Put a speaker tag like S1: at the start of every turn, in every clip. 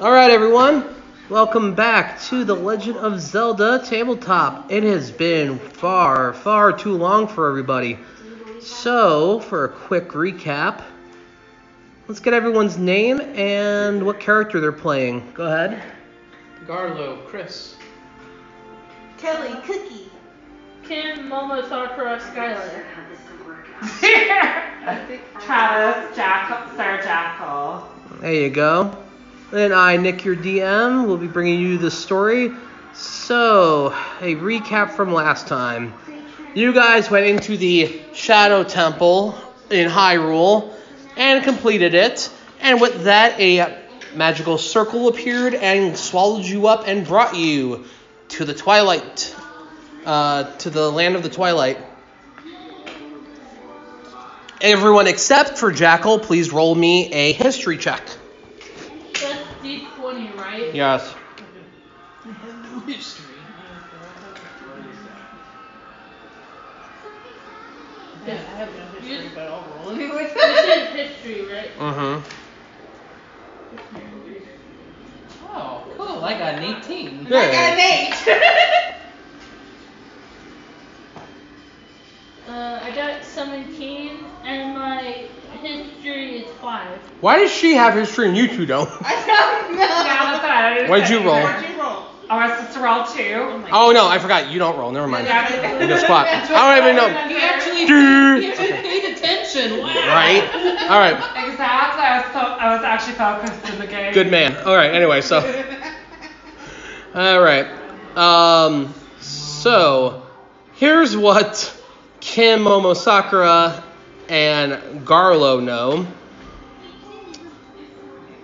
S1: All right, everyone. Welcome back to The Legend of Zelda Tabletop. It has been far, far too long for everybody. So, for a quick recap, let's get everyone's name and what character they're playing. Go ahead.
S2: Garlo, Chris.
S3: Kelly, Cookie.
S4: Kim, Momo, Sakura, Skylar.
S5: Travis, Jackal, Sir Jackal.
S1: There you go. And I, Nick, your DM, will be bringing you the story. So, a recap from last time. You guys went into the Shadow Temple in Hyrule and completed it. And with that, a magical circle appeared and swallowed you up and brought you to the Twilight, uh, to the land of the Twilight. Everyone except for Jackal, please roll me a history check.
S4: That's D20, right?
S1: Yes.
S2: History. Yeah, I have no history, but I'll roll anyway.
S4: This is history, right?
S1: Mm-hmm.
S2: Oh, cool. I got an 18.
S3: I got an eight.
S4: Uh, I got 17, and my history is 5.
S1: Why does she have history and you two don't?
S3: I don't
S5: Now
S3: know.
S5: that
S1: What'd you roll?
S3: What'd you roll?
S5: Our Oh, sister roll two.
S1: Oh no, I forgot. You don't roll. Never mind.
S5: Yeah.
S1: You just spot. I don't even know.
S2: He actually, he
S1: Dude.
S2: actually paid attention. Wow.
S1: Right? All right.
S5: Exactly. I was, so, I was actually focused in the game.
S1: Good man. All right. Anyway, so. All right. Um. So, here's what Kim Momosakura and Garlo know.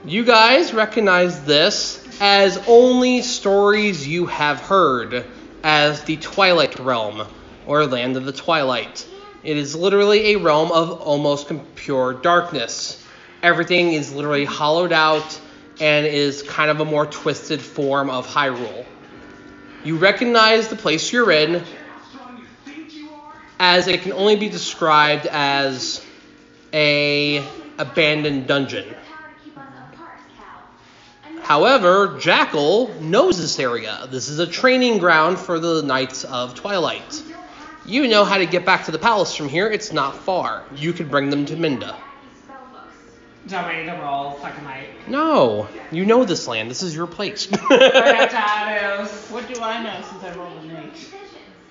S1: You guys recognize this as only stories you have heard as the Twilight Realm or Land of the Twilight. It is literally a realm of almost com- pure darkness. Everything is literally hollowed out and is kind of a more twisted form of Hyrule. You recognize the place you're in as it can only be described as a abandoned dungeon. However, Jackal knows this area. This is a training ground for the Knights of Twilight. You know how to get back to the palace from here. It's not far. You could bring them to Minda.
S5: Do you want me to roll second night?
S1: No, you know this land. This is your place.
S5: Okay, Travis.
S3: What do I know since I rolled an eight?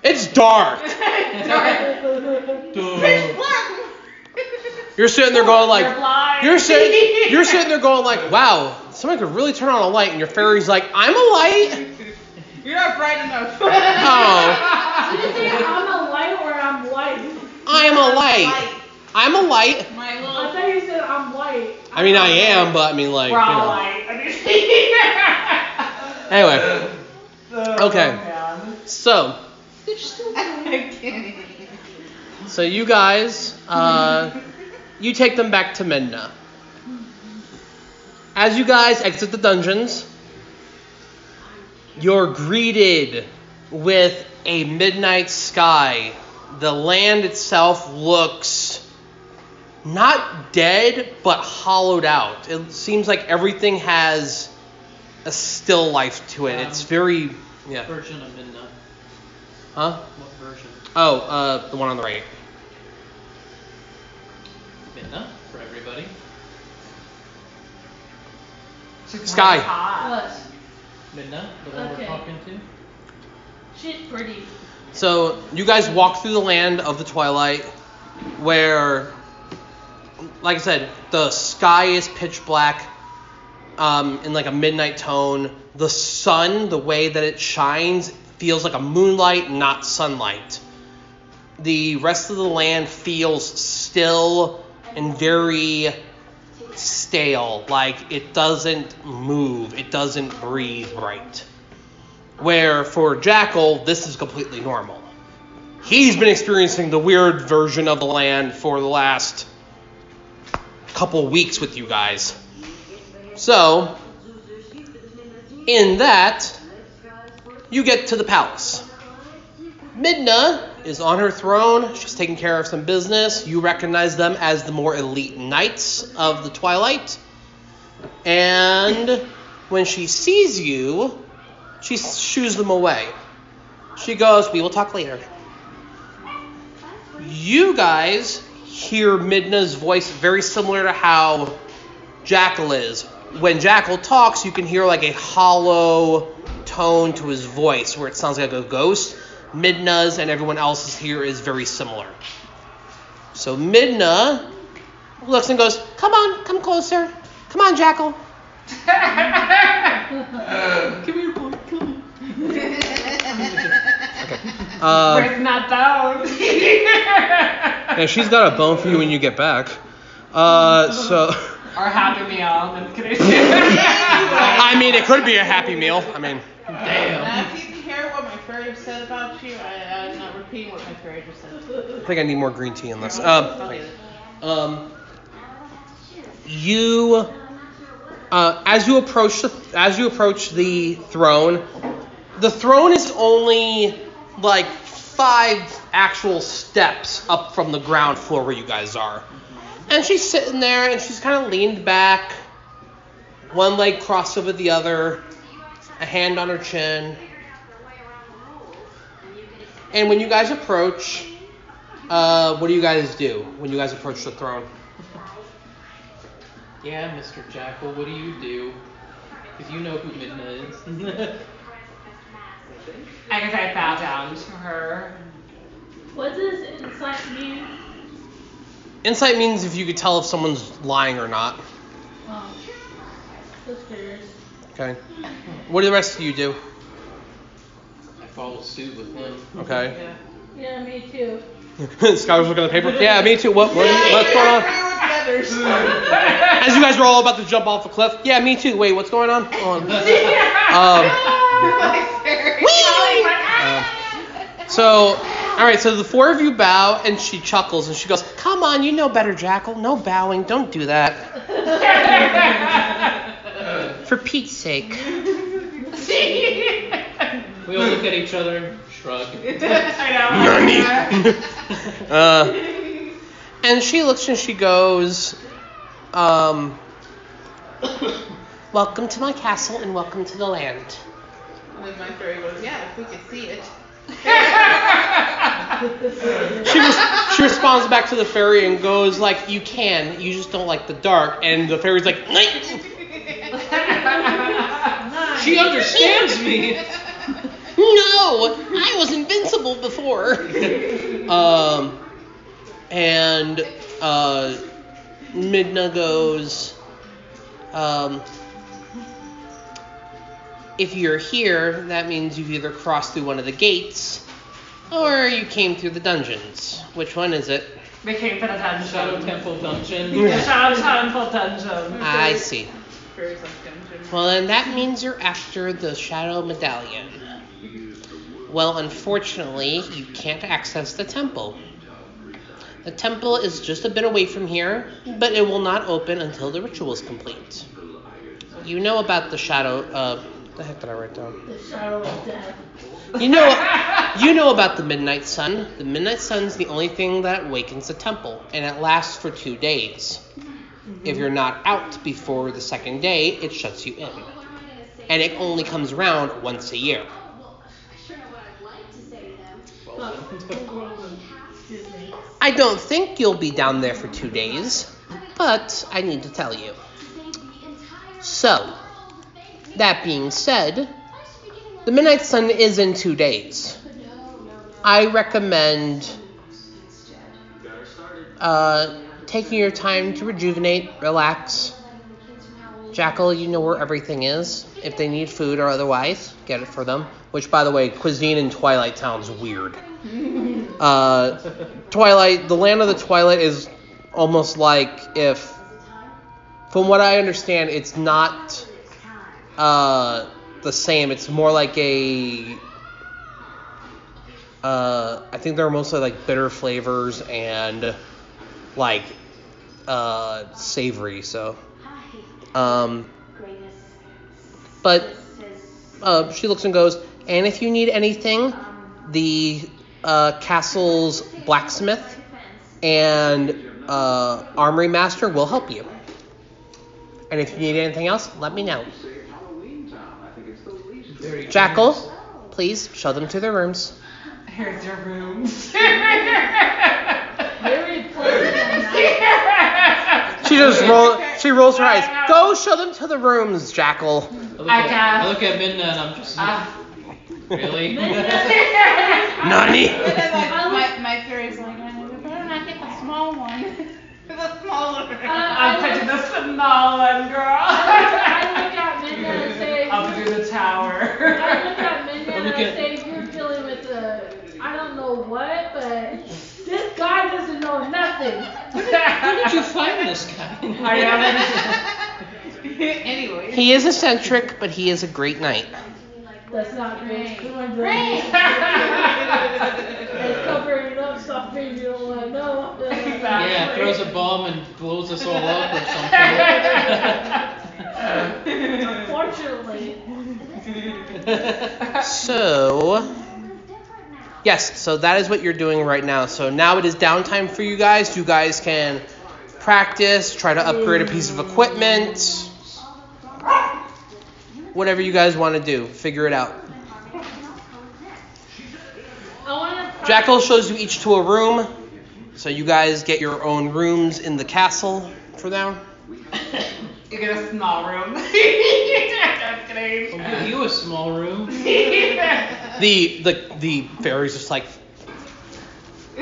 S1: it's dark.
S3: Which
S2: Dude.
S3: one?
S1: You're sitting there going like,
S5: You're blind.
S1: You're sitting, you're sitting there going like, wow, someone could really turn on a light, and your fairy's like, I'm a light.
S3: You're not bright enough.
S1: Oh,
S4: Did you say I'm a light or I'm white?
S1: I'm a light. I'm a light.
S3: My
S4: I
S3: little.
S4: thought you said I'm white.
S1: I mean, I am, but I mean, like, you
S5: We're all
S1: know.
S5: light. I mean,
S1: Anyway,
S5: so,
S4: Oh,
S1: Okay.
S5: man.
S1: so, so you guys, uh, you take them back to Midna. As you guys exit the dungeons, you're greeted with a midnight sky. The land itself looks not dead, but hollowed out. It seems like everything has a still life to it. It's very, yeah.
S2: Version of Midna.
S1: Huh?
S2: What version?
S1: Oh, uh, the one on the right.
S2: Midna for everybody.
S5: She's
S1: Sky.
S5: really hot.
S4: What?
S2: Midna, the one
S4: Okay.
S2: we're talking to.
S4: She's pretty.
S1: So you guys walk through the land of the twilight, where, like I said, the sky is pitch black, um, in like a midnight tone. The sun, the way that it shines, feels like a moonlight, not sunlight. The rest of the land feels still and very stale. Like it doesn't move, it doesn't breathe right. Where for Jackal, this is completely normal. He's been experiencing the weird version of the land for the last couple weeks with you guys. So, in that, you get to the palace. Midna is on her throne. She's taking care of some business. You recognize them as the more elite knights of the Twilight. And when she sees you, she shoos them away. She goes, We will talk later. You guys hear Midna's voice very similar to how Jackal is. When Jackal talks, you can hear like a hollow tone to his voice where it sounds like a ghost. Midna's and everyone else's here is very similar. So Midna looks and goes, Come on, come closer. Come on, Jackal.
S2: Come here, boy. Come
S1: Uh,
S5: Break not down.
S1: yeah, she's got a bone for you when you get back. Uh, so,
S5: or happy meal. I'm kidding.
S1: I mean, it could be a happy meal. I mean,
S3: Now, if you care what my fairy said about you, I, I'm not repeating what my fairy just said.
S1: I think I need more green tea in this. Um, um, you, uh, as you approach the, as you approach the throne, the throne is only like five actual steps up from the ground floor where you guys are. And she's sitting there and she's kind of leaned back, one leg crossed over the other, a hand on her chin. And when you guys approach, uh, what do you guys do when you guys approach the throne?
S2: Yeah, Mr. Jackal, what do you do? If you know who Midna is.
S5: I guess I bow down to her.
S4: What does insight mean?
S1: Insight means if you could tell if someone's lying or not.
S4: Oh, that's curious.
S1: Okay. What do the rest of you do?
S2: I follow suit with him.
S1: Okay.
S4: Yeah, me too.
S1: Sky was looking at the paper. Yeah, me too. What, what what's going on?
S3: Feathers.
S1: As you guys were all about to jump off a cliff. Yeah, me too. Wait, what's going on? Hold on. Um,
S3: my fairy.
S1: uh, so, all right. So the four of you bow, and she chuckles, and she goes, "Come on, you know better, Jackal. No bowing. Don't do that. For Pete's sake."
S2: We all look at each other, shrug.
S1: Uh, and she looks and she goes, um, Welcome to my castle and welcome to the land.
S3: And then my fairy goes, yeah, if we could see it.
S1: She, res- she responds back to the fairy and goes, like, you can, you just don't like the dark. And the fairy's like, "Nyeh."
S2: She understands me!
S1: no, I was invincible before. um, and uh, Midna goes, um, if you're here, that means you've either crossed through one of the gates or you came through the dungeons. Which one is it?
S5: They came for the
S2: Shadow
S5: dungeon.
S2: Temple
S5: The
S2: Dungeon.
S5: Shadow Temple dungeon.
S1: I see.
S3: Fairies like dungeon.
S1: Well, then that means you're after the Shadow Medallion. Well, unfortunately, you can't access the temple. The temple is just a bit away from here, but it will not open until the ritual is complete. You know about the Shadow. Uh, the heck did I write down?
S4: The shadow of death.
S1: You know, you know about the Midnight Sun. The Midnight Sun's the only thing that awakens the temple, and it lasts for two days. If you're not out before the second day, it shuts you in, and it only comes around once a year.
S4: Excuse me.
S1: I don't think you'll be down there for two days, but I need to tell you. So, that being said, the Midnight Sun is in two days. I recommend uh, taking your time to rejuvenate, relax. Jackal, you know where everything is. If they need food or otherwise, get it for them. Which, by the way, cuisine in Twilight Town's weird. Uh, Twilight, the land of the Twilight is almost like if, from what I understand, it's not uh, the same. It's more like a. Uh, I think they're mostly like bitter flavors and like uh, savory. So, um, but uh, she looks and goes, and if you need anything, the uh, castle's blacksmith and uh, armory master will help you. And if you need anything else, let me know.
S2: dirty
S1: Jackal,
S2: dreams.
S1: please show them to their rooms.
S5: Here's your room.
S6: Very pleasant.
S1: She just roll. She rolls her eyes. Go show them to the rooms, Jackal.
S2: I, look
S5: I
S2: at,
S5: guess.
S2: I look at Midna and I'm just like,
S5: Ah.
S2: really?
S6: Midna-
S1: Nani?
S3: But then like my, my fairy's like, I know, we better not get the small one. the smaller one.
S5: I'm touching the small
S6: I
S5: one, girl.
S6: look at Midna and say,
S5: Up through the
S6: I look
S5: tower.
S6: at Midna and
S2: Look
S6: I
S2: at-
S6: say, you're dealing with a, I don't know what, but this guy doesn't know nothing.
S2: Where did you find this guy?
S5: I haven't.
S3: anyway.
S1: He is eccentric, but he is a great knight.
S6: That's not great.
S3: Great.
S6: Come on,
S3: Great.
S6: Jordan. It's covering up something you don't want to know.
S5: Exactly.
S2: Yeah, throws a bomb and blows us all up or something.
S6: Unfortunately.
S1: So, yes, so that is what you're doing right now. So now it is downtime for you guys. You guys can practice, try to upgrade a piece of equipment, whatever you guys want to do. Figure it out.
S6: I want to.
S1: Jackal shows you each to a room, so you guys get your own rooms in the castle for now.
S5: You get a small room. Just
S2: We'll
S5: kidding.
S2: give you a small room.
S1: The the the fairy's just like
S5: She's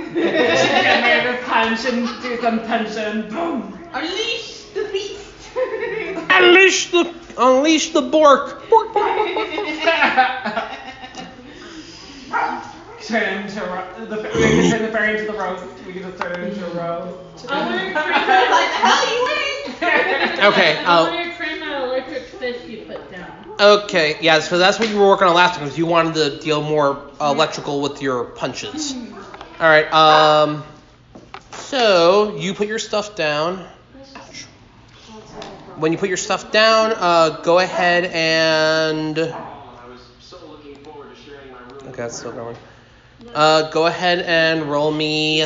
S5: gonna make her punch and do some punch and boom.
S3: Unleash the beast.
S1: unleash the unleash the bork. Bork, bork, bork, bork.
S5: Turn into ro- the we can turn the fairy into the roast. We can just turn it into a roast.
S6: I want to
S3: I'm
S6: train.
S3: like, the hell you in?
S1: Okay.
S6: I
S1: Oh.
S6: want to train my electric fish you put down.
S1: Okay, yeah, so that's what you were working on last time because you wanted to deal more electrical with your punches. All right, um, so you put your stuff down. When you put your stuff down, uh, go ahead and okay, that's still going. Uh, go ahead and roll me.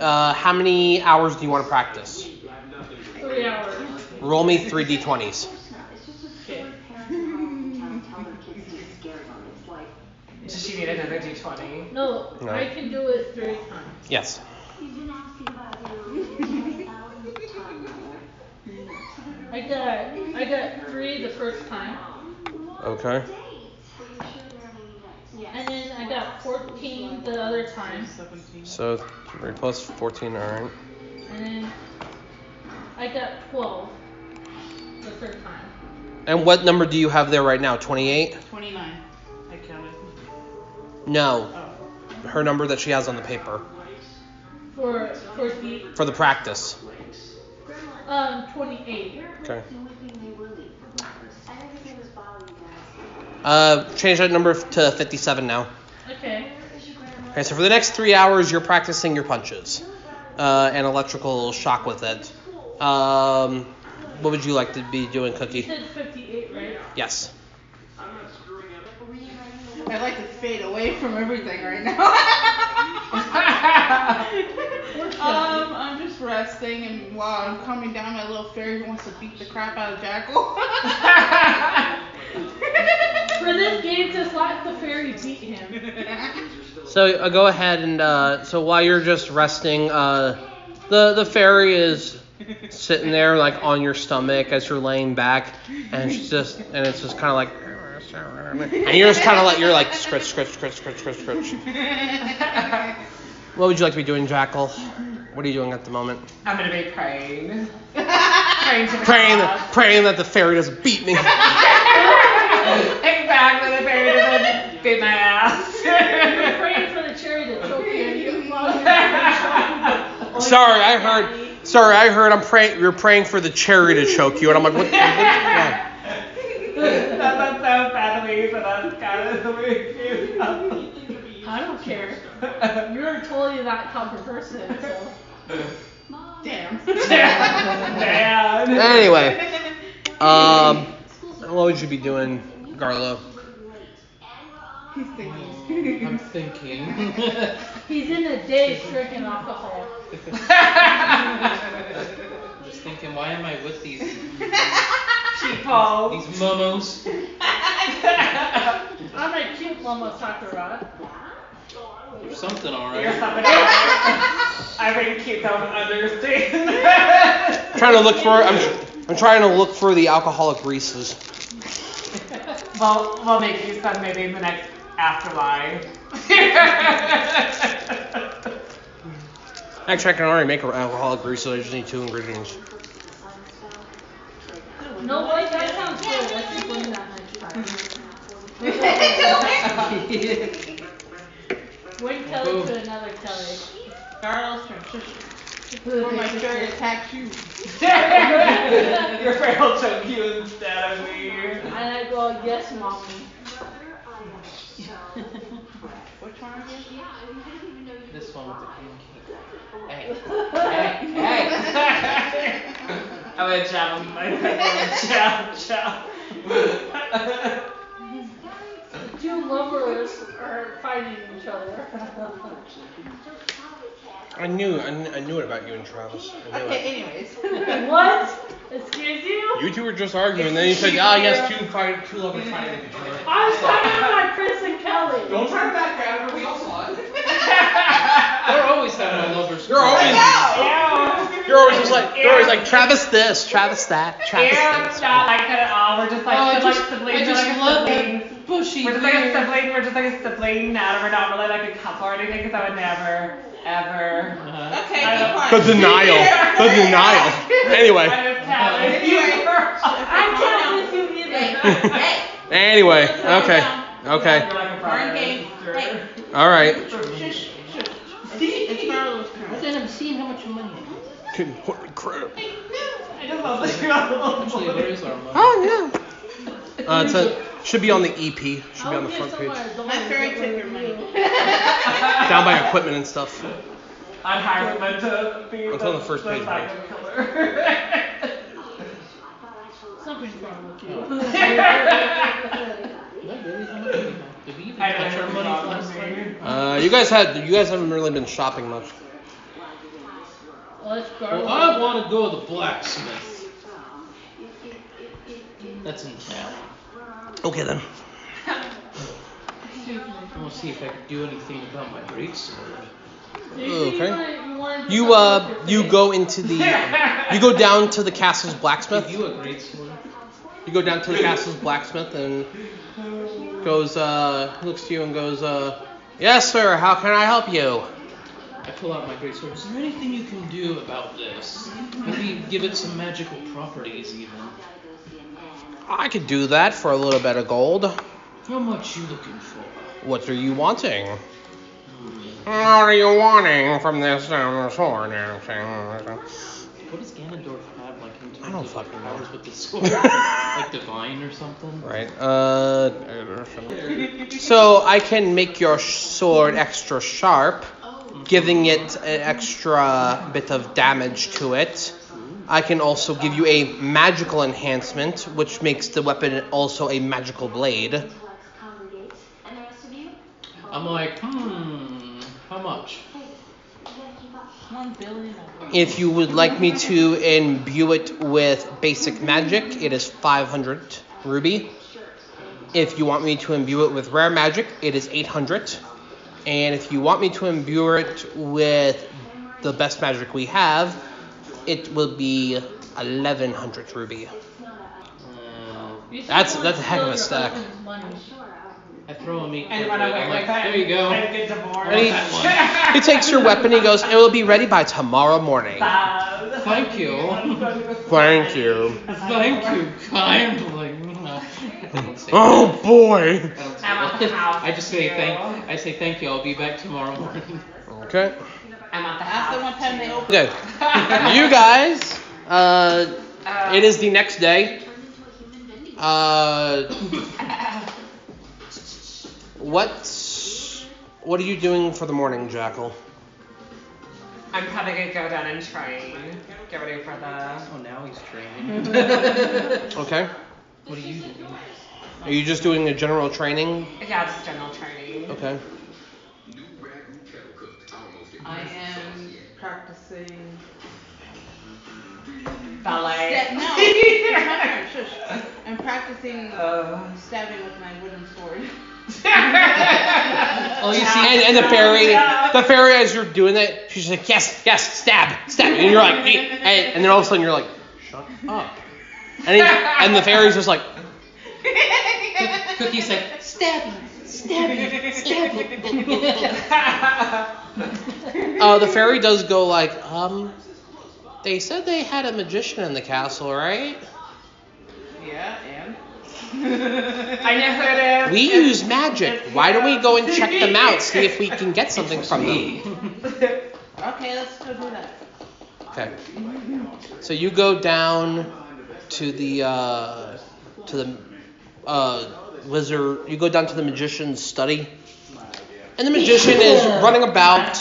S1: Uh, how many hours do you want to practice?
S6: Three hours.
S1: Roll me three d20s.
S5: Does she need another D20?
S6: No,
S1: No.
S6: I can do it three times.
S1: Yes.
S6: I got, I got three the first time,
S1: Okay.
S6: and then I got 14 the other time,
S1: So three plus fourteen, alright.
S6: and then I got 12 the third time.
S1: And what number do you have there right now? Twenty-eight?
S3: 29. I counted.
S1: No,
S3: Oh.
S1: her number that she has on the paper
S6: For for the
S1: for the practice.
S6: um 28.
S1: Okay. Uh, change that number to fifty-seven now.
S6: Okay.
S1: Okay, so for the next three hours, you're practicing your punches uh, and electrical shock with it. Um, what would you like to be doing,
S6: You
S1: Cookie?
S6: said 58, right?
S1: Yes.
S3: I'd like to fade away from everything right now. um, I'm just resting, and while I'm calming down, my little fairy wants to beat the crap out of Jackal.
S6: For this game, just let the fairy beat him.
S1: So uh, go ahead and uh, so while you're just resting, uh, the the fairy is sitting there like on your stomach as you're laying back, and she's just and it's just kind of like, and you're just kind of like you're like scritch scritch scritch scritch scritch scritch. What would you like to be doing, Jackal? What are you doing at the moment?
S5: I'm gonna be praying. praying to the
S1: Praying
S5: gods.
S1: that praying that the fairy doesn't beat me.
S5: exactly the fairy doesn't beat my
S6: You're
S5: ass.
S6: praying for the cherry to choke you. You love
S1: Sorry, I heard. Sorry, I heard. I'm praying. You're praying for the cherry to choke you, and I'm like, what? what- what?
S5: That sounds so badly, but that's kind of the way it
S6: it. I don't care.
S5: feels.
S6: You're totally that type of person. So.
S3: Damn.
S5: Man.
S1: Anyway, um, what would you be doing, Garlo?
S3: He's thinking.
S2: I'm thinking.
S6: He's in a daze drinking alcohol.
S2: just thinking, why am I with these
S5: People.
S2: these momos?
S4: I'm a cute Momo Sakura.
S2: There's something
S5: You're
S2: alright.
S5: something else. I think kids don't understand.
S1: trying to look for. I'm, I'm trying to look for the alcoholic Reese's.
S5: well, we'll make you some maybe in the next afterlife.
S1: Actually, I can already make an alcoholic Reese's. I just need two ingredients.
S4: No way, that sounds good. Let's just win that next time. Win Kelly to another Kelly.
S3: Charles transition. Or my shirt attacks you.
S5: Your friend will choke you instead of me.
S4: And I go, yes, mommy.
S3: Which one are you?
S2: This one with the pancake. Hey. Hey. Hey.
S5: Hey! I'm gonna chat him. I'm gonna chat, chat.
S4: Two lovers are fighting each other.
S1: I knew. I knew, I knew it about you and Travis. I knew it.
S3: Okay, anyways.
S4: what? Excuse you?
S1: You two were just arguing, then you said, "Ah, yes, two fight, two lovers fighting with each other."
S4: I was talking about Chris and Kelly.
S5: Don't try to back out of it. We all saw it.
S2: They're always having a lovers.
S1: You're
S2: quarrel.
S1: always-
S5: Ew.
S1: You're always just like, you're always like Travis this, Travis that,
S5: Ew,
S1: Travis
S5: it's
S1: this.
S5: not like that at all. We're just like,
S2: Oh, I
S5: we're like
S2: just-
S5: siblings.
S2: I
S5: We're
S2: just
S5: like
S2: love that
S5: siblings.
S2: Bushy.
S5: We're just like a
S2: beard.
S5: sibling. We're just like a sibling now. We're not really like a couple or anything because I would never, ever.
S2: Uh-huh.
S3: Okay,
S5: I
S3: keep on.
S5: don't-
S1: The denial. The denial. Anyway.
S5: I just have you
S3: Anyway.
S5: girl.
S4: I can't with you
S3: Hey,
S4: either.
S3: hey,
S1: Anyway. Okay. Okay.
S5: We're like a brother
S3: Burn
S5: and
S3: game.
S5: sister.
S3: Hey,
S1: All right.
S3: shush, shush. It's, it's Marlo's turn.
S2: Then I'm seeing how much money. I have.
S5: I just love that you're a little
S2: Actually,
S5: boy.
S2: where is our money?
S1: Oh yeah. Uh, it's a, should be on the EP. Should be
S4: I
S1: on the
S4: would give
S1: front
S4: someone
S1: page.
S4: a dollar
S3: My fairy
S4: for
S3: took your
S4: you.
S3: money.
S1: Down by equipment and stuff.
S5: I'm hiring them to be
S1: It's on the first page,
S5: psycho
S1: Mike.
S5: killer.
S4: Something's wrong with you.
S2: Not really, how much money we have. Did we even
S5: I
S2: touch our
S5: don't
S2: money last
S5: know.
S2: night?
S1: Uh, you guys had you guys haven't really been shopping much.
S4: Well, that's
S2: Well,
S4: garbage.
S2: I want to go to the blacksmith. That's in town.
S1: Okay then.
S2: I'm gonna see if I can do anything about my greatsword.
S4: Do you think
S1: Okay.
S4: You, wanna- wanna do
S1: You
S4: something
S1: uh
S4: with your
S1: you
S4: face?
S1: go into the you go down to the castle's blacksmith.
S2: Give you a greatsword.
S1: You go down to the castle's blacksmith and goes uh looks to you and goes uh yes sir how can I help you?
S2: I pull out my greatsword. Is there anything you can do about this? Maybe give it some magical properties, even.
S1: I could do that for a little bit of gold.
S2: How much you looking for?
S1: What are you wanting?
S2: Hmm.
S1: What are you wanting from this um, sword?
S2: What does Ganondorf have like in terms
S1: I don't
S2: of like,
S1: fucking know.
S2: powers with the sword? like divine or something?
S1: Right. Uh. So I can make your sh- sword extra sharp, giving it an extra bit of damage to it. I can also give you a magical enhancement, which makes the weapon also a magical blade.
S2: I'm like, hmm, how much?
S3: One billion.
S1: If you would like me to imbue it with basic magic, it is 500 ruby. If you want me to imbue it with rare magic, it is 800. And if you want me to imbue it with the best magic we have, it will be 1100 ruby.
S2: Uh,
S4: You should
S1: That's-
S4: go
S1: that's a heck of a
S4: steal your
S1: stack.
S4: husband's money.
S2: I throw a meat.
S5: And
S2: clip
S5: run
S2: at it.
S5: away
S2: I'm
S5: like
S2: like,
S5: that.
S2: There you go.
S5: And get divorced.
S1: And he, he takes your weapon, he goes, It will be ready by tomorrow morning.
S5: Bad.
S2: Thank you.
S1: Thank you.
S2: Thank you kindly. I don't say
S1: Oh boy!
S2: I don't say
S5: I'm at
S2: that.
S5: the house
S2: I just say
S5: now.
S2: thank. I say thank you. I'll be back tomorrow morning.
S1: Okay.
S5: I'm at the
S3: That's the
S5: house.
S3: one time they opened.
S1: Okay. you guys, uh, it is the next day. Uh, what what are you doing for the morning, Jackal?
S5: I'm probably gonna go down and train. Get ready for the.
S2: Oh, now he's training.
S1: Okay.
S2: What are you doing?
S1: Are you just doing a general training?
S5: Yeah, just general training.
S1: Okay.
S3: I am practicing.
S5: Ballet.
S3: Step, no. it's my turn, shush. I'm practicing
S5: Uh,
S3: stabbing with my wooden sword.
S2: Oh, you see,
S1: And, and the fairy, the fairy, as you're doing that, she's just like, yes, yes, stab, stab, and you're like, eh, eh, and then all of a sudden you're like, shut up, and, he- and the fairy's just like,
S2: Cookie's like,
S1: uh, the fairy does go like, um, they said they had a magician in the castle, right?
S3: yeah,
S5: I never heard of.
S1: We use magic. Why don't we go and check them out, see if we can get something from them?
S3: and okay, let's go do that.
S1: Okay. So you go down to the uh, to the uh, wizard. You go down to the magician's study, and the magician is running about.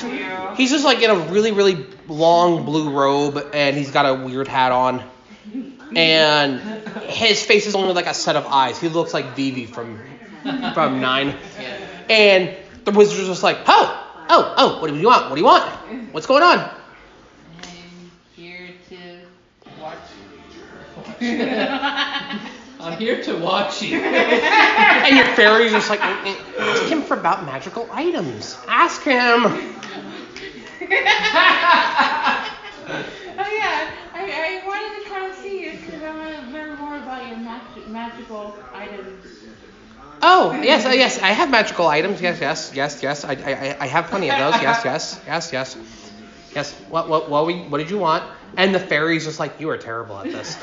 S1: He's just like in a really really long blue robe, and he's got a weird hat on. And his face is only like a set of eyes. He looks like Vivi from from Nine.
S2: yeah.
S1: And the wizard's just like, oh, oh, oh, what do you want? What do you want? What's going on?
S3: I'm here to watch.
S2: I'm here to watch you.
S1: And your fairy's just like, "Mm, mm." ask him for about magical items. Ask him.
S3: Oh yeah, I, I wanted to try to see you because I want to learn more about your mag- magical items.
S1: Oh, yes, uh, yes, I have magical items. Yes, yes, yes, yes. I, I, I- I have plenty of those. Yes, yes, yes, yes. Yes. What, what, what, we, what did you want? And the fairy's just like, you are terrible at this.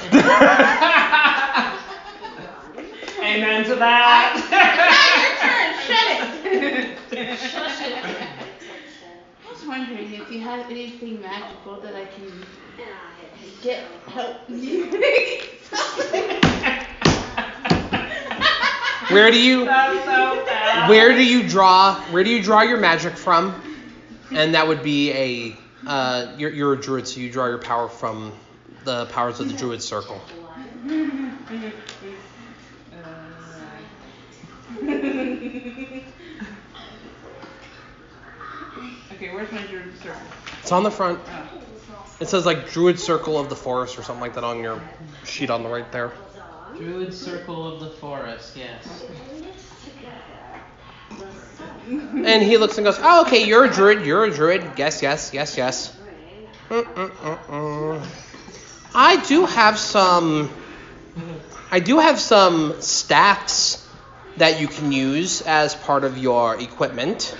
S5: Amen to that.
S3: Now your turn. Shut it. I was wondering if you had anything magical that I can get help.
S1: Where do you,
S5: That's so bad.
S1: where do you draw, where do you draw your magic from? And that would be a, uh, you're, you're a druid, so you draw your power from the powers of the druid circle.
S3: okay, where's my druid circle?
S1: It's on the front. It says like Druid Circle of the Forest or something like that on your sheet on the right there.
S2: Druid Circle of the Forest, yes.
S1: And he looks and goes, "Oh, okay, you're a druid. You're a druid. Yes, yes, yes, yes." Mm, Mm-mm-mm-mm. mm. I do have some. I do have some staffs that you can use as part of your equipment.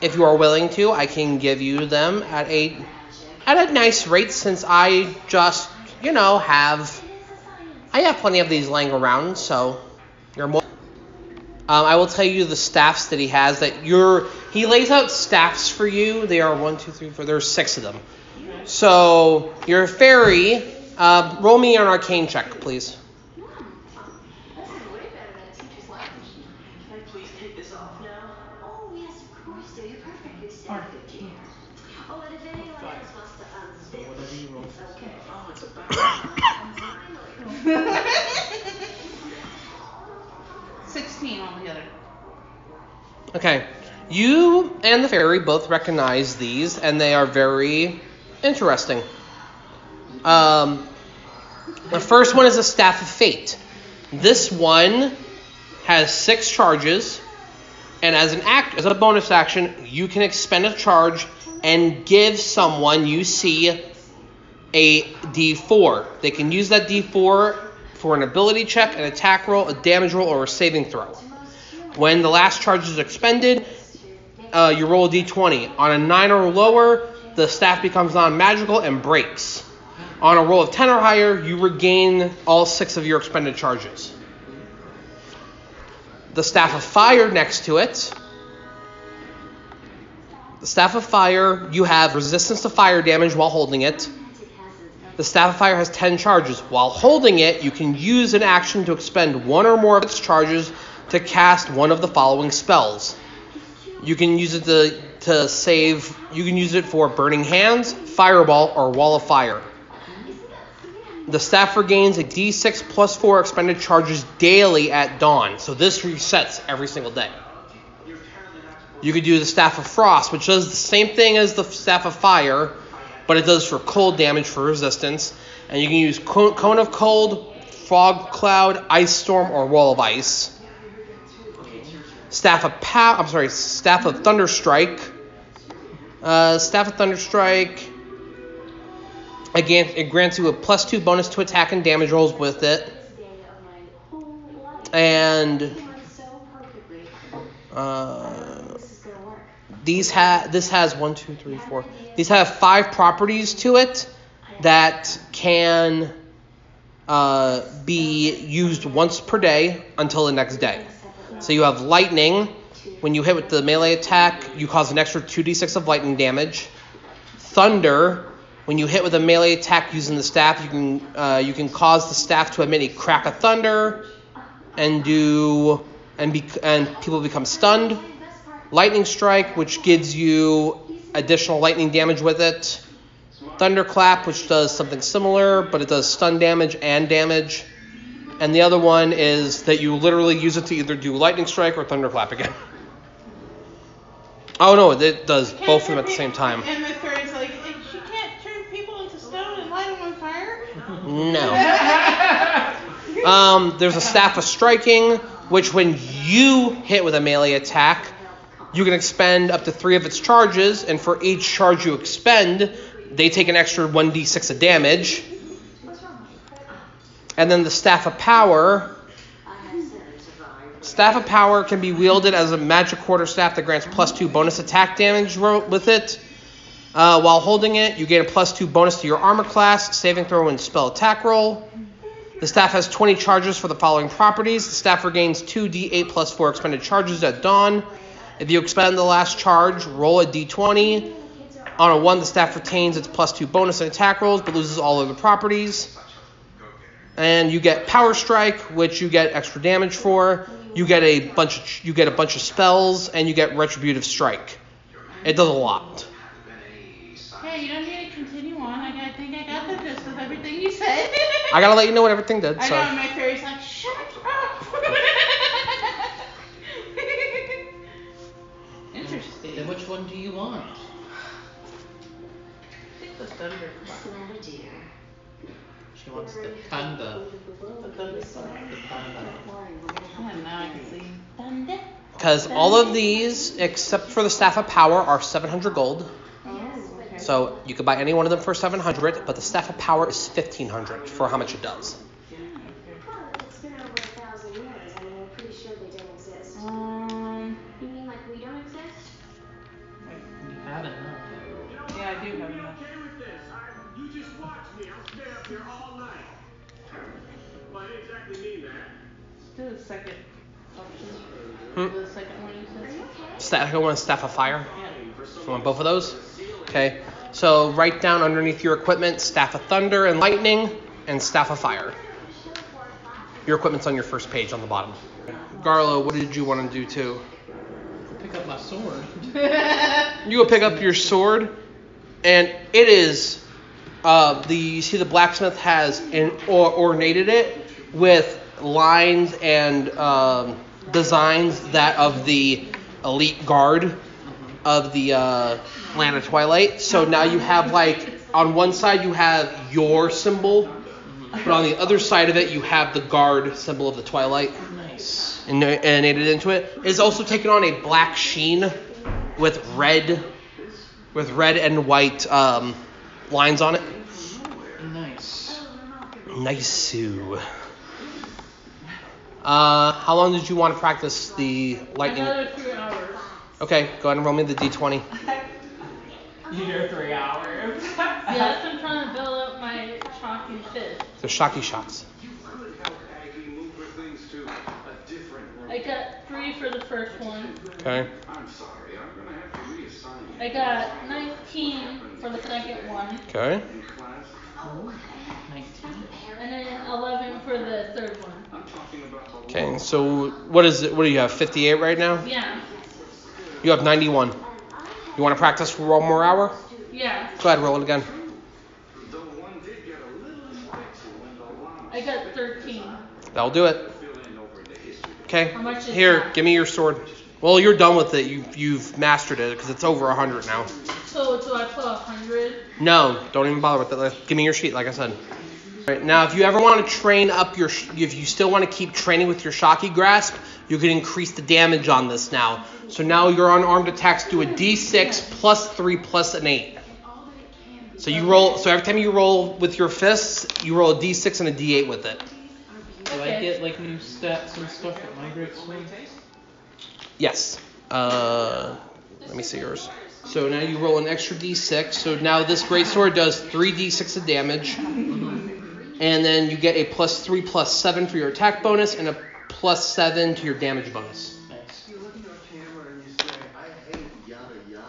S1: If you are willing to, I can give you them at a at a nice rate since I just, you know, have I have plenty of these laying around, so you're more. Um, I will tell you the staffs that he has. That you're he lays out staffs for you. They are one, two, three, four. There's six of them. So your fairy, uh, roll me an arcane check, please.
S7: Please take this off now. Oh, yes, of course, dear. You're perfect. It's standard care. Oh, and if anyone else wants to unzip, it's okay. Oh, it's a bad
S3: Sixteen on the other.
S1: Okay. You and the fairy both recognize these, and they are very interesting. Um, the first one is a Staff of Fate. This one has six charges, and as an act, as a bonus action, you can expend a charge and give someone you see a D4. They can use that D4 for an ability check, an attack roll, a damage roll, or a saving throw. When the last charge is expended, uh, you roll a d20. On a 9 or lower, the staff becomes non magical and breaks. On a roll of 10 or higher, you regain all six of your expended charges. The Staff of Fire next to it. The Staff of Fire, you have resistance to fire damage while holding it. The Staff of Fire has 10 charges. While holding it, you can use an action to expend one or more of its charges to cast one of the following spells. You can use it to, to save, you can use it for Burning Hands, Fireball, or Wall of Fire. The staff regains a d6 plus 4 expended charges daily at dawn, so this resets every single day. You could do the Staff of Frost, which does the same thing as the Staff of Fire, but it does for cold damage for resistance. And you can use Co- Cone of Cold, Fro- fog cloud, ice storm, or wall of ice. Staff of pow- I'm sorry, staff of thunderstrike. Uh, staff of thunderstrike. Again, it grants you a plus two bonus to attack and damage rolls with it,
S7: Day of my whole life.
S1: and
S7: It works so perfectly.
S1: uh,
S7: This is gonna work.
S1: these ha- this has one, two, three, four. These have five properties to it that can uh, be used once per day until the next day. So you have lightning. When you hit with the melee attack, you cause an extra 2d6 of lightning damage. Thunder. When you hit with a melee attack using the staff, you can uh, you can cause the staff to emit a crack of thunder, and do and be, and people become stunned. Lightning Strike, which gives you additional lightning damage with it. Thunderclap, which does something similar, but it does stun damage and damage. And the other one is that you literally use it to either do Lightning Strike or Thunderclap again. Oh no, it does both of them at the same time.
S6: And the third's like, "And she can't turn people into stone and light them on fire.
S1: No. Um, there's a staff of striking, which when you hit with a melee attack, you can expend up to three of its charges, and for each charge you expend, they take an extra 1d6 of damage. And then the staff of power. Staff of power can be wielded as a magic quarter staff that grants plus two bonus attack damage ro- with it. Uh, while holding it, you gain a plus two bonus to your armor class, saving throw, and spell attack roll. The staff has 20 charges for the following properties. The staff regains 2d8 plus 4 expended charges at dawn. If you expend the last charge, roll a d20. On a 1, the staff retains its plus 2 bonus and attack rolls, but loses all other properties. And you get Power Strike, which you get extra damage for. You get a bunch of, you get a bunch of spells, and you get Retributive Strike. It does a lot.
S6: Hey, you don't need to continue on. I, got- I think I got the gist of everything you said.
S1: I gotta let you know what everything did.
S6: I
S1: So.
S6: know, and my fairy's like, shut up. Interesting.
S2: Then which one do you want?
S6: I think the thunder.
S7: Slow, dear.
S2: She wants the
S7: uh,
S2: thunder.
S6: The thunder song.
S2: The thunder.
S7: Don't worry, we're gonna help
S6: Yeah,
S7: you.
S6: now I can see.
S7: Thunder.
S1: Because all of these, except for the Staff of Power, are 700 gold.
S6: Oh, okay.
S1: So you could buy any one of them for 700, but the Staff of Power is 1500 for how much it does.
S7: Well, it's been over a thousand years. I mean, we're pretty sure they don't exist.
S6: Um,
S7: You mean like we don't exist?
S2: You had enough.
S6: yeah, I do have enough. Do the second option.
S1: Hmm.
S6: Do the second one you said.
S1: Staff, I want Staff of Fire.
S6: Yeah.
S1: You want both of those? Okay. So write down underneath your equipment Staff of Thunder and Lightning and Staff of Fire. Your equipment's on your first page on the bottom. Garlo, what did you want to do too?
S2: Pick up my sword.
S1: You go pick up your sword, and it is uh, the you see the blacksmith has in, or, ornated it with lines and um, designs that of the elite guard of the uh, Land of Twilight. So now you have like on one side you have your symbol, but on the other side of it you have the guard symbol of the Twilight
S2: Nice.
S1: and innated into it. It's also taken on a black sheen with red, with red and white um, lines on it.
S2: Nice.
S1: Nice. Uh, how long did you want to practice the lightning?
S4: Another three hours.
S1: Okay, go ahead and roll me the d20.
S5: You're three hours.
S4: Yes, I'm trying to build up my chalky fist.
S1: They're shocky shots.
S4: I got three for the first one.
S1: Okay.
S4: I got 19 for the second one,
S1: Okay.
S7: Oh,
S4: and then 11 for the third one.
S1: Okay. So what is it? What do you have? 58 right now.
S4: Yeah,
S1: You have 91. You want to practice for one more hour?
S4: yeah.
S1: Go ahead, roll it again.
S4: I got 13.
S1: That'll do it. Okay.
S4: How much is
S1: Here,
S4: that?
S1: give me your sword. Well, you're done with it. You you've mastered it because it's over 100 now.
S4: So do I put 100?
S1: No, don't even bother with it. Like, Give me your sheet, like I said. Right, now, if you ever want to train up your, sh- if you still want to keep training with your Shocky Grasp, you can increase the damage on this now. So now your unarmed attacks do a D6 plus three plus an eight. So you roll. So every time you roll with your fists, you roll a D6 and a D8 with it.
S2: Do I get like new stats and stuff that migrates me?
S1: Yes. Uh, let me see yours. So now you roll an extra d6. So now this great sword does 3d6 of damage, and then you get a plus three plus seven for your attack bonus and a plus seven to your damage bonus.
S2: Nice.
S8: You look in your camera and you say, I hate yada yada.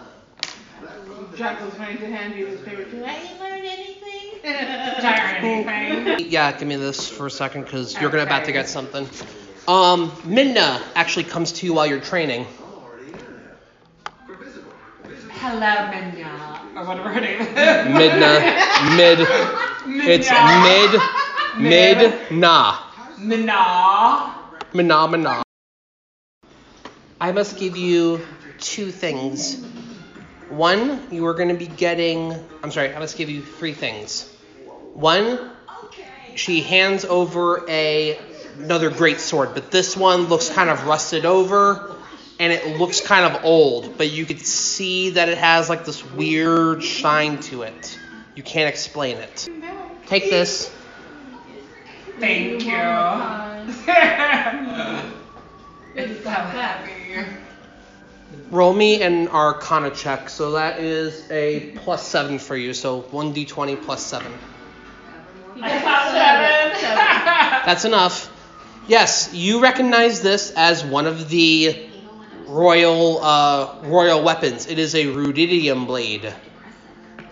S8: But I love that.
S6: Jack was trying to hand you his favorite tool. I ain't learned anything.
S5: Sorry.
S1: Yeah, give me this for a second because you're gonna about to get something. Um, Minna actually comes to you while you're training.
S8: I'm already internet. We're visible. Visible.
S6: Hello, Minya.
S5: Or whatever her name is.
S1: Midna, mid, it's mid, mid, nah.
S5: Minna.
S1: Menomina. I must give you two things. One, you are going to be getting. I'm sorry, I must give you three things. One, she hands over a another great sword, but this one looks kind of rusted over and it looks kind of old, but you could see that it has like this weird shine to it. You can't explain it. Take this.
S5: Thank you.
S4: It's
S5: so happy.
S1: Roll me an Arcana check. So that is a plus seven for you. So one d20 plus seven.
S5: I got
S1: That's enough. Yes, you recognize this as one of the royal uh, royal weapons. It is a rudidium blade.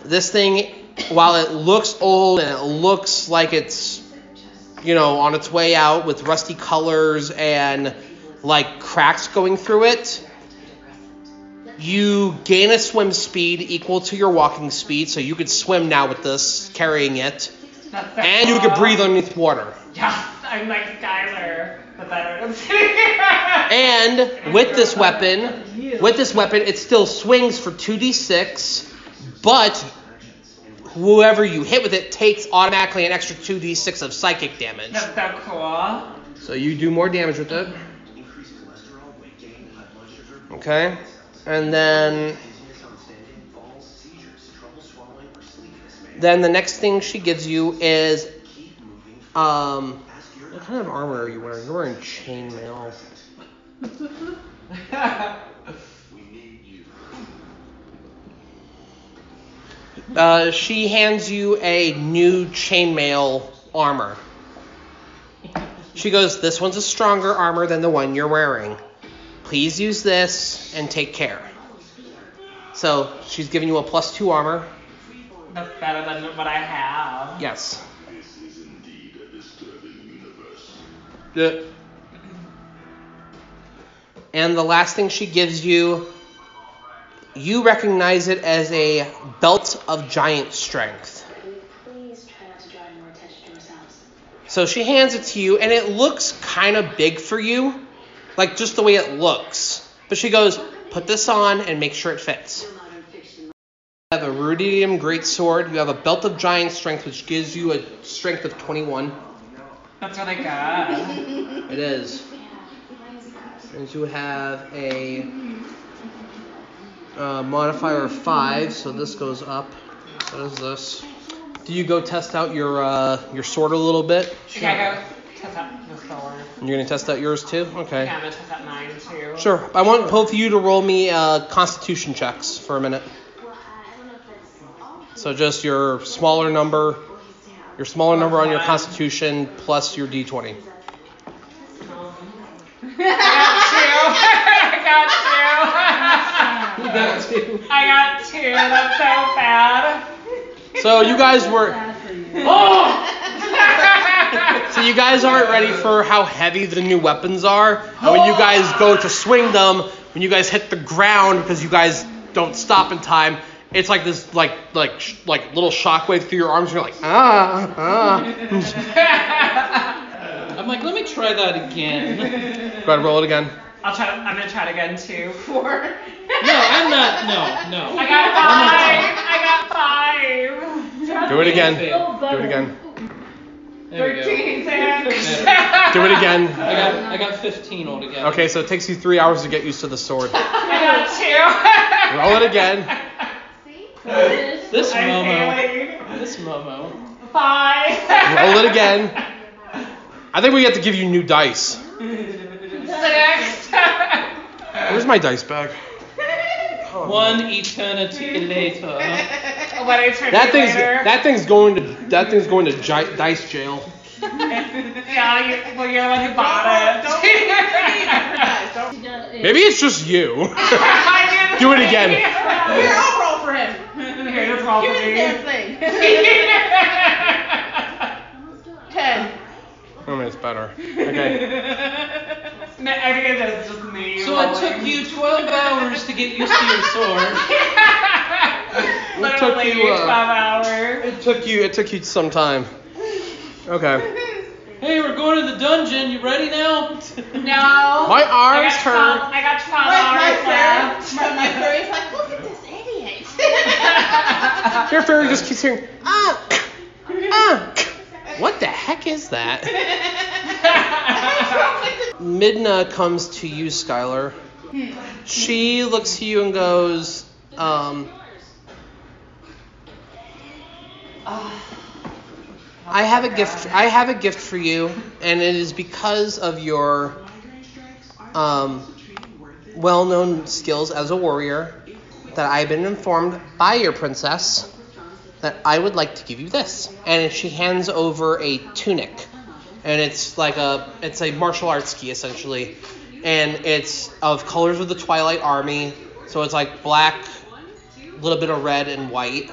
S1: This thing, while it looks old and it looks like it's you know on its way out with rusty colors and like cracks going through it, you gain a swim speed equal to your walking speed, so you could swim now with this carrying it,
S5: That's so
S1: and you could breathe underneath water.
S5: Yes, I'm like Skylar, but better. I'm serious.
S1: And with this weapon, with this weapon, it still swings for 2d6, but whoever you hit with it takes automatically an extra 2d6 of psychic damage.
S5: That's so cool.
S1: So you do more damage with it.
S8: Increase cholesterol, weight gain, high blood sugar.
S1: Okay. And then
S8: Dizziness on standing, falls, seizures, trouble swallowing, or sleepiness may
S1: then the next thing she gives you is
S8: keep moving.
S1: um
S8: Ask your
S1: what kind of armor are you wearing? You're wearing chainmail.
S8: We need you.
S1: Uh, she hands you a new chainmail armor. She goes, This one's a stronger armor than the one you're wearing. Please use this and take care. So she's giving you a plus two armor.
S5: That's better than what I have.
S1: Yes.
S8: This is indeed a disturbing universe.
S1: And the last thing she gives you, you recognize it as a belt of giant strength.
S7: Please try not to draw any more attention to yourselves.
S1: So she hands it to you, and it looks kind of big for you, like just the way it looks. But she goes, put this on and make sure it fits.
S7: Modern fiction
S1: You have a rudidium greatsword. You have a belt of giant strength, which gives you a strength of 21.
S5: That's really good.
S1: It is. And you have a uh, modifier of 5, so this goes up. So does this. Do you go test out your uh, your sword a little bit?
S5: Should I go test out the sword?
S1: You're gonna test out yours too? Okay.
S5: Yeah, I'm gonna test out mine too.
S1: Sure. I want both of you to roll me uh, Constitution checks for a minute. So just your smaller number, your smaller number on your Constitution plus your D20.
S5: I got two. I got two. I got two. That's so bad.
S1: So you guys were,
S5: Oh!
S1: so you guys aren't ready for how heavy the new weapons are. And when you guys go to swing them, when you guys hit the ground because you guys don't stop in time, it's like this like like sh- like little shockwave through your arms. And you're like ah ah.
S2: I'm like, let me try that again.
S1: Go ahead, roll it again.
S5: I'll try. I'm gonna try it again too. Four.
S2: No, I'm not. No,
S5: I
S2: no.
S5: got five. I got five.
S1: Do it again.
S4: Feel
S1: Do it
S4: better.
S1: again.
S2: There we go.
S5: Thirteen Sanders.
S1: Do it
S2: I
S1: again.
S2: got I got 15 altogether.
S1: Okay, so it takes you three hours to get used to the sword.
S5: I got
S1: Roll it again.
S7: See?
S2: This
S5: two. I'm
S2: Momo.
S5: failing.
S2: This Momo.
S5: Five.
S1: Roll it again. I think we have to give you new dice.
S5: Six.
S1: Where's my dice bag?
S2: One eternity later.
S5: When I turn
S1: That
S5: you
S1: thing's
S5: later.
S1: that thing's going to that thing's going to gi- dice jail.
S5: yeah, you, well, you're the one who bought it.
S1: Maybe it's just you.
S5: I
S1: Do it again.
S5: Here,
S6: I'll roll for him.
S5: that's all
S6: Give
S5: for
S6: me the
S5: me.
S6: damn thing. Ten.
S1: Oh, man, it's better. Okay.
S5: No, I think that's just me.
S2: So it
S5: rolling.
S2: took you 12 hours to get used to your sword.
S1: It took
S5: Literally
S1: you. Uh,
S5: five hours.
S1: it took you. It took you some time. Okay.
S2: Hey, we're going to the dungeon. You ready now?
S5: No.
S1: My
S5: I
S1: arms
S5: got
S1: hurt.
S5: 12 I got 12
S6: My,
S5: hours
S6: my fairy,
S5: left.
S6: my, my fairy's like, look at this idiot.
S1: Your fairy just keeps hearing, ah, ah. What the heck is that? Midna comes to you, Skylar. She looks at you and goes, um, I have a gift. I have a gift for you, and it is because of your um, well-known skills as a warrior that I've been informed by your princess that I would like to give you this. And she hands over a tunic, and it's like a it's a martial arts gi essentially, and it's of colors of the Twilight Army, so it's like black, a little bit of red and white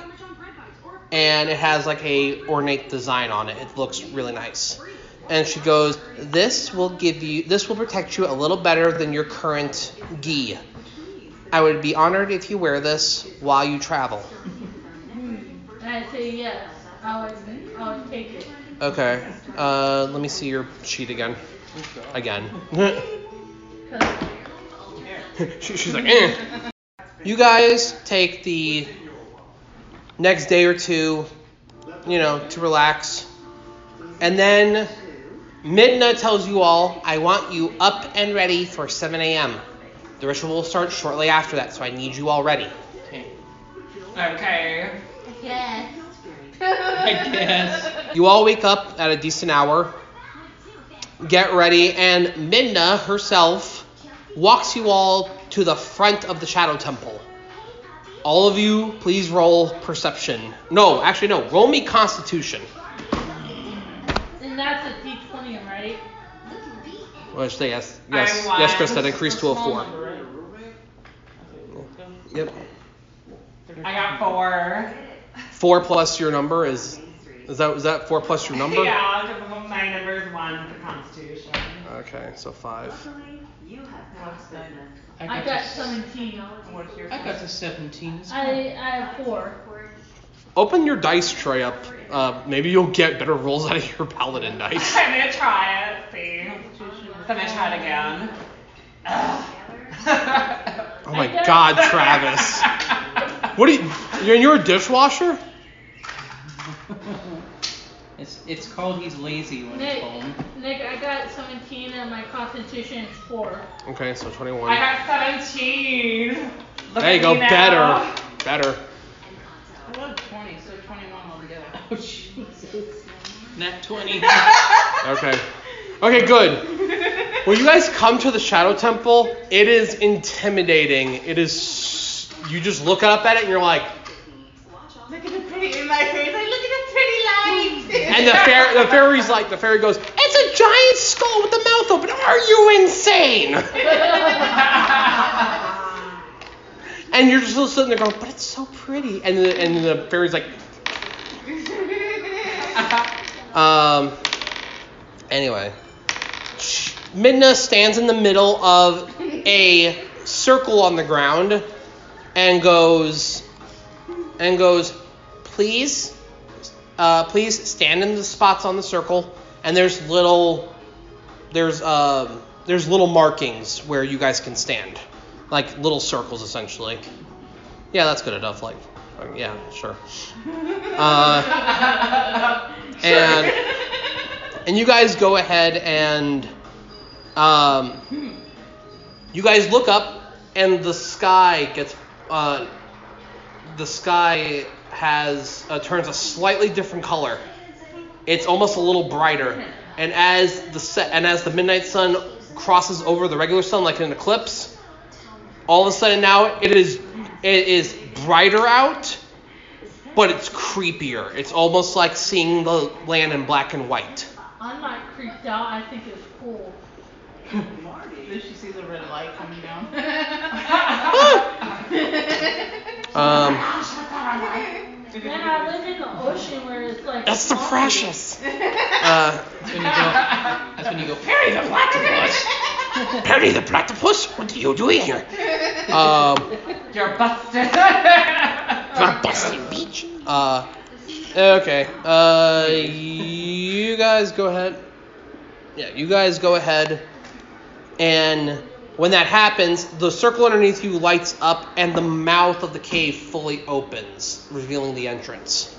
S1: and it has like a ornate design on it. It looks really nice. And she goes, "This will give you this will protect you a little better than your current gi. I would be honored if you wear this while you travel."
S4: I say yes. I would, I would take it.
S1: Okay. Uh, let me see your sheet again. Again. she, she's like, eh. You guys take the next day or two, you know, to relax. And then Midna tells you all, I want you up and ready for 7 a.m. The ritual will start shortly after that, so I need you all ready.
S2: Okay.
S5: Okay.
S3: Yes.
S2: I guess.
S1: You all wake up at a decent hour, get ready, and Midna herself walks you all to the front of the Shadow Temple. All of you, please roll perception. No, actually, no, roll me Constitution.
S4: And that's a D20, right?
S1: Which they yes, yes,
S5: I
S1: yes, Chris,
S5: was-
S1: that increased to a
S5: Small
S1: four.
S5: number.
S1: Yep.
S5: I got four.
S1: Four plus your number is is that is that four plus your number?
S5: Yeah, I'll give them my number is one for Constitution.
S1: Okay, so five.
S2: I
S4: I
S2: got,
S4: got
S2: to,
S4: 17.
S5: What's your
S2: I got to 17.
S4: I, I have 4.
S1: Open your dice tray up. Uh, maybe you'll get better rolls out of your paladin dice.
S5: I'm gonna try it. See. So I'm gonna try it again. Ugh.
S1: Oh my God, Travis. What do you? You're, you're a dishwasher?
S2: It's, it's called he's lazy when he's
S4: Nick,
S2: home.
S4: Nick, I got 17 and my constitution is 4.
S1: Okay, so 21.
S5: I got 17. Look
S1: there you
S5: at
S1: go.
S5: me now.
S1: Better. Better.
S6: I love 20, so 21 altogether.
S2: Oh, Jesus. Nat 20.
S1: Okay. Okay, good. When you guys come to the Shadow Temple, it is intimidating. It is. You just look up at it and you're like,
S6: Look at the pretty in my face. Like, look at the pretty lights.
S1: and the fair, the fairy's like, the fairy goes, it's a giant skull with the mouth open. Are you insane? And you're just sitting there going, but it's so pretty. And the, and the fairy's like, um. Anyway, Sh- Midna stands in the middle of a circle on the ground and goes, and goes, please, uh, please stand in the spots on the circle. And there's little, there's um, there's little markings where you guys can stand, like little circles essentially. Yeah, that's good enough. Like, yeah, sure. Uh, and and you guys go ahead and um, you guys look up, and the sky gets uh, the sky has uh, turns a slightly different color. It's almost a little brighter, and as the set and as the midnight sun crosses over the regular sun like an eclipse, all of a sudden now it is it is brighter out, but it's creepier. It's almost like seeing the land in black and white.
S4: I'm not creeped out. I think it's cool.
S6: Then she sees a red light coming down.
S1: Um,
S4: Man, I live in the ocean where it's like.
S1: That's the precious. Uh,
S2: That's when you go. That's when you go. Perry the platypus.
S1: Perry the platypus, what are you doing here? Um,
S5: You're busted.
S1: not busting beach. Uh, okay. Uh, you guys go ahead. Yeah, you guys go ahead. And when that happens, the circle underneath you lights up, and the mouth of the cave fully opens, revealing the entrance.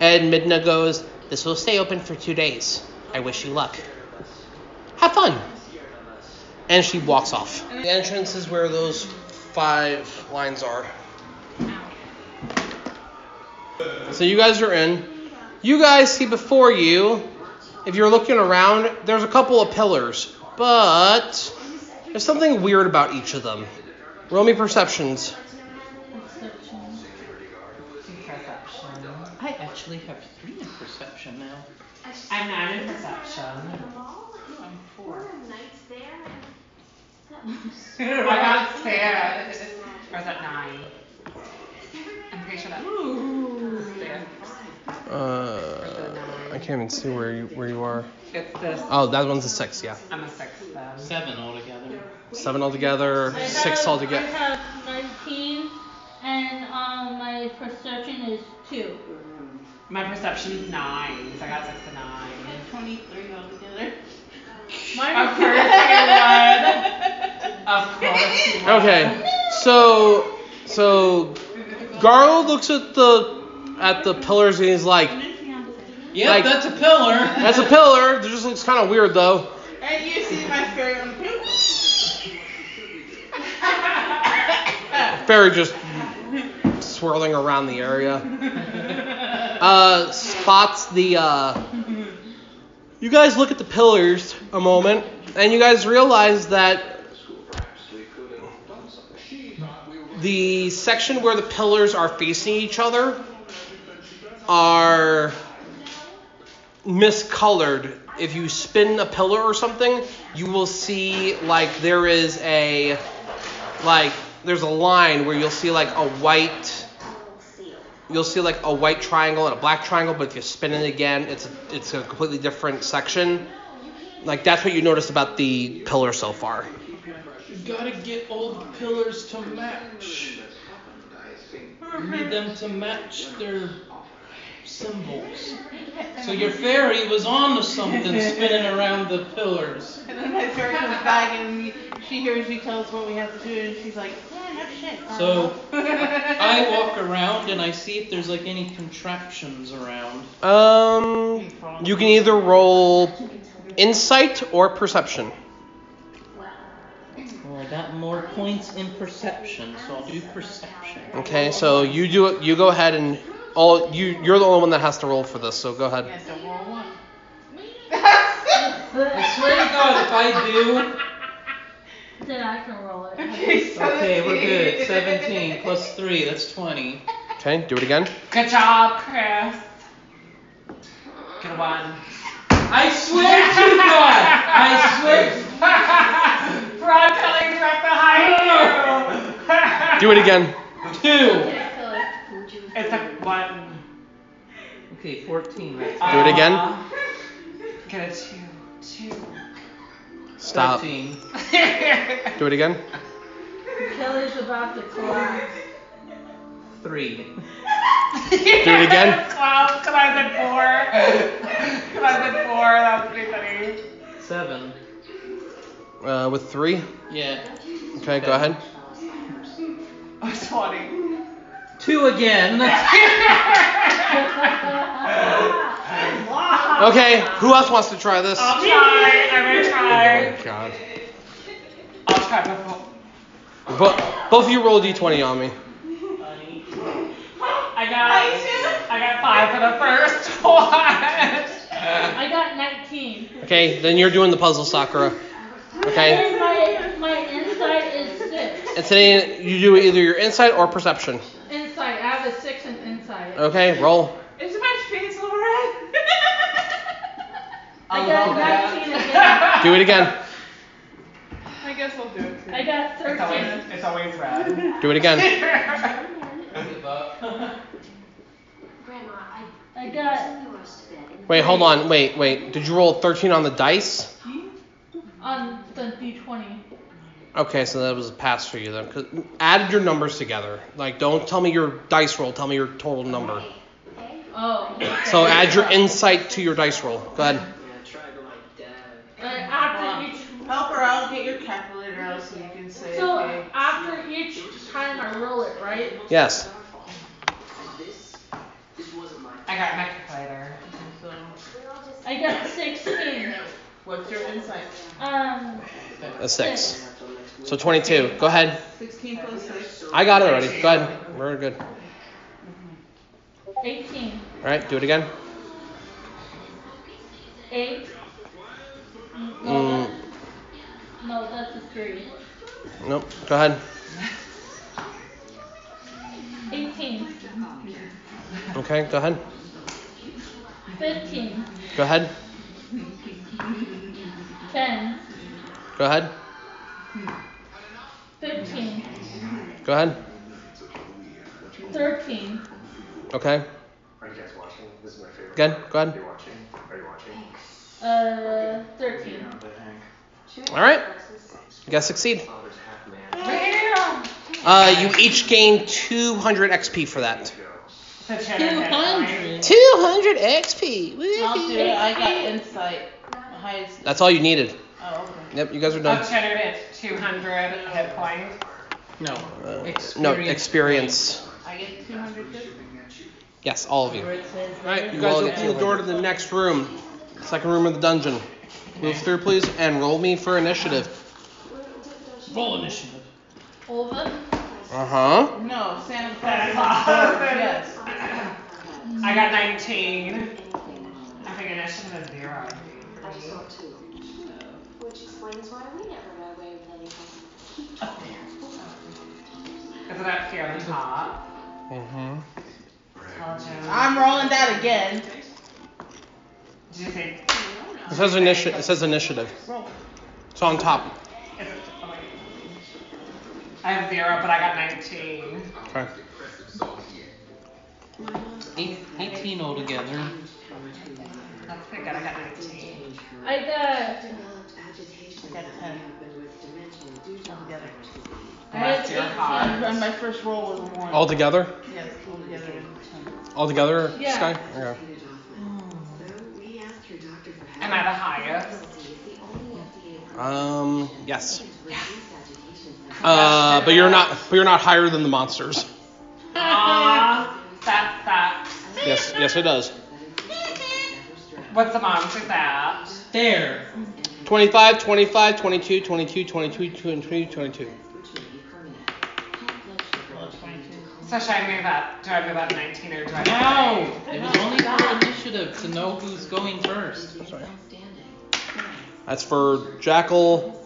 S1: And Midna goes, "This will stay open for two days. I wish you luck. Have fun." And she walks off. The entrance is where those five lines are. So you guys are in. You guys see before you, if you're looking around, there's a couple of pillars, but there's something weird about each of them. Roll me perceptions.
S5: Perception.
S2: I actually have three in perception now.
S5: I'm not in perception.
S6: I'm four.
S5: I got scared. Or is that nine? I'm pretty sure that. There.
S1: Uh, I can't even see where you where you are.
S5: It's this.
S1: Oh, that one's a six, yeah.
S5: I'm a six then.
S2: Seven altogether.
S1: Seven altogether,
S4: I
S1: six
S4: have- I
S1: altogether.
S4: have 19, and um, my perception is 2.
S5: My perception's nine, so I got six to nine.
S6: I had 23 altogether.
S5: Of course you would. Of course you would.
S1: Okay, so so Garl looks at the at the pillars and he's like,
S2: Yep,
S1: Like-
S2: that's a pillar.
S1: "That's a pillar. It just looks kind of weird though."
S6: And you see my fairy on
S1: fairy just swirling around the area. Uh, spots the. Uh, you guys look at the pillars a moment, and you guys realize that the section where the pillars are facing each other are miscolored. If you spin a pillar or something, you will see like there is a like there's a line where you'll see like a white you'll see like a white triangle and a black triangle but if you spin it again it's a, it's a completely different section like that's what you notice about the pillar so far
S2: You gotta get all the pillars to match. You need them to match their symbols. So your fairy was on to something spinning around the pillars.
S6: And then my fairy comes back and she hears you tell us what we have to do and she's like, "Hmm, yeah, no shit.
S2: So, I
S6: I
S2: walk around and I see if there's like any contraptions around.
S1: um you can either roll insight or perception
S2: Well, I got more points in perception, so I'll do perception.
S1: okay so you do it you go ahead and all you you're the only one that has to roll for this so go ahead
S6: Yes, I roll one.
S2: I swear to God, if I do.
S4: Then I can roll it.
S2: Okay, we're good. 17 plus 3, that's 20.
S1: okay do it again
S5: Good job, Chris. Good one.
S2: I swear to God! I swear.
S5: Broad pillars right behind you.
S1: do it again
S2: Two.
S5: It's a one.
S2: Okay, 14.
S1: Do it again.
S5: Uh, Get a two. Two.
S1: stop
S2: 13.
S1: do it again
S4: Kelly's about to collapse.
S2: Three.
S1: do it again
S5: Twelve, because I said four. Because I said four, that was pretty funny.
S2: Seven.
S1: uh, with three
S2: Yeah.
S1: Okay, go ahead.
S5: I was 20.
S6: Uh,
S2: Two again.
S5: Wow.
S1: Okay, who else wants to try this?
S5: I'll try. I'm gonna try.
S1: God.
S5: I'll try before.
S1: But both of you roll a d20 on me.
S5: I got. I got five for the first one.
S6: I got 19.
S1: Okay, then you're doing the puzzle, Sakura. Okay.
S6: And my, my insight is 6.
S1: And today you do either your insight or perception.
S6: Insight. I have a 6 in insight.
S1: Okay, roll.
S3: Is my face all right?
S6: I got
S5: love that.
S6: 19 again.
S1: Do it again.
S3: I guess I'll do it too.
S6: I got
S5: It's
S6: 13.
S5: always, it's always red.
S1: Do it again.
S2: Give up.
S7: Grandma, I
S6: I got
S7: sent the horse to bed.
S1: Wait, hold on. Wait, wait. Did you roll 13 on the dice?
S6: on the d20.
S1: Okay, so that was a pass for you then. 'Cause- Add your numbers together. Like, don't tell me your dice roll. Tell me your total number.
S6: Oh. okay.
S1: So add your insight to your dice roll. Go ahead.
S6: But after each,
S3: Help her out, get your calculator out so you can say,
S6: so
S3: okay.
S6: after each time I roll it, right?
S1: Yes.
S5: I got my calculator.
S3: So,
S6: I got 16.
S3: what's your insight?
S6: Um,
S1: A 6. So 22. Go ahead.
S3: 16 plus 6.
S1: I got it already. Go ahead. We're good.
S6: 18.
S1: All right, do it again.
S6: 8. No,
S1: Mm,
S6: that- no, that's a 3.
S1: nope. Go ahead.
S6: 18.
S1: Okay, go ahead.
S6: 15.
S1: Go ahead.
S6: 10.
S1: Go ahead.
S6: 15.
S1: Go ahead.
S6: 13.
S1: Okay.
S8: Are you guys watching? This is my favorite.
S1: Good. Go ahead.
S8: You're watching? Are you watching?
S6: Uh, 13.
S1: All right. You guys succeed.
S8: Father's half man.
S5: Damn.
S1: Uh, you each gain 200 XP for that.
S5: So Shannon had mine.
S1: 200 XP.
S3: I'll do it. I got insight. Highest.
S1: That's all you needed.
S6: uh,
S3: Oh, okay.
S1: Yep, you guys are
S5: Oh,
S1: done.
S5: Shannon hit 200 hit points.
S2: No.
S1: Uh, No, experience.
S3: I get 200 good.
S1: Yes, all of you.
S3: Where it says
S1: All right, you
S5: all
S1: guys
S5: get
S1: open the door to the next room. Second room of the dungeon. Move through, please, and roll me for initiative.
S2: Roll initiative.
S6: Over.
S1: Uh huh.
S3: No, Santa Claus.
S5: Santa
S3: is
S5: Claus.
S3: third, Yes.
S5: I got 19. I think initiative is zero. for me.
S7: Which explains why we never got away with anything.
S5: Is it up here on top?
S1: Mm-hmm.
S5: Intelligence.
S3: I'm rolling that again.
S5: Did you say?
S1: It says initiative. It says initiative.
S3: Roll.
S1: It's on top.
S5: Is it, oh wait. I have zero, but I got 19.
S1: Okay.
S2: 18 altogether.
S5: That's pretty good. Oh, I got 19.
S6: I got,
S3: I got 10. Altogether.
S6: I had
S5: Your
S6: 18.
S5: heart.
S3: And my first roll was a 1.
S1: All together?
S3: Yes, altogether. is 10.
S1: All together,
S6: Yeah.
S1: Sky? Okay.
S5: Am I the highest?
S1: Um, yes. Uh, but you're not. But you're not higher than the monsters.
S5: Aw, that sucks.
S1: Yes. Yes, it does.
S5: What's the monster's at?
S2: There.
S1: 25, 25, 22, 22, 22, 22, 22.
S5: So should I move up? Do I move up 19 or do I?
S2: No! It was only for initiative to know who's going first.
S1: That's for Jackal.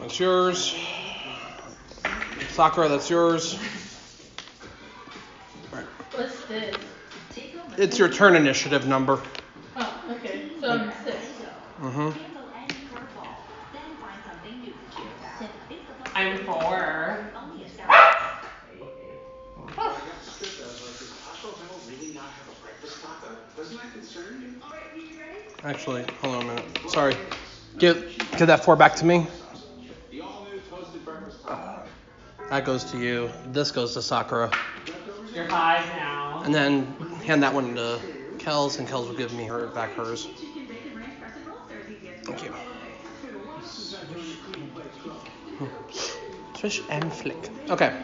S1: That's yours. Sakura, that's yours.
S6: what's this?
S1: It's your turn initiative number.
S6: Oh, okay, so I'm 6.
S1: Mm-hmm.
S7: Handle any curveball, then find something new to care about. Think about
S5: I'm four.
S7: only a salad.
S1: Actually, hold on a minute. Sorry. Get get that four back to me. That goes to you. This goes to Sakura.
S5: You're five now.
S1: And then hand that one to Kels, and Kels will give me her back hers. Thank you. Swish and flick. Okay.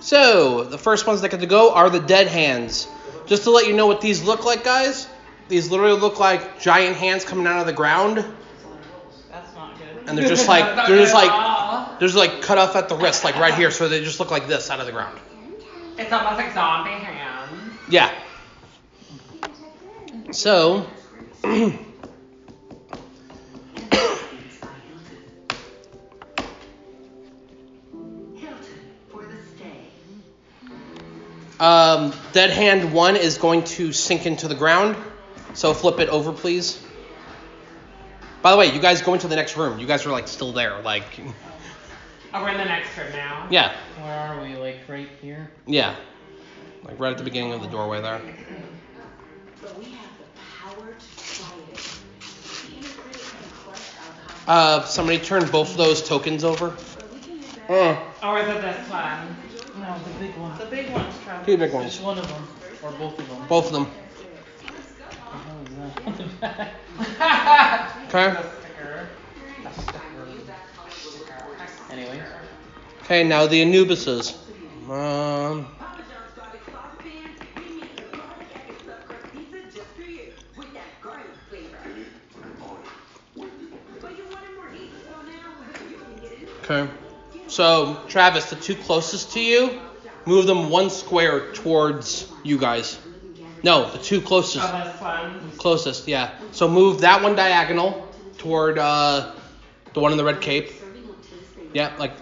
S1: So the first ones that get to go are the dead hands. Just to let you know what these look like, guys. These literally look like giant hands coming out of the ground,
S5: That's not good.
S1: and they're just like they're just like they're just like cut off at the wrist, like right here. So they just look like this out of the ground.
S5: It's almost like zombie hands.
S1: Yeah. So,
S7: Hilton for the stay.
S1: um, dead hand one is going to sink into the ground. So flip it over, please. By the way, you guys go into the next room. You guys are like still there, like
S5: Oh, we're in the next room now.
S1: yeah,
S2: Where are we? Like right here?
S1: yeah, like right at the beginning of the doorway there.
S7: But we have the power to fight it. The integrate and crush our
S1: Uh, somebody turn both of those tokens over.
S7: but we can invest
S1: Mm.
S5: Or is it this one?
S2: No, the big one.
S5: The big one's trouble.
S1: Two big
S2: Just
S1: ones.
S2: one of them, or both of them.
S1: Both of them.
S2: What the hell is that on the back?
S1: Okay.
S5: Sticker. A sticker.
S2: Anyway.
S1: Okay. Now the Anubises. Um.
S7: Papa John's garlic sauce pan. We make the garlic egg and stuffed crust pizza just for you with that garlic flavor. But you wanted more heat, so now you can get it.
S1: Okay. So, Travis, the two closest to you, move them one square towards you guys. No, the two closest.
S5: Oh, this one.
S1: Closest, yeah. So move that one diagonal toward uh, the one in the red cape. Yeah, like,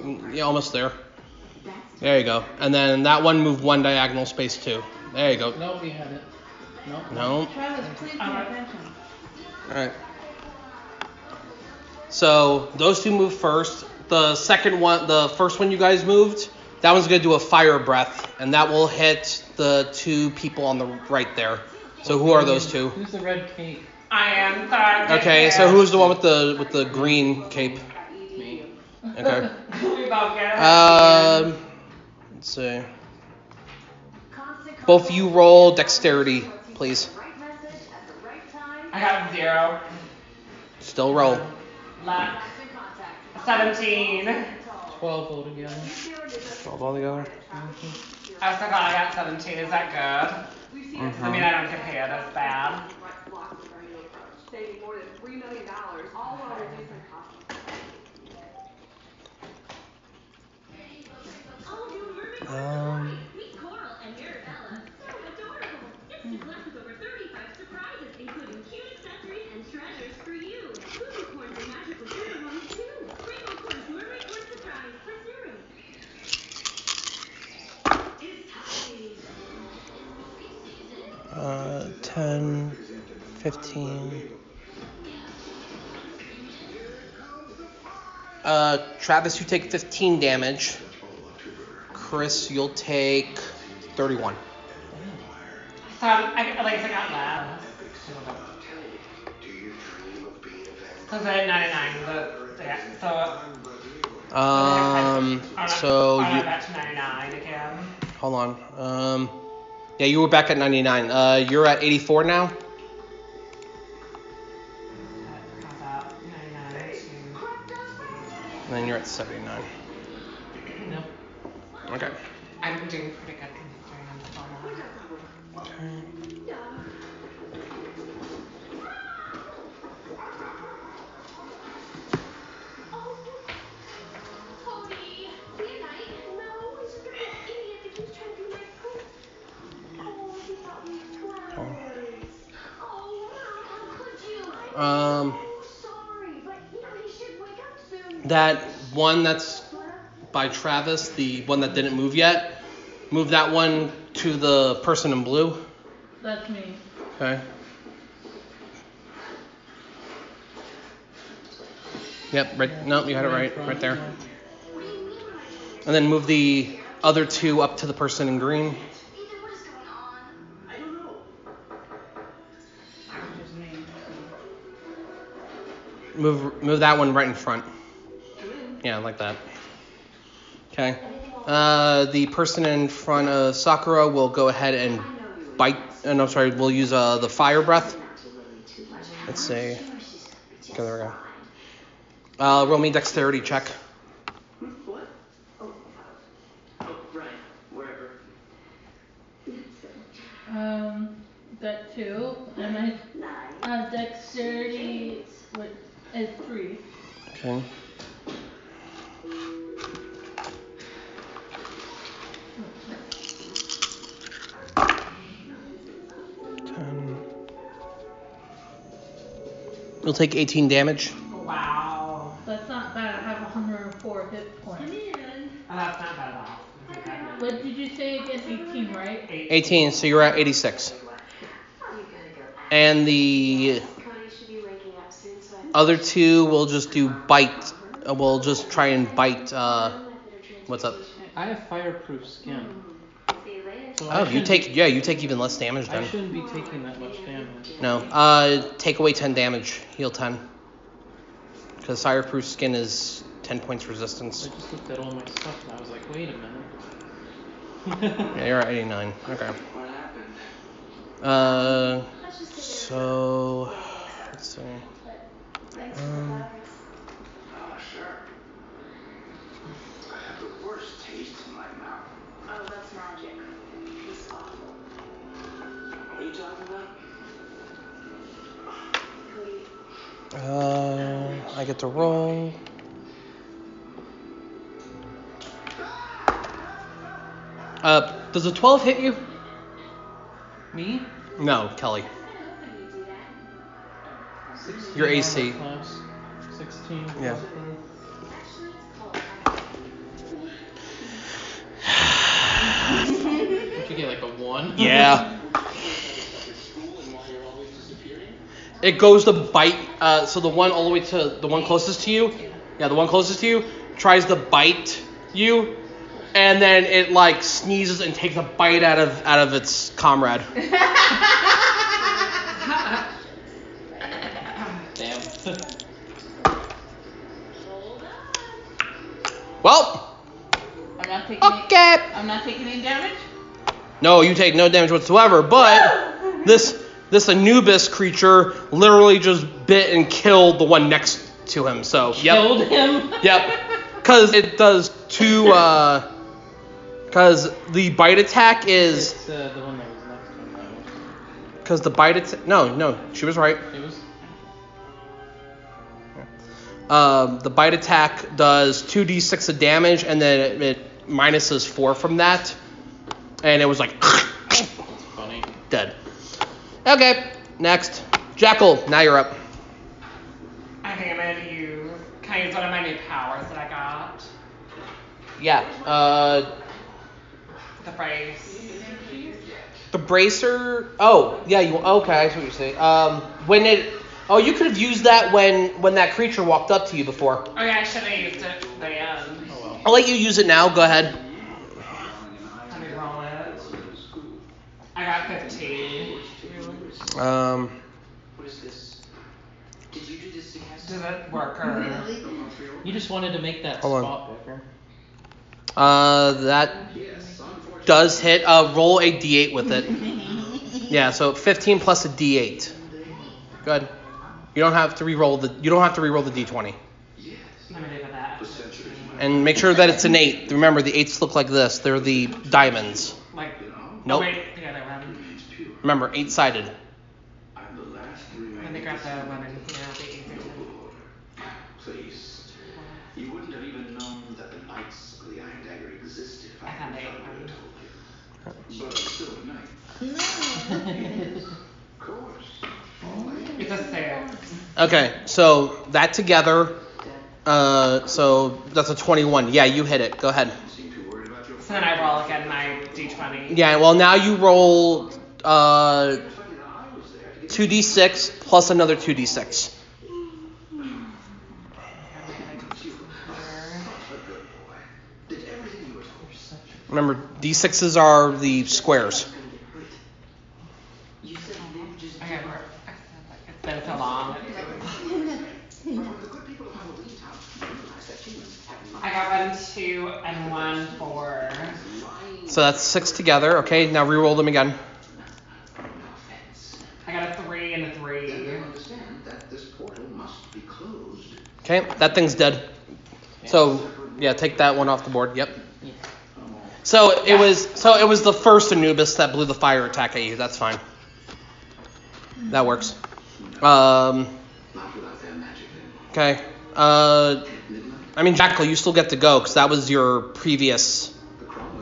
S1: mm, yeah, almost there. There you go. And then that one move one diagonal space two. There you go.
S2: No, we had it. No.
S1: No.
S6: Travis, please pay
S5: Oh,
S6: attention.
S1: Alright. So those two move first. The second one, the first one you guys moved, that one's gonna do a fire breath, and that will hit the two people on the right there. So who are those two?
S2: Who's the red cape?
S5: I am sorry.
S1: Okay, so who's the one with the with the green cape?
S2: Me.
S1: Okay.
S5: We both get it.
S1: Um, let's see. Both of you roll dexterity, please.
S7: Right message at the right time.
S5: I got zero.
S1: Still roll.
S5: Luck.
S7: Constant contact.
S5: 17. I
S2: Twelve altogether.
S1: Twelve altogether.
S5: was so glad I got 17. Is that good? I mean, I don't get paid. That's bad.
S7: Right blocks the radio approach, saving more than $3 million, all while reducing costs. Oh, you remember
S1: Um,
S7: Meet Coral and Arabella. So adorable. It's the class with over 35 surprises, including cute accessories and treasures for you. Booby corns and magical ceremonies too. Rainbow corns, mermaid corn surprise for Zuru. It's time.
S1: uh, 10, 15. Uh, Travis, you take 15 damage. Chris, you'll take 31.
S5: So I'm, I, at least I got less. So is it 99? So, yeah, so
S1: Um,
S5: are,
S1: so
S5: are
S1: you,
S5: back to 99 again?
S1: hold on. Um, yeah, you were back at 99. Uh, you're at 84 now.
S5: How's that? 99 to-
S1: And then you're at 79.
S5: No.
S1: Okay.
S5: I'm doing pretty good considering I'm still not.
S7: Cody, good night. No, he's just a little idiot that keeps trying to do my poop. Oh, he thought we were twins. Oh, Mom, how could you? I'm
S1: Um,
S7: so sorry, but you know he should wake up soon.
S1: That one that's by Travis, the one that didn't move yet, move that one to the person in blue.
S4: That's me.
S1: Okay. Yep, right. No, you had it right, right there.
S7: What do you mean when I told you?
S1: And then move the other two up to the person in green.
S7: Ethan, what is going on? I don't know.
S1: Move, move that one right in front. Yeah, like that. Okay. Uh, the person in front of Sakura will go ahead and bite. And I'm sorry, we'll use uh, the fire breath. Let's see. Okay, there we go. Uh, roll me dexterity check.
S7: What? Oh, oh, right, wherever.
S4: Uh, and three.
S1: Okay. Ten. You'll take 18 damage.
S5: Wow.
S4: That's not bad. I have 104 hit points.
S5: Oh, that's not bad at all. That's not bad.
S4: What did you say again? 18, right?
S1: 18, so you're at 86. And the
S7: Connie should be waking up soon, so I
S1: other two will just do bite. uh, Will just try and bite. Uh, what's up?
S2: I have fireproof skin.
S7: see you later.
S2: So I
S1: Oh, you
S2: shouldn't-
S1: take yeah, you take even less damage
S2: I
S1: then.
S2: shouldn't be taking that much damage.
S1: No. Uh, take away 10 damage. Heal 10. Because fireproof skin is 10 points
S2: I
S1: resistance.
S2: just looked at all my stuff and I was like, wait a
S1: Yeah,
S2: minute.
S1: you're at 89. Okay. Uh, so let's see. Um,
S8: Ah, sure. I have the worst taste in my mouth.
S7: Oh, that's magic. He's awful.
S8: What are you talking about?
S7: Cody,
S1: uh, I get to roll. Uh, does a 12 hit you?
S2: Me?
S1: No, Kelly. Your AC.
S2: Armor class, 16.
S1: Yeah.
S7: actually, it's cold.
S2: Did you get like a 1?
S1: Yeah. It goes to bite. Uh, so the one all the way to the one closest to you. Yeah, the one closest to you tries to bite you, and then it like sneezes and takes a bite out of out of its comrade.
S2: Damn.
S1: Well,
S6: I'm not taking any,
S1: okay.
S6: I'm not taking any damage?
S1: No, you take no damage whatsoever. But this this Anubis creature literally just bit and killed the one next to him. So yep.
S2: Killed him?
S1: Yep. Because it does two. uh 'cause Because the bite attack is.
S2: It's uh, the one that was next to him. That
S1: Because the bite attack. No, no, she was right.
S2: was, it was.
S1: Um, the bite attack does 2d6 of damage, and then it, it minuses 4 from that. And it was like.
S2: That's funny.
S1: dead. Okay, next. Jackal, now you're up.
S5: I think I'm gonna use kind of use one of my new powers that I got.
S1: Yeah. Uh,
S5: The phrase.
S1: the bracer. Oh, yeah. You okay? I see what you're saying. Um, when it. Oh, you could have used that when when that creature walked up to you before.
S5: Oh yeah, I should have used it then.
S2: Oh well.
S1: I'll let you use it now. Go ahead.
S5: Let me roll it. I got 15.
S1: Um.
S9: What is this? Did you do this to Cass?
S5: Does it work or?
S2: You just wanted to make that
S1: Hold on.
S2: spot bigger.
S1: Uh, that
S8: Yes, unfortunately.
S1: does hit. Uh, roll a d8 with it. yeah. So 15 plus a d8. Good. You don't have to re-roll the. You don't have to re-roll the d20.
S8: Yes.
S5: Let me leave it at
S8: The century is mine.
S1: And make sure that it's an eight. Remember, the eights look like this. They're the diamonds.
S5: like.
S8: You know,
S1: Nope.
S5: Wait, the other one.
S8: it's pure.
S1: Remember, eight-sided.
S8: I'm the last
S5: Let me
S8: remaining.
S5: grab the one in here. It'll be easier. to-
S8: Lord, Please. You wouldn't have even known that the Knights of the Iron Dagger existed if I
S5: I had
S8: hadn't
S5: eight
S8: thought I would have told you. But I'm still a knight. Of course.
S5: It's a sale.
S1: Okay, so that together, uh, so that's a 21. Yeah, you hit it. Go ahead.
S8: You seem too worried about your
S5: So then I roll again my d20.
S1: Yeah, well now you roll uh,
S8: I found out I was there to get
S1: 2d6 plus another 2d6.
S8: a good boy. Did everything you were told.
S1: Remember, d6s are the squares.
S9: You said they were just.
S5: Okay, we're. It's been so long.
S8: But the good people of Halloween Town realized that humans have
S5: I got one, two, and one for.
S1: So that's six together. Okay, now re-roll them again.
S5: I got a three and a three.
S8: You understand that this portal must be closed.
S1: Okay, that thing's dead. So yeah, take that one off the board. Yep. So it was so it was the first Anubis that blew the fire attack at you. That's fine. That works. Um,
S8: Not without their magic, then.
S1: Okay. Uh, I mean, Jackal, you still get to go because that was your previous.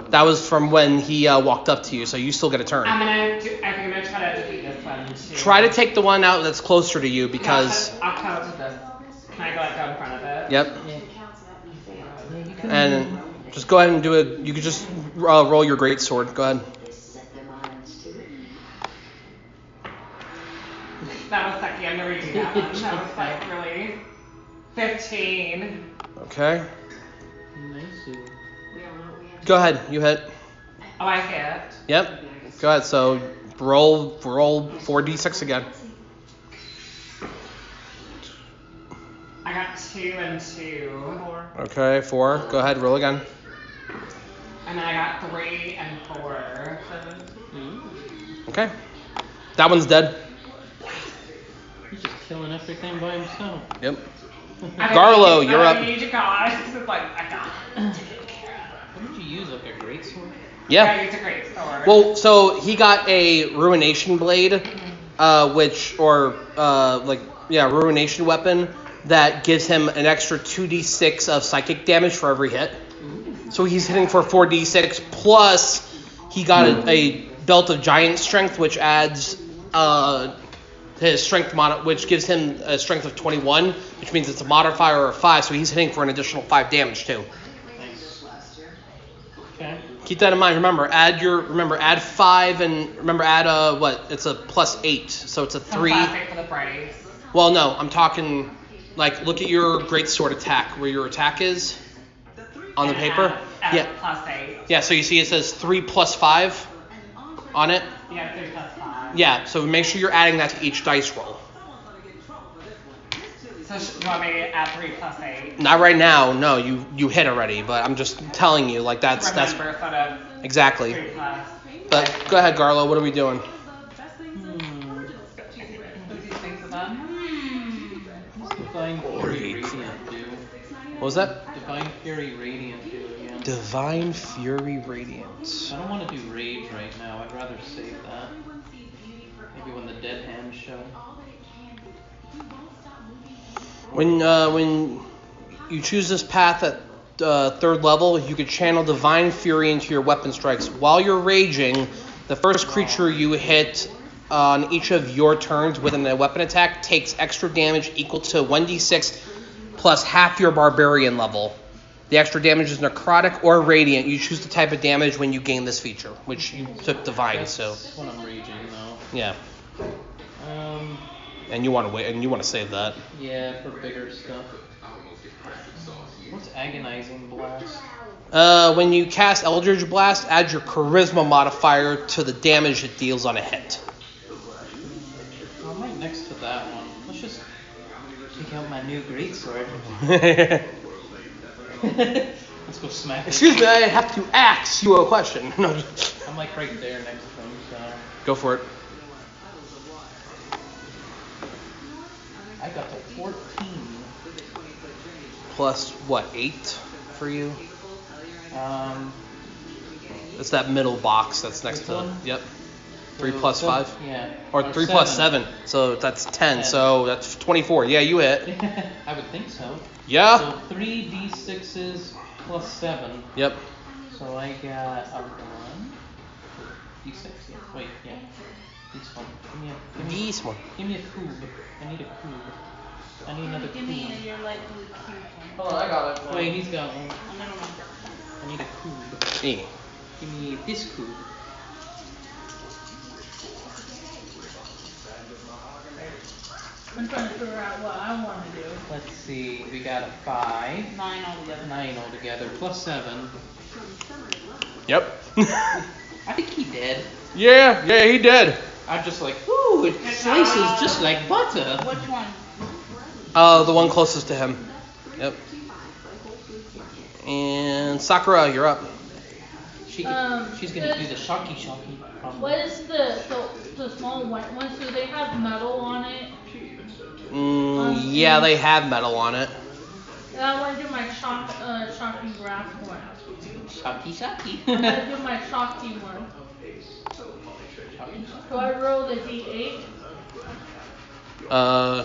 S1: That was from when he uh, walked up to you, so you still get a turn.
S5: I'm gonna. Do, I think I'm gonna try to defeat this one. Too.
S1: Try to take the one out that's closer to you because.
S5: Yeah, I'll come up to this. Can I go like go in front of it?
S1: Yep. And just go ahead and do a. You could just uh, roll your great sword. Go ahead.
S5: That was sucky. I'm gonna redo that one. That was like really. Fifteen.
S1: Okay.
S2: Nice.
S1: Go ahead. You hit.
S5: Oh, I hit.
S1: Yep. Go ahead. So roll roll 4d6 again.
S5: I got two and two. Four.
S1: Okay, four. Go ahead. Roll again.
S5: And then I got three and four. Seven.
S1: Okay. That one's dead.
S2: He's just killing everything by himself.
S1: Yep. Garlo, you're
S5: I
S1: up.
S5: need to God. It's like I got. It.
S2: What did you use? Like a great sword?
S1: Yeah.
S5: it's a great sword.
S1: Well, so he got a ruination blade, uh, which or uh, like yeah, ruination weapon that gives him an extra 2d6 of psychic damage for every hit. So he's hitting for 4d6 plus he got a, a belt of giant strength, which adds uh, his strength mod, which gives him a strength of 21, which means it's a modifier of five. So he's hitting for an additional five damage too.
S2: Okay.
S1: Keep that in mind. Remember, add your remember add five and remember add a what? It's a plus eight, so it's a
S5: So
S1: three.
S5: classic for the brave.
S1: Well, no, I'm talking like look at your great sword attack where your attack is on the
S5: And
S1: paper.
S5: add- add
S1: Yeah,
S5: Plus eight.
S1: yeah. So you see it says three plus five on it.
S5: Yeah, three plus five.
S1: Yeah. So make sure you're adding that to each dice roll.
S5: So sh- you want me to add three plus eight?
S1: Not right now. No, you you hit already, but I'm just telling you like that's that's
S5: Remember, sort of
S1: exactly.
S5: three plus.
S1: But go ahead, Garlo. What are we doing?
S5: These things about.
S2: Divine Fury Radiant do.
S1: What was that?
S2: Divine Fury Radiant do again.
S1: Divine Fury Radiant.
S2: I don't want to do rage right now. I'd rather save that. Maybe when the dead hands show.
S1: When uh, when you choose this path at uh, third level, you can channel divine fury into your weapon strikes. While you're raging, the first creature you hit on each of your turns with a weapon attack takes extra damage equal to 1d6 plus half your barbarian level. The extra damage is necrotic or radiant. You choose the type of damage when you gain this feature, which you took divine, so
S2: That's when I'm raging though.
S1: yeah.
S2: Um,
S1: And you want to wait, and you want to save that.
S2: yeah, for bigger stuff. What's agonizing blast?
S1: Uh, when you cast Eldritch Blast, add your Charisma modifier to the damage it deals on a hit.
S2: Oh, I'm right next to that one. Let's just take out my new greatsword.
S1: Excuse
S2: Let's go smack. it.
S1: me, I have to ask you a question. No,
S2: I'm like right there next to him, so
S1: go for it.
S2: I got the 14.
S1: Plus what, eight for you?
S2: Um,
S1: That's that middle box that's next
S2: This
S1: to.
S2: one?
S1: Yep. Three
S2: so
S1: plus
S2: seven-
S1: five?
S2: Yeah.
S1: Or three plus seven, so that's ten. So that's twenty-four. Yeah, you hit.
S2: I would think so. So
S1: Yeah.
S2: three d6s plus seven.
S1: Yep.
S2: So I got a one. D6, yeah. Wait, yeah. This one. Give me a, give me,
S1: This one.
S2: give me a cube. I need a cube. I need another
S6: Give me
S2: cube.
S6: your light blue cube.
S5: Hold on, I got it.
S2: Wait, he's got one.
S6: Oh, never mind.
S2: I need a cube.
S1: Eh.
S2: Give me this cube.
S6: I'm trying to figure out what I want to do.
S2: Let's see. We got a five.
S6: Nine altogether.
S2: Nine altogether. Plus seven.
S1: Yep.
S2: I think he did.
S1: yeah. Yeah, he did.
S2: I'm just like, ooh, it slices just like butter.
S6: Which one?
S1: Uh, the one closest to him. Yep. And Sakura, you're up.
S2: She could,
S4: Um,
S2: she's gonna do
S4: does-
S2: the shocky shocky. from-
S4: What is the, the the small white ones? Do they have metal on it?
S1: Mm, yeah, they have metal on it.
S4: I want to do my shock uh shocking grass one.
S2: Shocky shocky.
S4: I wanna do my shocking one. Do I roll the D8?
S1: Uh,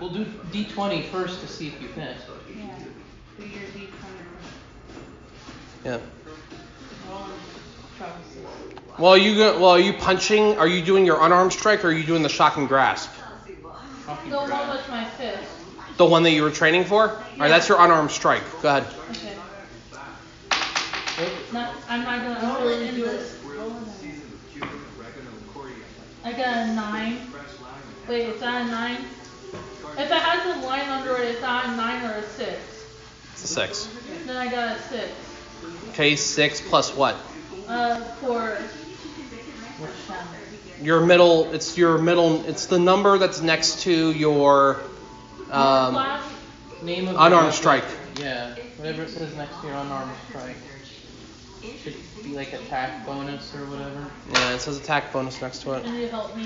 S2: We'll do D20 first to see if you finish.
S6: Yeah. Do your D
S1: Yeah.
S6: Roll Travis.
S1: Well, you go, well, are you punching? Are you doing your unarmed strike or are you doing the shock and grasp?
S2: Fucking
S6: The one
S2: crap.
S6: with my fist.
S1: The one that you were training for? All right, that's your unarmed strike. Go ahead.
S6: Okay. Not, I'm not gonna roll it in this. I got a nine. Wait, is that a nine? If it has a line under it, is that a nine or a six?
S1: It's a six.
S6: Then I got a six.
S1: Okay, six plus what?
S6: Uh, for
S1: Your middle. It's your middle. It's the number that's next to your. Um,
S6: flash.
S2: Name of the
S1: Unarmed
S2: weapon.
S1: strike.
S2: Yeah, whatever it says next to your unarmed strike. Should be like attack bonus or whatever.
S1: yeah, it says attack bonus next to it.
S6: Can you help me?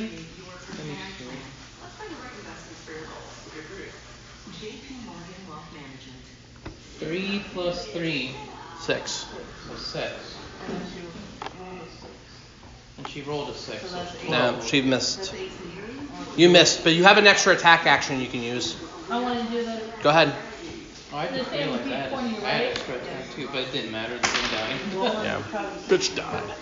S2: Let me see. Three plus three,
S1: Six.
S2: so six. And she rolled a six. So
S6: that's eight.
S1: No, she missed. You missed, but you have an extra attack action you can use.
S6: I want to do the.
S1: Go ahead.
S2: Oh, I didn't
S6: The same
S2: feel like
S6: with
S2: that.
S6: D20,
S2: I had
S6: right?
S2: extra attack too, but it didn't matter. The thing died.
S1: Yeah. Bitch died.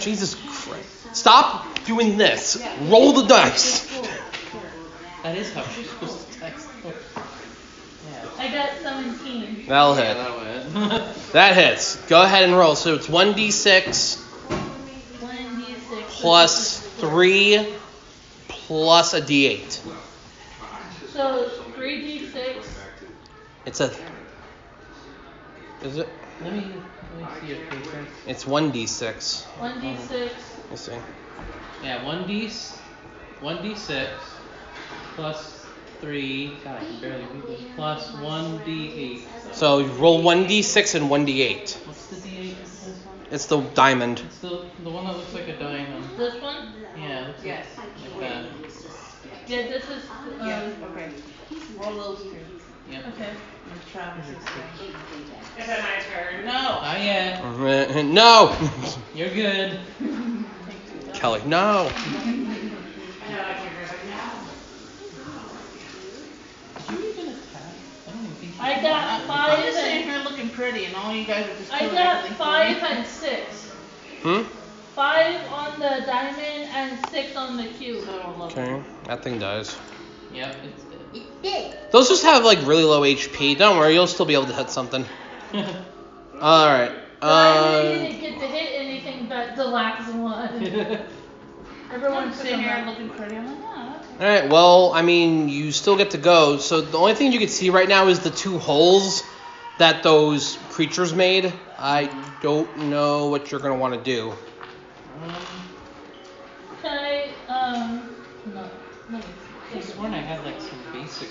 S1: Jesus Christ. Stop doing this. Roll the dice.
S2: that is how she's supposed to text. Yeah.
S6: I got 17.
S1: That'll
S2: Yeah,
S1: hit.
S2: that would.
S1: That hits. Go ahead and roll. So it's 1d6
S6: One D six.
S1: plus 3 plus a d8.
S6: So three D six.
S1: It's a. Is it?
S2: Let me let me see if they think.
S1: It's 1d6.
S6: One D six.
S1: Let's see.
S2: Yeah, one d one d six plus three. God, I can barely read this. Plus one d eight.
S1: So you roll 1d6 and 1d8.
S2: What's the d eight?
S1: It's the diamond.
S2: It's the the one that looks like a diamond.
S6: This one?
S2: Yeah. it looks like-
S5: Yes.
S2: Like that.
S6: Yeah, this is.
S5: Yeah,
S6: Um,
S5: okay. Roll those two.
S2: Yep.
S6: okay.
S5: If Travis is saying. Is it my turn? No.
S2: Ah yeah.
S1: No!
S2: You're good.
S1: Kelly, no!
S5: I know, I figured, but no.
S2: Did you even attack? I don't even think. you
S6: I got
S5: I'm
S6: five
S5: just sitting
S6: and
S5: here looking pretty and all you guys are just
S6: I
S5: killing
S6: got
S5: everything for
S6: five
S5: me.
S6: and six.
S1: Hmm?
S6: Five on the diamond and six on the cube.
S5: So I love
S1: Okay, that thing dies.
S2: Yep. It's it.
S1: Those just have like really low HP. Don't worry, you'll still be able to hit something. Alright.
S6: But I really
S1: Uh,
S6: didn't get to hit anything but the last one.
S5: I'm
S6: Everyone
S5: sitting here
S6: here.
S5: looking pretty. I'm like, oh,
S1: Alright, well, I mean, you still get to go. So the only thing you can see right now is the two holes that those creatures made. I don't know what you're going to want to do.
S2: um,
S6: Can I? Um. No. No.
S2: I sworn I had like some basic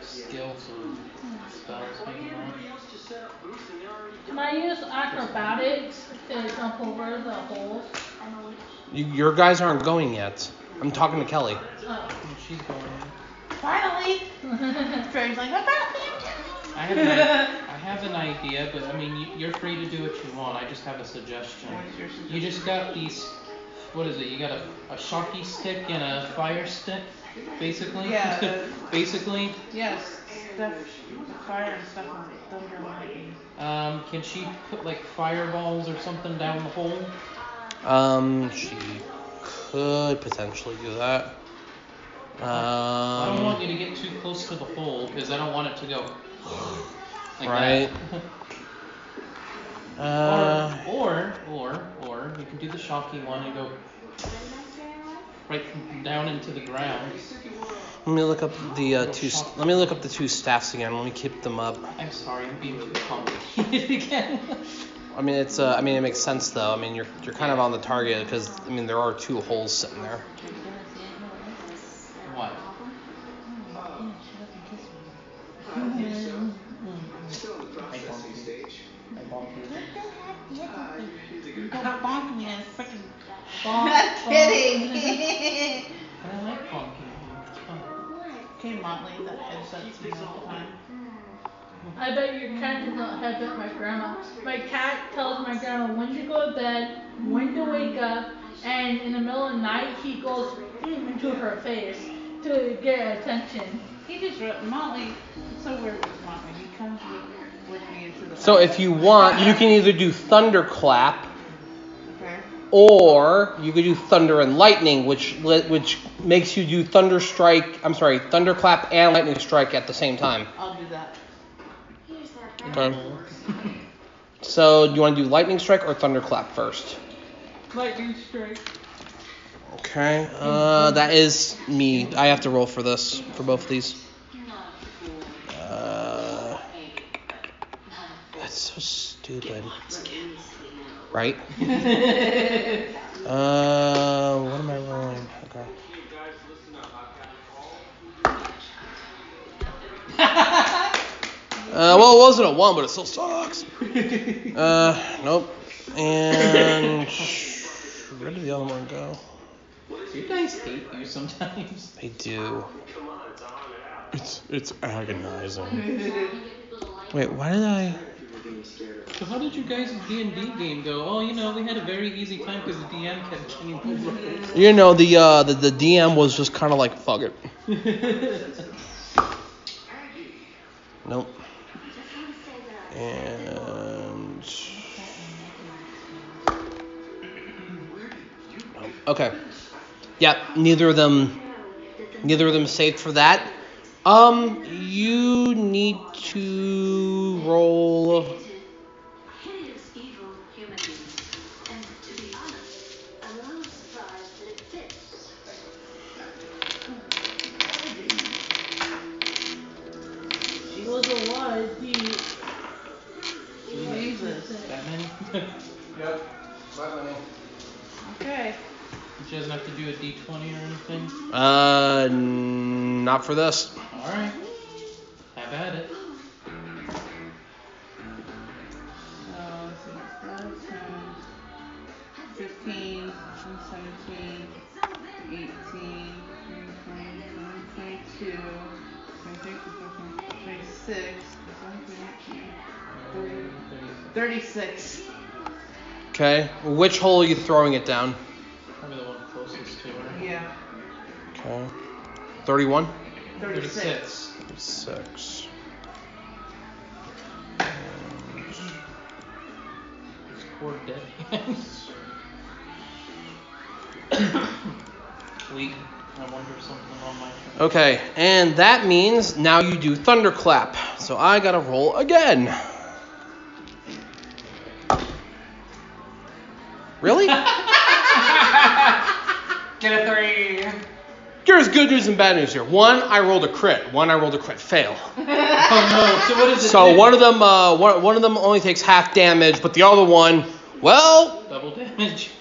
S2: skills or spells maybe not.
S6: Can I use acrobatics to jump over the holes?
S1: You, your guys aren't going yet. I'm talking to Kelly.
S6: Oh.
S2: Oh, She's going. in.
S5: Finally. Travis like, what about
S2: I have, an, I I have an idea, but I mean, you- you're free to do what you want. I just have a suggestion.
S5: What's your
S2: You just got these, what is it? You got a, a shocky stick and a fire stick, basically.
S5: Yeah, the-
S2: basically,
S5: Yes, stuff, fire and stuff and thunder and lightning.
S2: um, can she put like fireballs or something down the hole?
S1: Um, she could potentially do that.
S2: I don't want
S1: Um,
S2: you to get too close to the hole because I don't want it to go. Like
S1: Right.
S2: That.
S1: uh,
S2: or, or, or, or you can do the shocky one and go right down into the ground.
S1: let me look up the uh, two. s- Let me look up the two staffs again. Let me keep them up.
S2: I'm sorry, I'm being too complicated again.
S1: I mean, it's. Uh, I mean, it makes sense though. I mean, you're you're kind of on the target because I mean there are two holes sitting there.
S2: what?
S8: Still in the processing stage.
S2: I walked through.
S8: Ah, you need to get-
S5: You're not bonking me, it's freaking.
S6: Bonk, bonk.
S2: But I like pumpkin. It's fun.
S5: Okay, Motley, that headset's me all the time.
S6: I bet your cat does not have that, my grandma. My cat tells my grandma when to go to bed, when to wake up, and in the middle of the night he goes "Mm," into hmm, her face. to get our attention.
S5: He just wrote Motley. So weird with Motley. He comes with, with me into the.
S1: So if you want, you can either do thunderclap,
S5: Okay.
S1: or you could do thunder and lightning, which li- which makes you do thunder strike. I'm sorry, thunderclap and lightning strike at the same time.
S5: I'll do that.
S1: Okay. So do you want to do lightning strike or thunderclap first?
S5: Lightning strike.
S1: Okay. Uh, that is me. I have to roll for this for both of these. Uh, that's so stupid. Right? Uh, what am I rolling? Okay. Uh, well, it wasn't a one, but it still sucks. Uh, nope. And where did the other one go?
S2: You guys hate you sometimes.
S1: I do. It's it's agonizing. Wait, why did I?
S2: So how did you guys' D&D game go? Oh, you know, we had a very easy time because the DM kept getting over.
S1: You know the uh the, the DM was just kind of like fuck it. Nope. And Nope. okay. Yep. Neither of them. Neither of them saved for that. Um, you need to roll.
S7: Hideous, evil human beings. And to be honest, I'm a little surprised that it fits.
S6: She was alive. He
S5: Jesus.
S2: that many?
S8: Yep. Bye, money.
S5: Okay.
S2: she doesn't have to do a D20 or anything?
S1: Uh, n- not for this.
S2: Alright. Have at it.
S5: So, let's see, that's that, so 15, 17, 18, 19, 20, 22, 23, 26, 36.
S1: Okay. Which hole are you throwing it down?
S2: Probably the one closest to her.
S5: Yeah.
S1: Okay. 31?
S5: 36.
S1: 6.
S2: These poor dead hands. Weak. I wonder if something on my turn.
S1: Okay, and that means now you do thunderclap. So I gotta roll again. Really?
S5: Get a three.
S1: There's good news and bad news here. One, I rolled a crit. One, I rolled a crit fail.
S2: Oh no, so what is it?
S1: So
S2: do?
S1: one of them, uh, one, one of them only takes half damage, but the other one, well,
S2: Double damage.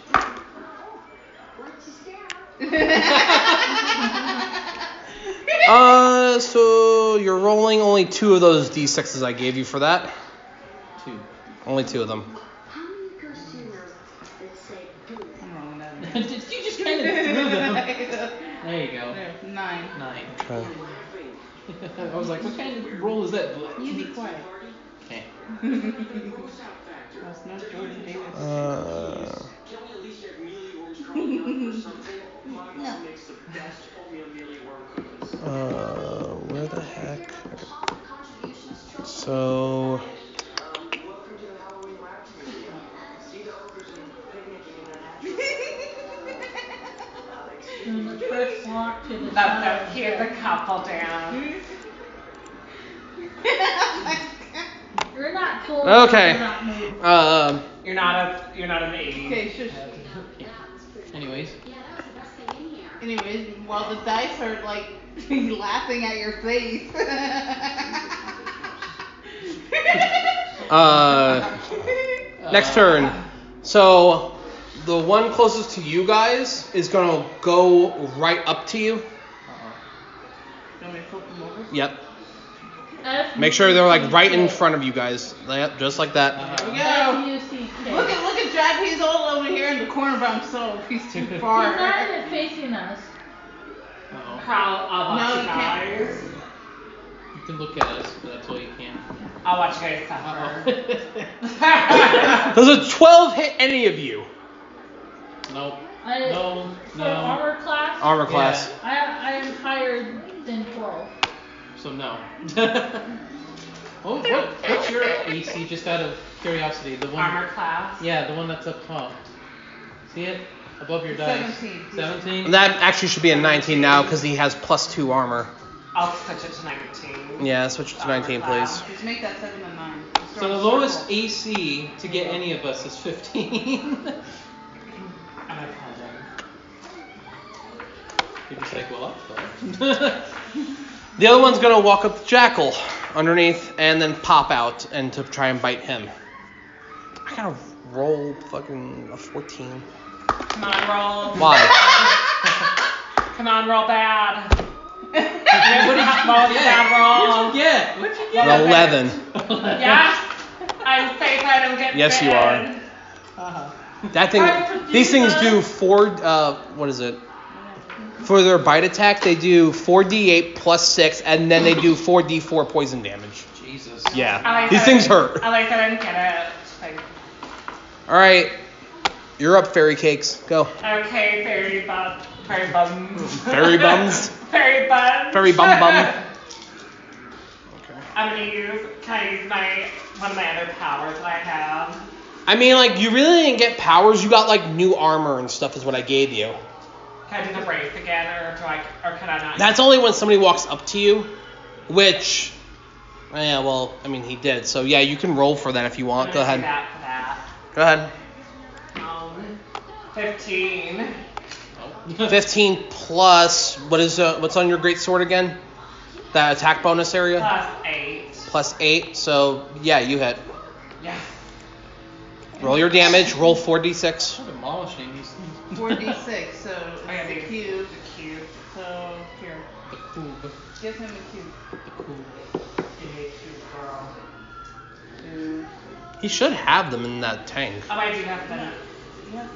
S1: uh, so you're rolling only two of those d6s I gave you for that.
S2: Two.
S1: Only two of them.
S7: How many ghosts do you know that say boo?
S5: I'm rolling that.
S2: you just kind of threw them. There you go.
S5: There, Nine.
S2: Nine.
S1: Okay.
S2: I was like, what kind of roll is that?
S5: You be quiet.
S2: Okay.
S5: That's no Jordan Davis.
S1: Uh,
S8: Can we at least get mealy worms growing up or something? My mom makes the best oatmeal mealy worm cookies.
S1: uh, where the heck? So,
S8: Um, welcome to the Halloween Lab Museum. See the ogres and picnicking in their natural
S6: and the first walk to the
S5: Let them hear the couple down.
S6: You're not cool.
S1: Okay.
S6: You're not moved.
S1: um,
S5: You're not a you're not an eighty.
S9: Okay, shush.
S2: Anyways,
S5: Anyways, while the dice are like laughing at your face.
S1: uh, next turn. So, the one closest to you guys is gonna go right up to you.
S5: Want me to flip them over?
S1: Yep.
S6: F
S1: Make sure they're like right in front of you guys. Yep, just like that.
S5: There we
S6: F
S5: go.
S6: U C K.
S5: Look at look at Jack. He's all over here in the corner by himself. He's too
S6: He's
S5: far.
S6: not even facing us.
S2: uh-oh.
S5: How I'll watch no, you guys.
S2: you can look at us, but that's all you can.
S5: I'll watch you guys
S2: Uh-oh.
S5: suffer.
S1: Does a 12 hit any of you?
S2: nope.
S6: I,
S2: No.
S6: For
S2: No.
S6: armor class,
S1: Armor class.
S6: I, I am higher than 12.
S2: So no. oh, what, what's your AC? Just out of curiosity, the one.
S5: Armor class.
S2: Yeah, the one that's up top. See it above your dice.
S5: Seventeen.
S2: Seventeen.
S1: That actually should be a 19 now because he has plus two armor.
S5: I'll switch it to 19.
S1: Yeah, switch it to 19, please.
S5: Wow.
S9: Just make that seven and nine.
S2: So the lowest AC to get any of us is 15.
S5: I'm gonna apologize.
S2: You're just like, well, up
S1: The other one's gonna walk up the jackal underneath and then pop out and to try and bite him. I gotta roll fucking a 14.
S5: Come on, roll.
S1: Why?
S5: Come on, roll bad.
S2: there. what did you
S5: Roll bad, roll.
S2: get?
S1: An 11.
S5: Yes. I'm safe. I don't get
S1: Yes, you
S5: bitten.
S1: are. That thing. These things do four. Uh, what is it? For their bite attack, they do 4d8 plus 6, and then they do 4d4 poison damage.
S2: Jesus.
S1: Yeah.
S5: Alex,
S1: These
S5: I-
S1: things hurt.
S5: I like that I didn't get it. Like,
S1: Alright. You're up, fairy cakes. Go.
S5: Okay, fairy bum. Fairy bum.
S1: Fairy bums?
S5: fairy bum.
S1: Fairy bum bum.
S5: I'm gonna use, can I use my, one of my other powers that I have?
S1: I mean, like, you really didn't get powers. You got, like, new armor and stuff, is what I gave you.
S5: Can I do the brace again, or do I, or can I not?
S1: That's only when somebody walks up to you, which. Yeah, well, I mean, he did. So, yeah, you can roll for that if you
S5: I'm
S1: want. Go
S5: gonna
S1: ahead.
S5: do that for that.
S1: Go ahead.
S5: Um, 15.
S2: Oh,
S1: 15 plus. What is uh, What's on your great sword again? That attack bonus area?
S5: Plus 8.
S1: Plus 8. So, yeah, you hit.
S5: Yes.
S1: Roll your damage. Roll 4d6.
S2: We're demolishing these things.
S9: Four D six, so
S5: I got
S9: it's
S5: these.
S9: a cube.
S5: The cube.
S9: So here,
S2: The cube.
S9: give him a cube.
S2: The cube.
S5: You hate cube, girl.
S9: Two.
S1: He should have them in that tank.
S5: Oh, I do have that.
S9: Yeah.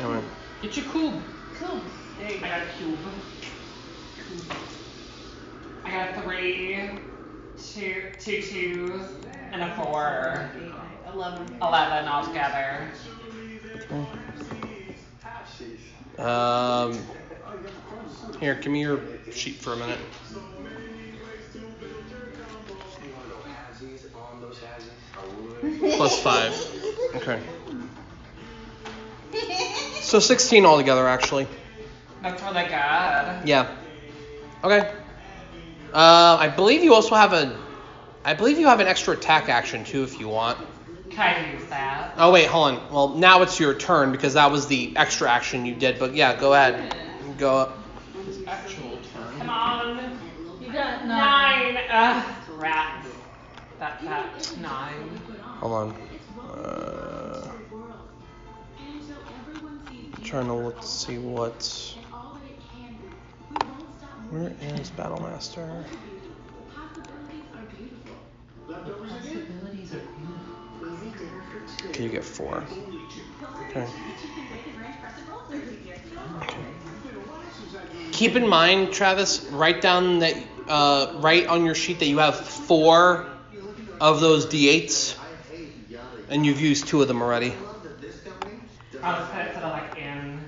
S1: Anyway.
S2: Get your cube.
S9: Cool. There you
S5: I
S9: go.
S5: got a cube. Cube. I got three, two, two twos, and a four.
S9: Eight, nine, Eleven.
S5: Eleven altogether.
S1: Um, here, give me your sheet for a minute. Plus five. Okay. So 16 altogether, actually.
S5: That's what I got.
S1: Yeah. Okay. Uh, I believe you also have a. I believe you have an extra attack action too, if you want.
S5: Can I use that?
S1: Oh wait, hold on. Well, now it's your turn because that was the extra action you did. But yeah, go ahead. Go up.
S2: Actual turn.
S5: Come on.
S6: You got nine.
S5: Nine. Ugh, rats. That, that. Nine.
S1: Hold on. Uh, trying to look to see what. Where is Battlemaster? Okay, you get four. Okay. Keep in mind, Travis. Write down that. Uh, write on your sheet that you have four of those d8s, and you've used two of them already.
S5: I'll just put it sort of like in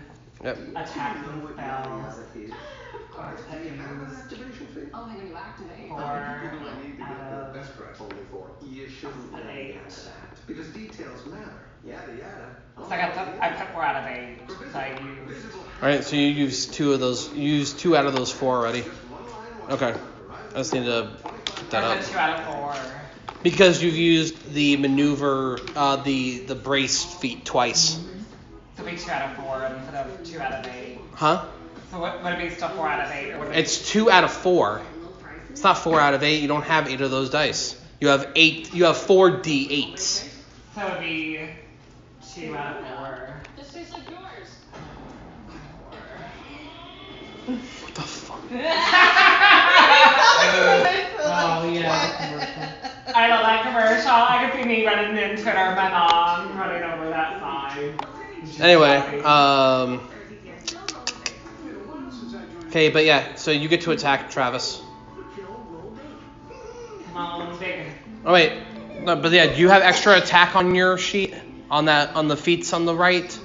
S1: Yep.
S5: attacks and spells. Or things. Or. Uh, an eight.
S8: Because details matter. Yada yada.
S5: So I got the, I put four out of eight. So I use.
S1: All right, so you used two of those. You used two out of those four already. Okay, I just need to put that
S5: I
S1: up
S5: put two out of four.
S1: because you've used the maneuver, uh, the the brace feat twice,
S5: So it'd be two out of four instead of two out of eight.
S1: huh?
S5: So what would it be still four out of eight? Or would it be-
S1: It's two out of four. It's not four out of eight. You don't have eight of those dice. You have eight. You have four d8s.
S5: So it'd be two out of four.
S1: What the fuck?
S2: Oh yeah.
S5: I love that commercial. I could see me running into it or my mom running over that sign.
S1: Anyway, um. Okay, but yeah. So you get to attack Travis.
S5: Come on, big.
S1: Oh wait, no, but yeah, do you have extra attack on your sheet? On that, on the feats on the right.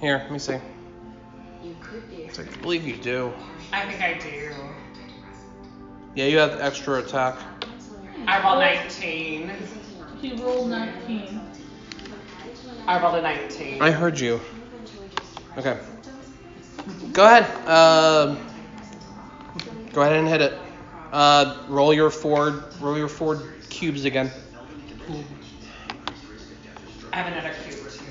S1: Here, let me see. I believe you do.
S5: I think I do.
S1: Yeah, you have extra attack.
S5: I rolled 19.
S6: He rolled 19.
S5: I rolled a 19.
S1: I heard you. Okay. Go ahead. Um, go ahead and hit it. Uh, roll your forward. Roll your forward cubes again.
S5: I have another cube too.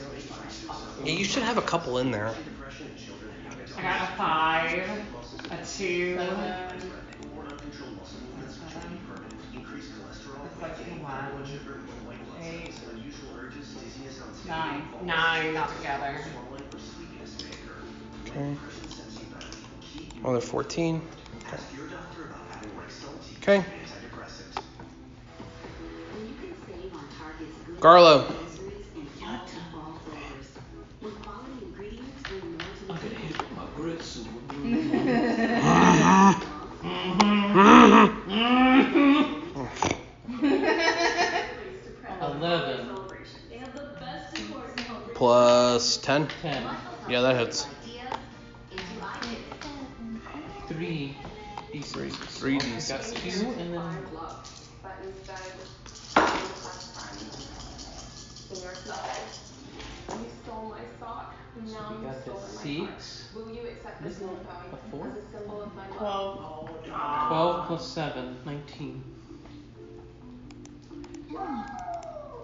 S1: Yeah, you should have a couple in there.
S5: I got a five, a two. Nine. Nine altogether.
S1: Okay. Oh, Another 14. Okay. okay. Garlo.
S2: I'm gonna hit my grits. Eleven.
S1: Plus 10.
S2: Ten.
S1: Yeah, that hits.
S2: Three. D6.
S1: Three
S2: Okay,
S1: D6.
S2: got two and then we got the six. This one, a four.
S6: Twelve.
S2: Twelve plus seven, nineteen.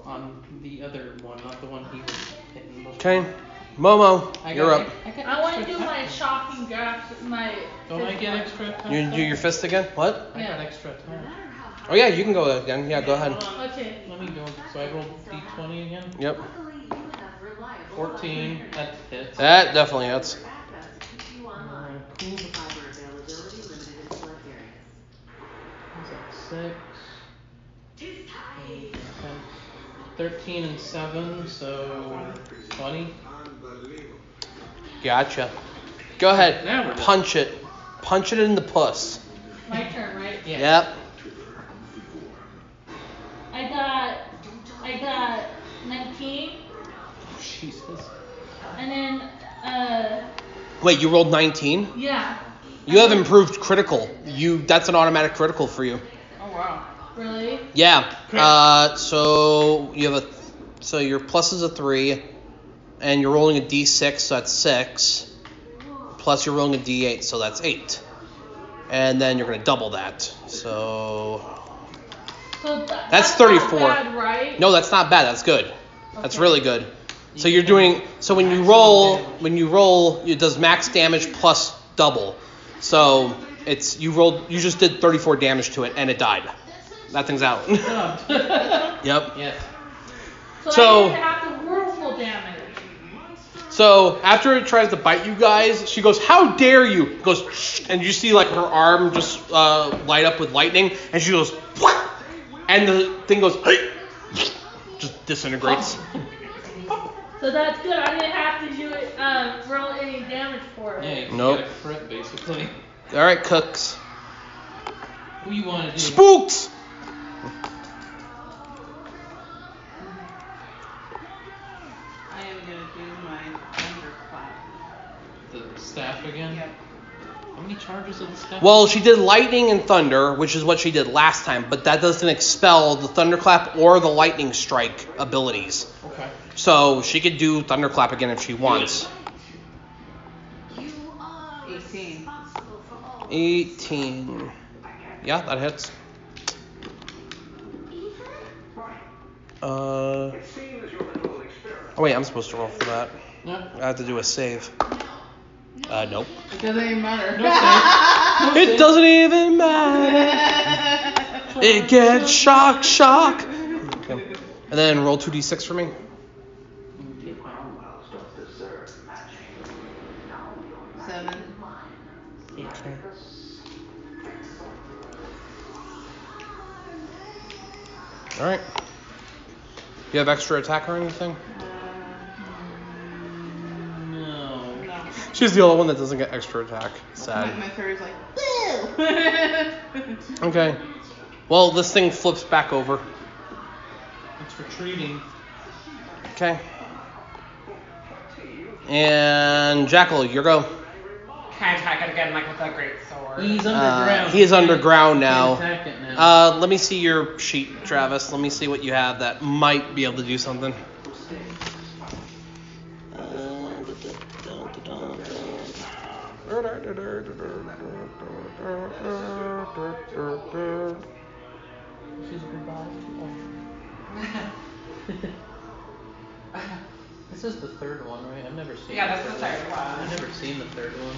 S2: On the other one, not the one he was hitting. before.
S1: Okay. Momo,
S2: I
S1: you're
S2: got-
S1: up.
S2: I, got
S6: I want to
S2: extra
S6: do my
S2: attack.
S6: shocking grasp, my.
S2: Don't I
S6: fist
S2: get
S6: one.
S2: extra attack?
S1: You do your fist again? What?
S2: I got extra attack.
S1: Oh yeah, you can go again. Yeah, go ahead.
S2: Hold on.
S6: Okay.
S2: Let me go. So I rolled d20 again.
S1: Yep.
S2: 14. That hits.
S1: That definitely hits.
S2: Alright, cool. What's that, Six. Okay. Thirteen and seven, so twenty.
S1: Gotcha. Go ahead.
S2: Now we're done.
S1: Punch it. Punch it in the puss.
S6: My turn, right?
S2: Yeah.
S1: Yep.
S6: I got. I got 19,
S2: Jesus.
S6: and then, uh,
S1: Wait, you rolled 19?
S6: yeah.
S1: You have improved critical. You that's an automatic critical for you.
S5: Oh wow.
S6: Really?
S1: Yeah. Uh, so you have a so your plus is a three, and you're rolling a d6, so that's six. Plus you're rolling a d8, so that's eight. And then you're gonna double that. So
S6: So th- that's, not
S1: 34.
S6: bad, right?
S1: no, that's not bad. That's good. That's
S6: Okay.
S1: really good. So you're doing so when you roll when you roll it does max damage plus double. So it's you rolled you just did 34 damage to it and it died. That thing's out.
S2: yes.
S1: yep.
S6: So,
S1: So-
S6: I didn't have to whirlpool damage.
S1: So after it tries to bite you guys, she goes, "How dare you!" Goes, "Shh," and you see like her arm just uh, light up with lightning, and she goes, "What?" and the thing goes, "Hey," just disintegrates.
S6: So that's good. I didn't have to do it, um, roll any damage for it.
S2: Yeah, you
S1: Nope.
S2: got a crit basically.
S1: All right, cooks.
S2: What you wanna do?
S1: Spooked.
S5: I am gonna do my thunderclap.
S2: The staff again? How many charges of the staff?
S1: Well, she did lightning and thunder, which is what she did last time, but that doesn't expel the thunderclap or the lightning strike abilities.
S2: Okay.
S1: So she could do thunderclap again if she wants.
S5: 18.
S1: 18. Yeah, that hits. Uh. Oh wait, I'm supposed to roll for that.
S2: No.
S1: I have to do a save. Uh, nope.
S9: It doesn't even matter.
S2: No save. No
S1: It
S2: save.
S1: doesn't even matter. It gets shock, shock. Okay. And then roll 2d6 for me.
S9: Seven.
S1: Okay. All right. You have extra attack or anything?
S3: Uh,
S2: No.
S9: No.
S1: She's the only one that doesn't get extra attack.
S9: My,
S1: Sad.
S9: my fairy's like, boo!
S1: Okay. Well, this thing flips back over.
S2: It's retreating.
S1: Okay. And Jackal, your go.
S5: Can I attack it again like with a great
S2: He's
S1: Uh,
S2: underground.
S1: he is underground
S2: Can't
S1: now.
S2: attack it now.
S1: Uh, let me see your sheet, Travis. Let me see what you have that might be able to do something. Uh,
S2: She's revived. Oh. this is the third one, right? I've never seen.
S5: Yeah, that's the third one.
S2: I've never seen the third one.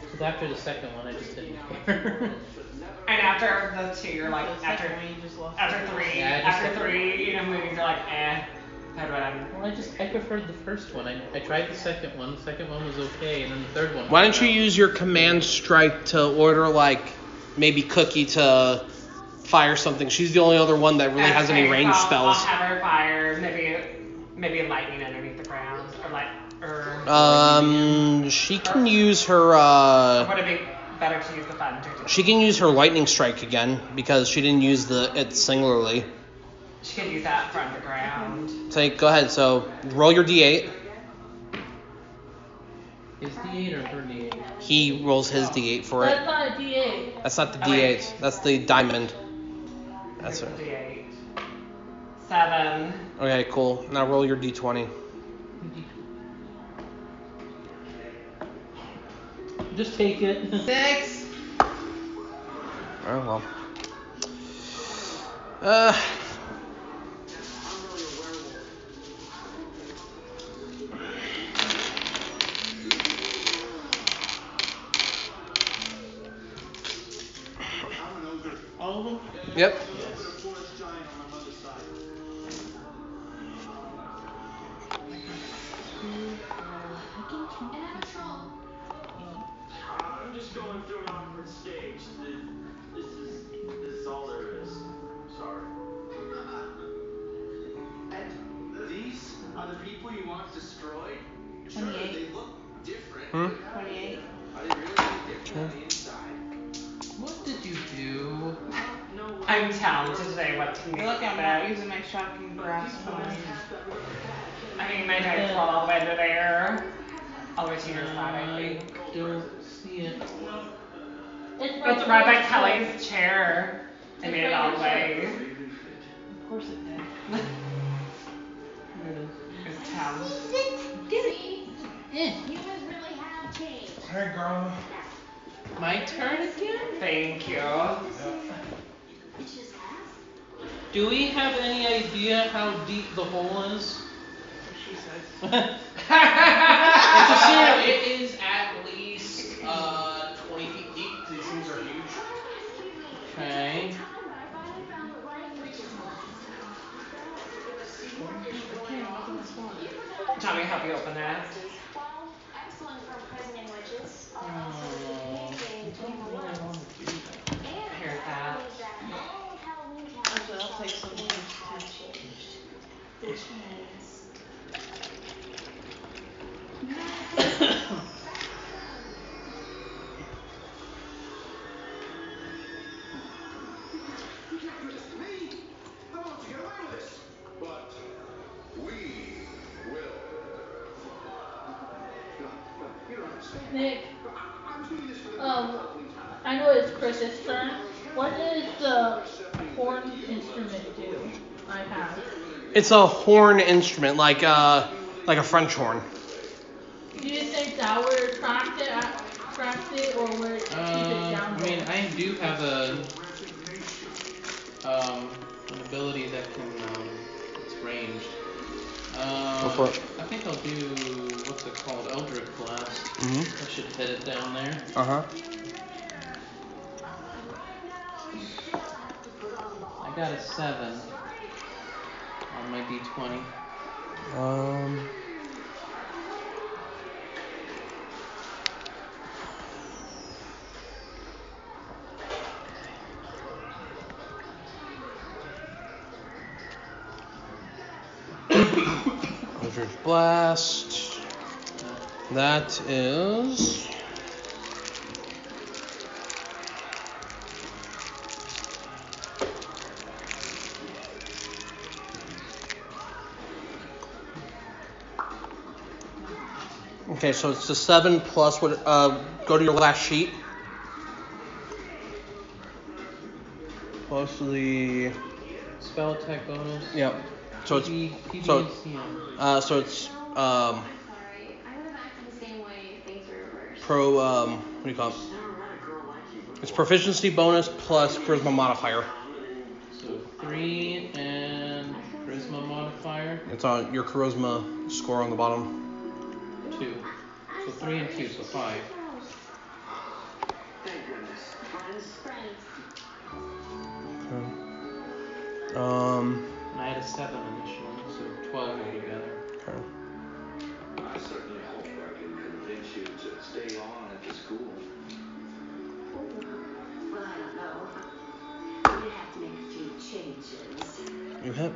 S2: Because after the second one, I just didn't care.
S5: And after the two, you're like, after, after three,
S2: Yeah, I just
S5: after
S2: like-
S5: three, you know, movies are like, eh, third one.
S2: well, I just I preferred the first one. I, I tried the second one. The second one was okay, and then the third one.
S1: Why don't you use your command strike to order like maybe Cookie to fire something? She's the only other one that really has any
S5: Okay,
S1: range
S5: so I'll
S1: spells.
S5: have her fire maybe, maybe lightning underneath the ground, or like, or.
S1: Um, she can use her uh,
S5: Would it be better to use the thunder? to-
S1: she can use her lightning strike again because she didn't use the it singularly.
S5: She could use that for underground.
S1: So go ahead. So roll your d8.
S2: Is D8 or her D8?
S1: He rolls his d8 for
S6: That's
S1: it.
S6: not a DA.
S1: That's not the
S5: Oh, wait.
S1: d8. That's the diamond. That's
S5: Here's
S1: it.
S5: the D8. Seven.
S1: Okay, cool. Now roll your d20.
S2: Just take it.
S3: Six.
S1: Oh well. Uh. Yep.
S7: And I'm a troll.
S8: I'm just going through an awkward stage. This is this is all there is. Sorry. And these are the people you want destroyed? Sure, they look different.
S1: Hmm?
S3: Twenty-eight.
S8: Are they really any different on the inside?
S2: What did you do?
S5: I'm talented today, what can you
S3: Look, I'm not
S5: expect?
S3: using my shocking grasp on
S5: I mean, my dice roll all the way to there. All the way to your side, I
S2: I
S5: think.
S2: don't see it.
S6: It's right,
S5: It's right by
S6: below-
S5: Kelly's chair. I made it all the way.
S3: Of course it did.
S5: It's town.
S7: You guys really have changed.
S2: Hey, girl.
S3: My turn again?
S5: Thank you.
S2: Do we have any idea how deep the hole is?
S3: She says.
S2: It's a serial. It is at least uh 20 feet deep. These things are huge. Okay.
S5: Tommy, help you open that. Here's that.
S3: So I'll take some more.
S8: You can't do this to me. I want to get away with this. But we will. You don't understand.
S6: Nick,
S8: I'm doing this for the
S6: um, I know it's Chris's turn. What does the horn instrument do? I have.
S1: It's a horn instrument, like uh, like a French horn.
S6: Do you think that would attract it, attract it, or would it keep it
S2: Um,
S6: down?
S2: I mean, I do have a um an ability that can um it's ranged. Um,
S1: for it.
S2: I think I'll do what's it called, Eldritch Blast.
S1: Mhm.
S2: I should hit it down there.
S1: Uh huh.
S2: I got a seven on my d20.
S1: Um. Eldritch Blast. That is. Okay, so it's the seven plus what? Uh, go to your last sheet. Plus the.
S2: Spell attack bonus.
S1: Yep. So it's
S2: PB,
S1: so
S2: PBCM.
S1: uh, so it's um,
S7: Sorry, I would have acted the same way if things were reversed.
S1: pro um, what do you call it? It's proficiency bonus plus charisma modifier.
S2: So three and charisma modifier
S1: It's on your charisma score on the bottom.
S2: two. So three and two, so five.
S7: Friends,
S1: Okay. Um.
S2: And I had a seven initially, so twelve altogether.
S1: Okay.
S8: I certainly hope I can convince you to stay on at the school.
S7: well, I don't know. We'd have to make a few changes.
S1: You hit.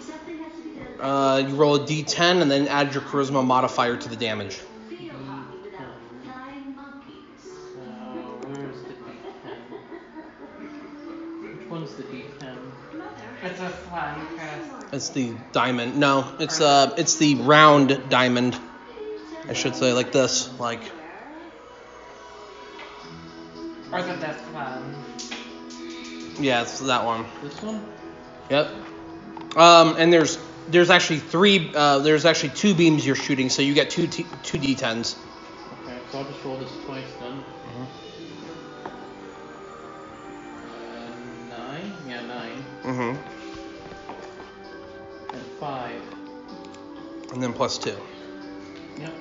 S7: Something has to be done.
S1: Uh, you roll a d10 and then add your charisma modifier to the damage.
S7: Feel hockey without flying monkeys.
S2: So where's Uh, the D10? Which one's the D10?
S5: It's a slime cast.
S1: It's the diamond. No, it's uh, it's the round diamond. I should say like this, like
S5: Or is it this one?
S1: yeah, it's that one.
S2: This one?
S1: Yep. Um, and there's there's actually three uh, there's actually two beams you're shooting, so you get two t- two d10s.
S2: Okay, so I'll just roll this twice then.
S1: Mm-hmm.
S2: Uh, nine? Yeah, nine.
S1: Mm-hmm.
S2: And five.
S1: And then plus two.
S2: Yep.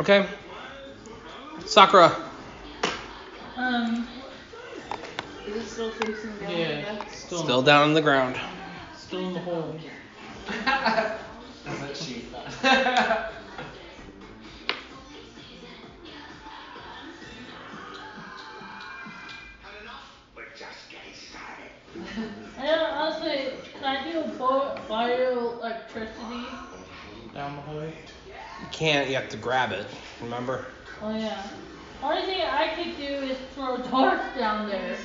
S1: Okay. Sakura.
S6: Um,
S3: Is it still facing down? like
S2: Yeah,
S3: that?
S2: still,
S1: Still down on the ground.
S2: still in the hole.
S5: Doesn't she? That's
S6: and honestly, can I do bo- bioelectricity?
S2: Down the hole.
S1: You can't. You have to grab it. Remember?
S6: Oh yeah. Only thing I could do is throw darts down there.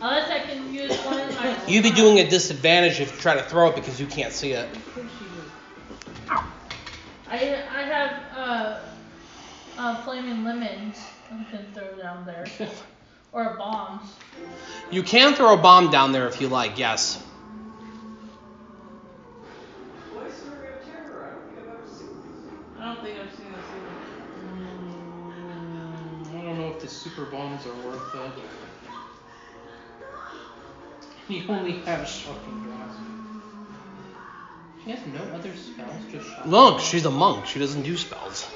S6: Unless I can use one of my.
S1: You'd be doing a disadvantage if you try to throw it because you can't see it.
S6: I I have uh, uh flaming lemons I can throw down there, or bombs.
S1: You can throw a bomb down there if you like. Yes.
S5: I don't think I've seen this
S2: Mm, I don't know if the super bombs are worth it. You only have shocking grasp. She has no other spells, just shocking.
S1: Monk. She's a monk. She doesn't do spells.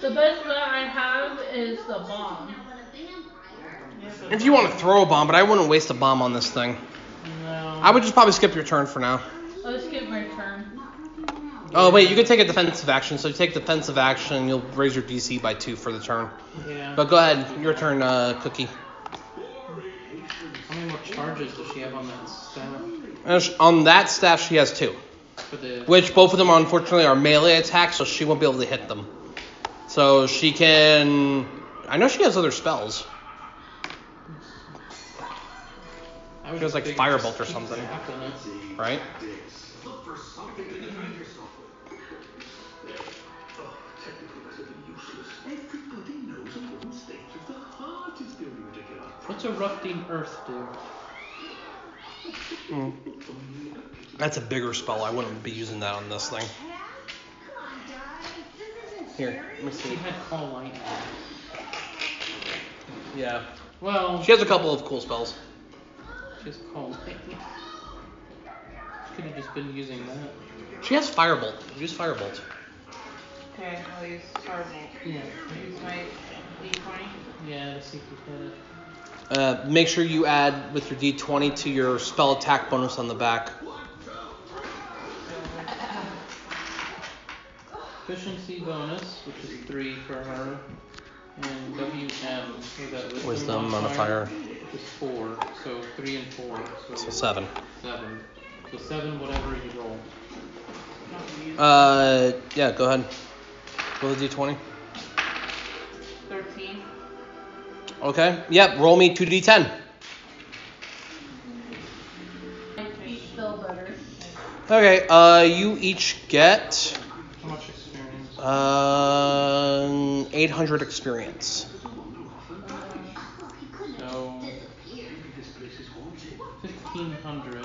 S6: The best that I have is the bomb.
S1: If you want to throw a bomb, but I wouldn't waste a bomb on this thing.
S2: No.
S1: I would just probably skip your turn for now.
S6: I'll skip my turn.
S1: Oh wait, you can take a defensive action. So you take defensive action, you'll raise your DC by two for the turn.
S2: Yeah.
S1: But go ahead, your turn, uh, Cookie.
S2: How many more charges does she have on that staff
S1: And sh- on that staff, she has two,
S2: for the?
S1: which both of them unfortunately are melee attacks, so she won't be able to hit them. So she can. I know she has other spells.
S2: I would
S1: Feels
S2: just
S1: like
S2: think
S1: Firebolt
S2: just
S1: or
S2: keep
S1: something.
S2: zapping it.
S1: Right?
S8: Look for something to defend yourself with. Oh, technical is useless. Everybody knows important states of the heart is building together.
S2: What's erupting earth do?
S1: Mm. That's a bigger spell. I wouldn't be using that on this thing. Here, let me
S2: She
S1: see.
S2: had call lightning.
S1: Yeah.
S2: Well,
S1: She has a couple of cool spells.
S2: just call lightning. Could have just been using that.
S1: She has Firebolt. Use Firebolt.
S5: Okay, I'll use Starbolt.
S2: Yeah.
S5: Use my D20.
S2: Yeah, let's see if we hit it.
S1: Uh, make sure you add with your d20 to your spell attack bonus on the back.
S2: Efficiency bonus, which is three for her, and WM, so that was
S1: Wisdom modifier.
S2: Which is four, so three and four, so,
S1: So seven.
S2: seven. So seven, whatever you roll.
S1: Uh, yeah, go ahead. Roll the d20.
S3: 13.
S1: Okay. Yep. Roll me two d10.
S6: My feet feel better.
S1: Okay. Uh, you each get
S2: How much experience?
S1: uh 800 experience.
S2: So. 1500.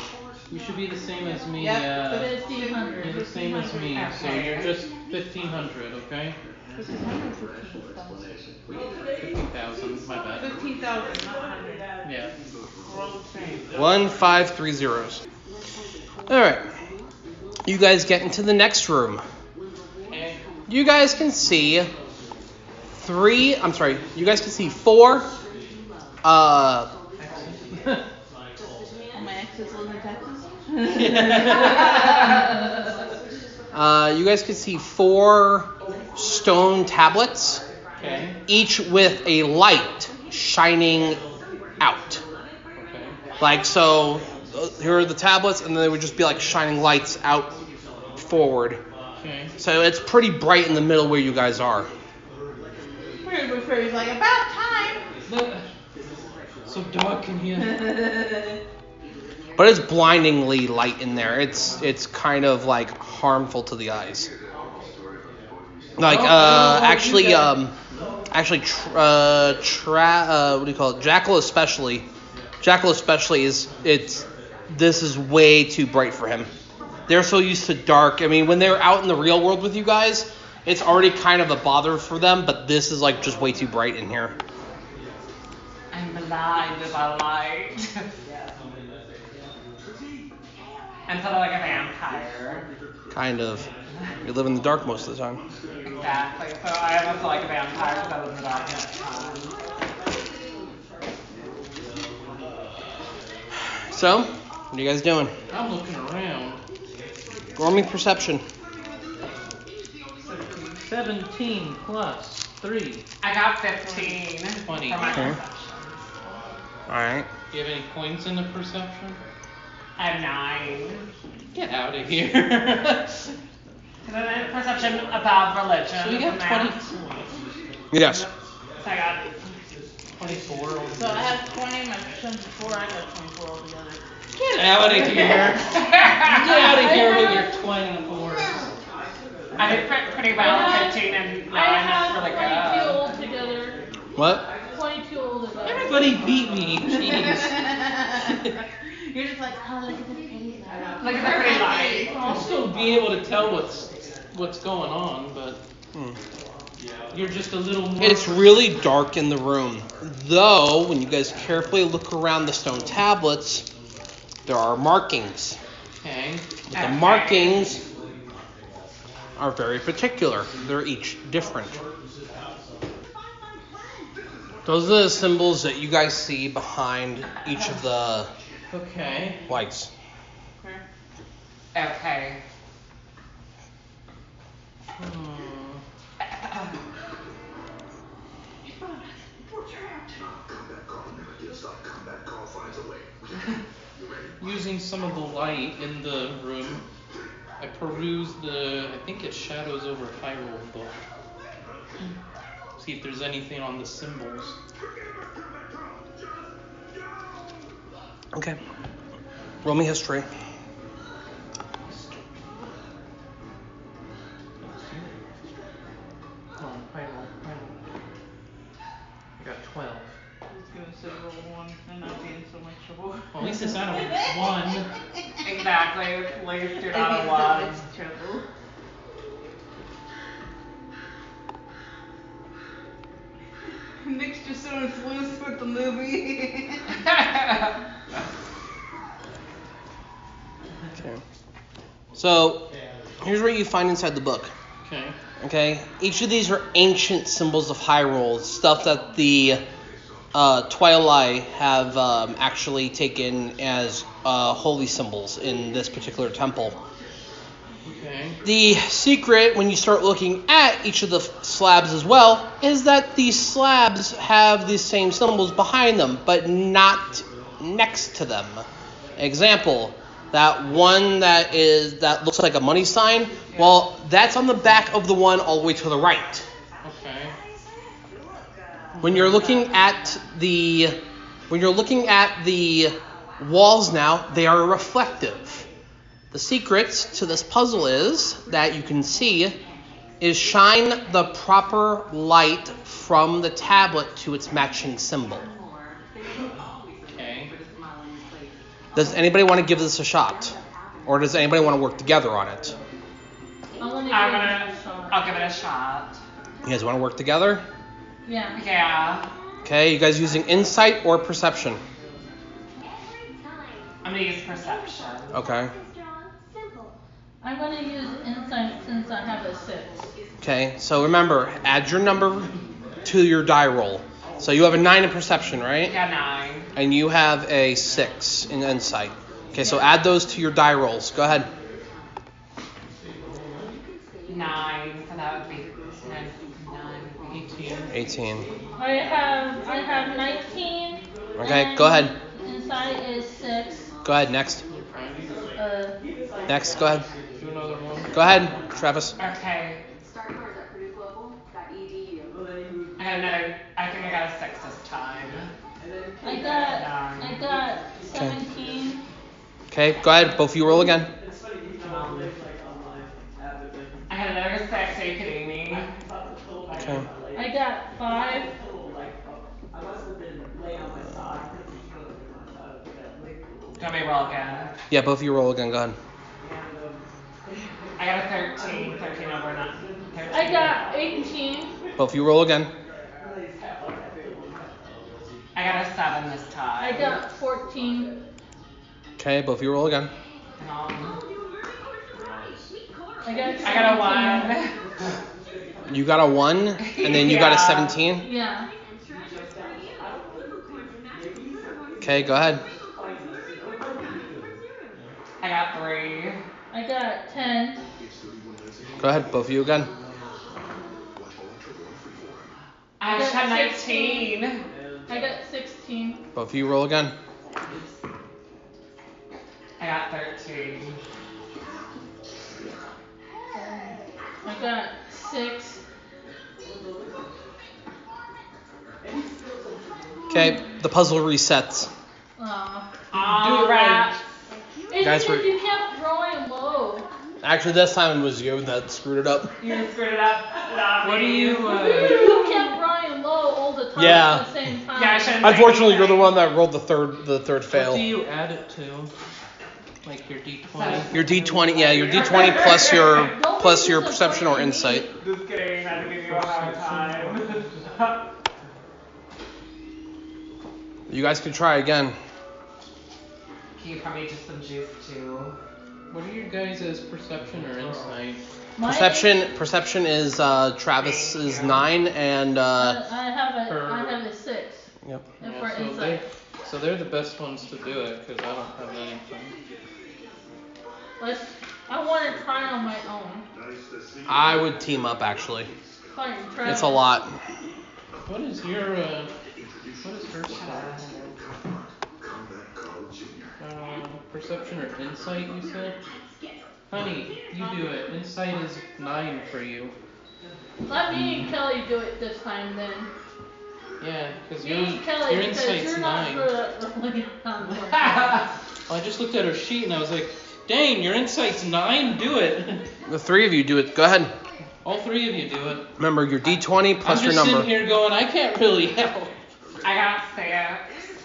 S2: You should be the same as me.
S3: Yep,
S2: uh,
S3: but it's 100.
S2: You're the same as me, so you're just 1500, okay? 15,000, my bad.
S3: 15,000, not 100.
S2: Yeah.
S1: One five three zeros. All right. You guys get into the next room. You guys can see three. I'm sorry. You guys can see four. Uh,
S3: Oh, my ex is living in Texas?
S1: uh, you guys can see four stone tablets,
S2: okay.
S1: each with a light shining out.
S2: Okay.
S1: Like so, uh, here are the tablets, and then they would just be like shining lights out forward.
S2: Okay.
S1: So it's pretty bright in the middle where you guys are.
S3: Pretty but Freddy's like, about time!
S2: Look, So dark in here.
S1: But it's blindingly light in there. It's it's kind of like harmful to the eyes. Like uh, actually um, actually tr- uh, tra- uh, what do you call it? Jackal especially, Jackal especially is it's this is way too bright for him. They're so used to dark. I mean, when they're out in the real world with you guys, it's already kind of a bother for them. But this is like just way too bright in here.
S5: I'm blind with a light. I'm sort of like a vampire.
S1: Kind of. You live in the dark most of the time.
S5: Exactly. So I almost feel like a vampire because I live in the dark all the time.
S1: So, what are you guys doing?
S2: I'm looking around.
S1: Roll me perception.
S2: 17 plus 3. Do you
S5: I got 15
S2: Twenty.
S5: for my
S1: Okay.
S5: perception.
S1: All right.
S2: have any coins in the perception?
S5: I have 9.
S2: Get out of here. so
S5: And then the perception about religion.
S2: you
S5: and
S2: got
S5: that.
S2: 20,
S1: Yes.
S5: So I got
S2: 24. over
S3: So I
S2: there.
S3: have 20, my son's 4, I got 24 altogether.
S2: Get out of here. Get out of here with your 24.
S5: I did pre- pretty well, 15 and 9,
S6: I
S5: that's
S6: have
S5: really
S6: twenty-two
S5: good.
S6: altogether.
S1: What?
S6: Twenty-two altogether.
S2: Everybody beat me. Jeez.
S3: You're just like, oh, look at the pretty light.
S5: Look at the pretty light.
S2: I'll still be able to tell what's what's going on, but
S1: Hmm.
S2: you're just a little more.
S1: It's really dark in the room. Though, when you guys carefully look around the stone tablets, there are markings.
S2: okay.
S1: But the markings are very particular. They're each different. Those are the symbols that you guys see behind each of the
S2: Okay.
S1: lights.
S5: Okay.
S2: Hmm. Using some of the light in the room, I peruse the. I think it's Shadows over Hyrule book. See if there's anything on the symbols.
S1: Okay. Roll me history.
S2: Oh, Hyrule, Hyrule. I got 12.
S3: It's gonna say roll 1 and not be in so much trouble.
S2: Well, at least it's not a 1.
S5: Exactly. Please do not
S3: I
S5: allow.
S3: mean, so much trouble. Nick's just so influenced with the movie.
S1: Okay. So, here's what you find inside the book.
S2: Okay.
S1: Okay, each of these are ancient symbols of Hyrule, stuff that the uh, Twilight have um, actually taken as uh, holy symbols in this particular temple.
S2: Okay.
S1: The secret, when you start looking at each of the f- slabs as well, is that these slabs have the same symbols behind them, but not next to them. Example That one that is that looks like a money sign. Well, that's on the back of the one all the way to the right.
S2: Okay.
S1: When you're looking at the when you're looking at the walls now, they are reflective. The secret to this puzzle is that you can see is shine the proper light from the tablet to its matching symbol.
S2: Okay.
S1: Does anybody want to give this a shot? Or does anybody want to work together on it?
S6: I want to
S5: I'm
S6: give it
S5: gonna.
S6: a shot.
S5: I'll give it a shot.
S1: You guys want to work together?
S6: Yeah.
S5: Yeah.
S1: Okay, you guys using insight or perception?
S5: I'm gonna use perception.
S1: Okay.
S6: I'm gonna use insight since I have a six.
S1: Okay, so remember, add your number to your die roll. So you have a 9 in perception,
S5: I
S1: right?
S5: got nine.
S1: And you have a 6 in insight. Okay, so add those to your die rolls. Go ahead.
S5: Nine. So that would be nine. nine eighteen.
S1: 18.
S6: I have I have 19.
S1: Okay,
S6: and
S1: go ahead.
S6: Inside is six.
S1: Go ahead, next.
S6: Uh,
S1: Next, go ahead.
S2: Do another one.
S1: Go ahead, Travis.
S5: Okay. I got another. I think I got a six this time.
S6: I got I got 17.
S1: Okay, go ahead. Both of you roll again.
S5: I had another six. Are you kidding me?
S1: Okay.
S6: I got five.
S5: Don't be roll again.
S1: Yeah, both of you roll again. Go ahead.
S5: I got a 13. 13 over nine. 13.
S6: I got 18.
S1: Both of you roll again.
S5: I got a seven this
S6: I
S5: time.
S6: got 14.
S1: Okay, both of you roll again.
S5: Um,
S6: I got.
S5: I got a
S6: 17.
S5: one.
S1: You got a 1, and then you got a
S5: Yeah.
S1: 17.
S6: Yeah.
S1: Okay, go ahead.
S5: I got three.
S6: I got 10.
S1: Go ahead, both of you again.
S5: I
S6: I got
S5: just had
S6: 16.
S5: 19.
S6: I got 16.
S1: Both of you roll again.
S5: I got 13.
S6: I got six.
S1: Okay, the puzzle resets.
S6: Aw.
S5: All
S2: right.
S5: right.
S6: It's
S1: Guys,
S6: because
S1: we're-
S6: you kept throwing low.
S1: Actually, this time it was you that screwed it up.
S5: You screwed it up. What do you? Uh,
S6: You kept throwing low all the time
S1: Yeah.
S6: at the same time.
S5: yeah, I shouldn't.
S1: Unfortunately, you're the one that rolled the third the third
S2: What do
S1: fail.
S2: you add it to? Like your D20?
S1: Your D20, yeah, your D20 plus your plus your perception or insight.
S5: Just kidding. I had to give you a hard time.
S1: You guys can try again.
S5: Can you probably just some juice too?
S2: What are your guys' perception or insight?
S6: My-
S1: Perception perception is uh, Travis is nine and uh,
S6: I have a, I
S2: Or-
S6: have a six.
S1: yep.
S6: And
S2: Yeah,
S6: for
S2: so,
S6: insight.
S2: They, so they're the best ones to do it because I don't have anything.
S6: Let's, I want to try on my own.
S1: I would team up actually.
S6: Fine, try
S1: It's a
S6: on-
S1: lot.
S2: What is your uh? What is her stat? Uh, perception or insight? You said. Honey, you do it. Insight is nine for you.
S6: Let me and Kelly do it this time then.
S2: Yeah, because
S6: Me
S2: your
S6: and Kelly,
S2: your
S6: because
S2: insight's
S6: you're not
S2: nine.
S6: good at really on the-
S2: Well, I just looked at her sheet and I was like, dang, your insight's nine. Do it.
S1: The three of you do it. Go ahead.
S2: All three of you do it.
S1: Remember your D20 plus
S2: I'm
S1: your
S2: just
S1: number.
S2: sitting here going, I can't really help.
S5: I got six.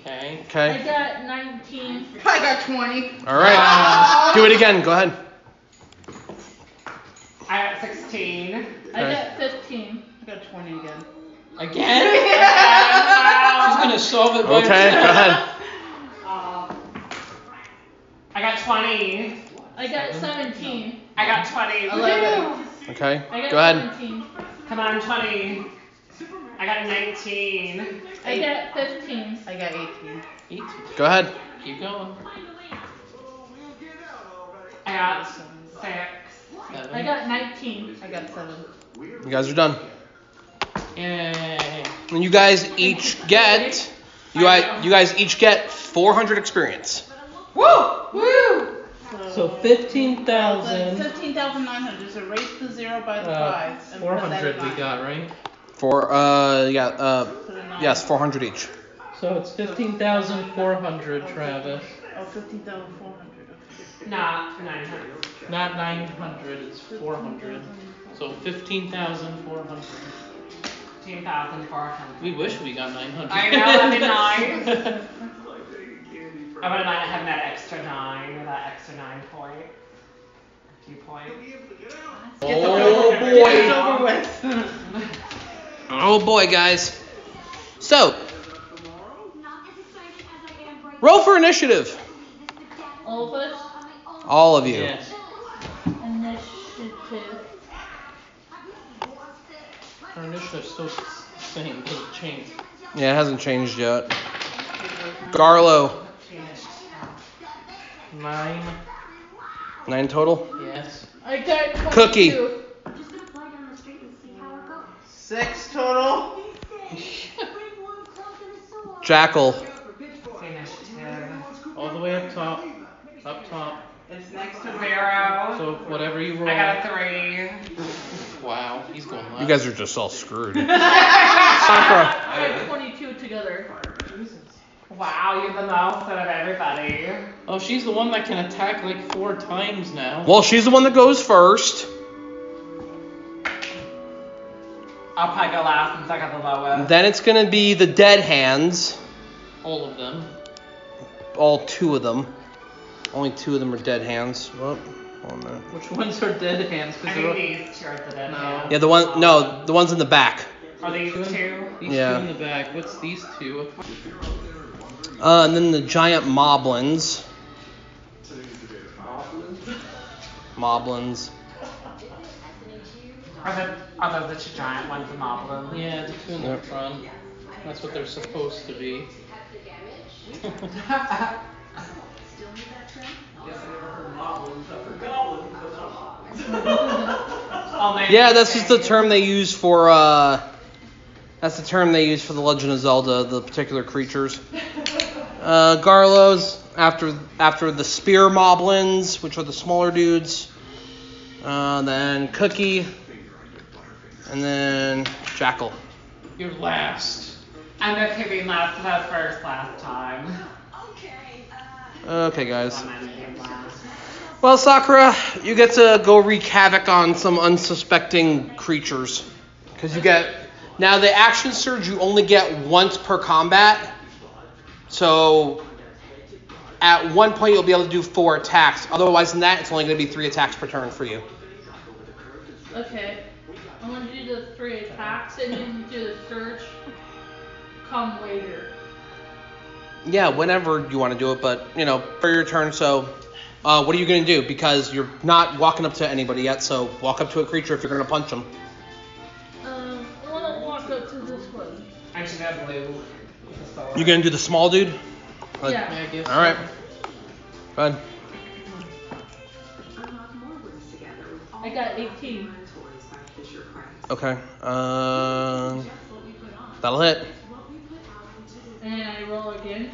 S2: Okay.
S6: I
S1: Okay.
S6: got 19.
S9: I got 20.
S1: All right. Do it again. Go ahead.
S5: I got 16.
S6: I
S1: Okay.
S6: got 15.
S9: I got 20 again.
S2: Again? She's gonna solve it by
S1: Okay. Go ahead.
S5: I got 20.
S6: I got 17.
S5: I got 20.
S9: Eleven.
S1: Okay.
S6: I got
S1: Go ahead.
S6: 17.
S5: Come on, 20. I got 19.
S6: I got 15.
S9: I got 18.
S2: Eat.
S1: Go ahead.
S2: Keep going.
S5: I got six.
S2: Seven.
S6: I got 19.
S9: I got 7.
S1: You guys are done.
S2: Yay.
S1: And you guys each get you guys, you guys each get 400 experience.
S2: Woo! Woo! So 15,000.
S3: Fifteen thousand nine hundred, so raise the zero by the
S2: Uh,
S3: five. and put
S2: Four
S3: that
S2: hundred we
S3: line.
S2: got, right?
S1: For uh yeah uh
S3: Put a nine.
S1: yes, 400 each.
S2: So it's fifteen thousand four hundred, Travis.
S3: Oh, fifteen thousand four hundred, okay.
S5: Not 900.
S2: Not nine hundred, it's four hundred. So fifteen thousand four hundred.
S5: 15,400.
S2: We wish we got nine hundred.
S5: I know, that'd be nice.
S8: Like taking candy from.
S5: I would not have that extra nine, or that extra nine point. A few
S8: You'll
S5: points.
S8: be able to get out.
S1: Oh
S3: It's
S1: boy.
S3: over with.
S1: Oh boy, guys. So,
S7: Not as excited as I am right
S1: roll for initiative.
S6: All of us?
S1: All of you.
S2: Yes.
S6: Initiative.
S2: Our initiative's still the same, doesn't change.
S1: Yeah, it hasn't changed yet. Garlo,
S2: Nine,
S1: nine total.
S2: yes.
S6: I got
S1: Cookie.
S6: 22.
S7: I'm just gonna fly down the street and see how it goes.
S3: Six total.
S1: Jackal,
S5: Initiative.
S2: All the way up top, up top.
S3: It's next to where.
S5: Zero.
S2: So whatever you roll.
S5: I got a three.
S2: Wow, he's going left.
S1: you guys are just all screwed. Sakura,
S6: I got 22 together.
S5: Wow, you're the most out of everybody.
S2: Oh, she's the one that can attack like four times now.
S1: well, she's the one that goes first.
S5: I'll probably go last since I got the lowest.
S1: Then it's gonna be the dead hands.
S2: All of them.
S1: All two of them. Only two of them are dead hands. Well, hold on a minute.
S2: Which ones are dead hands? 'Cause they're
S5: I think
S2: all-
S5: these two are the dead
S2: No.
S5: hands.
S1: Mm-hmm. Yeah, the one. No, the ones in the back.
S5: Are these two?
S2: These
S1: Yeah.
S2: two in the back. What's these two?
S1: Uh, and then the giant moblins. Moblins.
S5: Are the are those the two giant ones in Marble?
S2: Yeah, the two in the
S1: Yep.
S2: front. That's what they're supposed to be.
S5: Oh,
S1: Yeah, that's just the term they use for. Uh, that's the term they use for the Legend of Zelda, the particular creatures. Uh, Garlos after after the spear moblins, which are the smaller dudes. Uh, then Cookie, and then Jackal.
S2: You're last.
S5: I'm okay being last because I was first last time.
S1: Okay, guys.
S5: I'm gonna be last.
S1: Well, Sakura, you get to go wreak havoc on some unsuspecting creatures. Because you get. Now, the action surge you only get once per combat. So, at one point, you'll be able to do four attacks. Otherwise, than that, it's only going to be three attacks per turn for you.
S6: Okay. I'm gonna do the three attacks and then do the search. Come later.
S1: Yeah, whenever you want to do it, but, you know, for your turn, so. Uh, what are you going to do? Because you're not walking up to anybody yet, so walk up to a creature if you're going to punch them.
S6: Um, I wanna walk up to this one.
S5: Actually, that blue. is the sword.
S1: You're going to do the small dude? Like-
S6: Yeah.
S2: I guess.
S1: All right. Go ahead.
S6: I got 18.
S1: Okay. Um, that'll hit.
S6: And I roll again.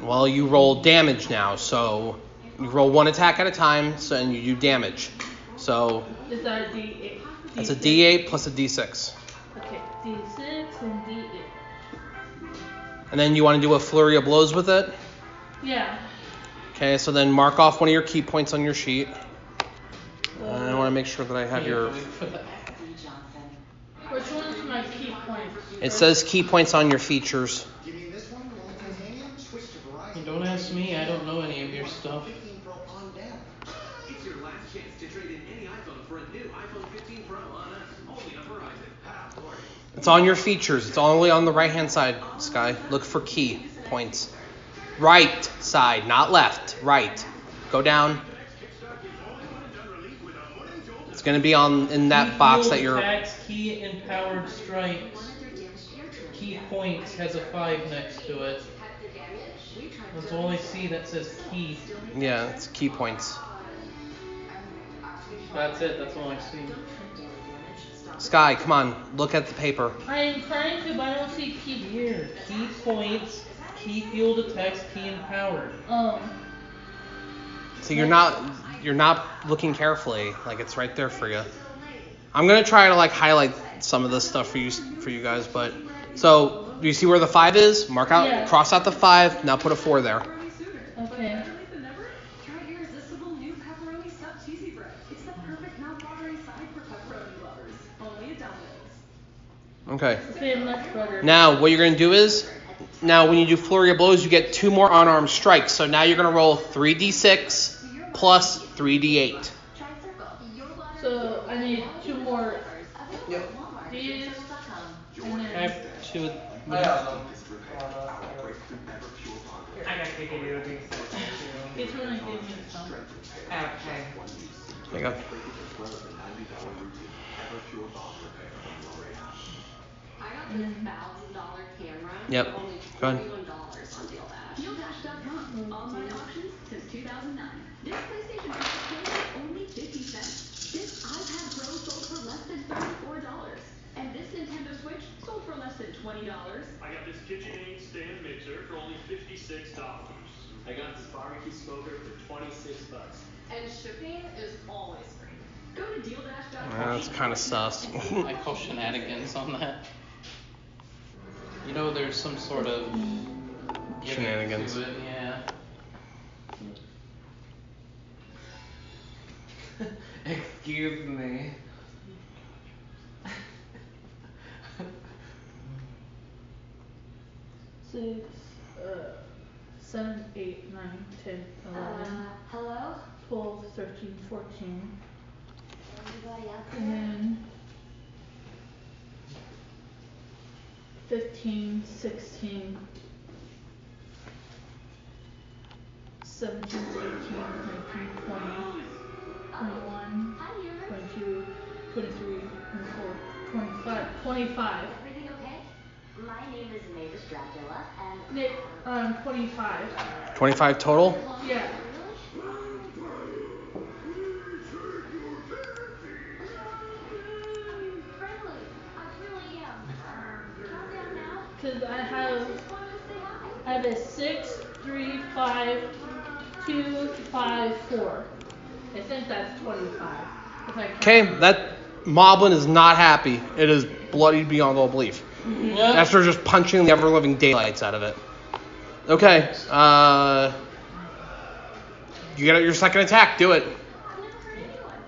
S1: Well, you roll damage now, so you roll one attack at a time, so and you do damage. So
S6: Is that a D8?
S1: that's a D8 plus a D6,
S6: Okay, D6 and D8.
S1: and then you want to do a flurry of blows with it.
S6: Yeah.
S1: Okay, so then mark off one of your key points on your sheet. I want to make sure that I have your.
S6: Which one's my key point?
S1: It says key points on your features.
S10: You mean this one, Roll Titanium, switch to
S2: You
S10: Verizon.
S2: Don't ask me. I don't know any of your stuff.
S10: 15 Pro on down.
S8: It's your last chance to trade in any iPhone for a new iPhone 15 Pro on us, only on Verizon. Ah, boy.
S1: It's on your features. It's only on the right hand side, Sky. Look for key points. Right side, not left. Right. Go down. It's gonna be on in that box that you're.
S2: Attacks, key and powered strikes. Key points has a five next to it. That's all I see that says key.
S1: Yeah, it's key points.
S2: That's it. That's all I see.
S1: Sky, come on. Look at the paper.
S6: I am trying to, but I don't see key.
S2: Here, key points, key field attacks, key and powered.
S6: Um,
S1: So you're not you're not looking carefully. Like it's right there for you. I'm gonna try to like highlight some of this stuff for you for you guys, but so do you see where the five is? Mark out,
S6: Yeah.
S1: cross out the five. Now put a four there.
S6: Okay.
S7: Try irresistible new pepperoni stuffed cheesy bread. It's the perfect non-watery side for pepperoni lovers. Only at Domino's.
S1: Okay.
S6: See, much better.
S1: Now what you're gonna do is now when you do flurry of blows, you get two more unarmed strikes. So now you're gonna roll 3d6 plus 3d8.
S6: So I need two more.
S10: Yep.
S6: These um, and
S2: I
S6: then.
S2: have two.
S5: I gotta take a little bit of too.
S6: Each one I give me some.
S5: Okay.
S1: There you go.
S7: I got this thousand dollar camera.
S1: Yep. Go
S7: for Only
S1: ahead.
S7: twenty-one dollars on deal dash. DealDash.com. Online auctions since 2009. This PlayStation 5 is only 50 cents. This iPad Pro sold for less than 34 dollars, and this Nintendo Switch sold for less than 20 dollars.
S11: I got this KitchenAid stand mixer for only fifty-six dollars. I got this barbecue smoker for twenty-six bucks.
S7: And shipping is always free. Go to DealDash.com.
S1: That's kind of sus.
S2: I call shenanigans on that. You know, there's some sort of gimmick to
S1: Shenanigans.
S2: it, Yeah.
S5: Excuse me.
S6: Six, uh, seven, eight, nine, ten, eleven,
S7: Uh. hello?
S6: twelve, thirteen, fourteen,
S7: Anybody out
S6: and then fifteen, sixteen, seventeen, eighteen, nineteen, twenty, twenty-one, twenty-two, twenty-three, twenty-four, twenty-five, twenty-five.
S7: Everything okay? My name is Mavis Dracula, and
S6: Nick, um, twenty-five.
S1: 25 total.
S6: Yeah.
S7: Um,
S6: Cause I have, I have a six, three, five, two, five, four. I think that's twenty-five. If I count.
S1: Okay, that Moblin is not happy. It is bloody beyond all belief. After just punching the ever living daylights out of it. Okay, uh. You get your second attack, do it.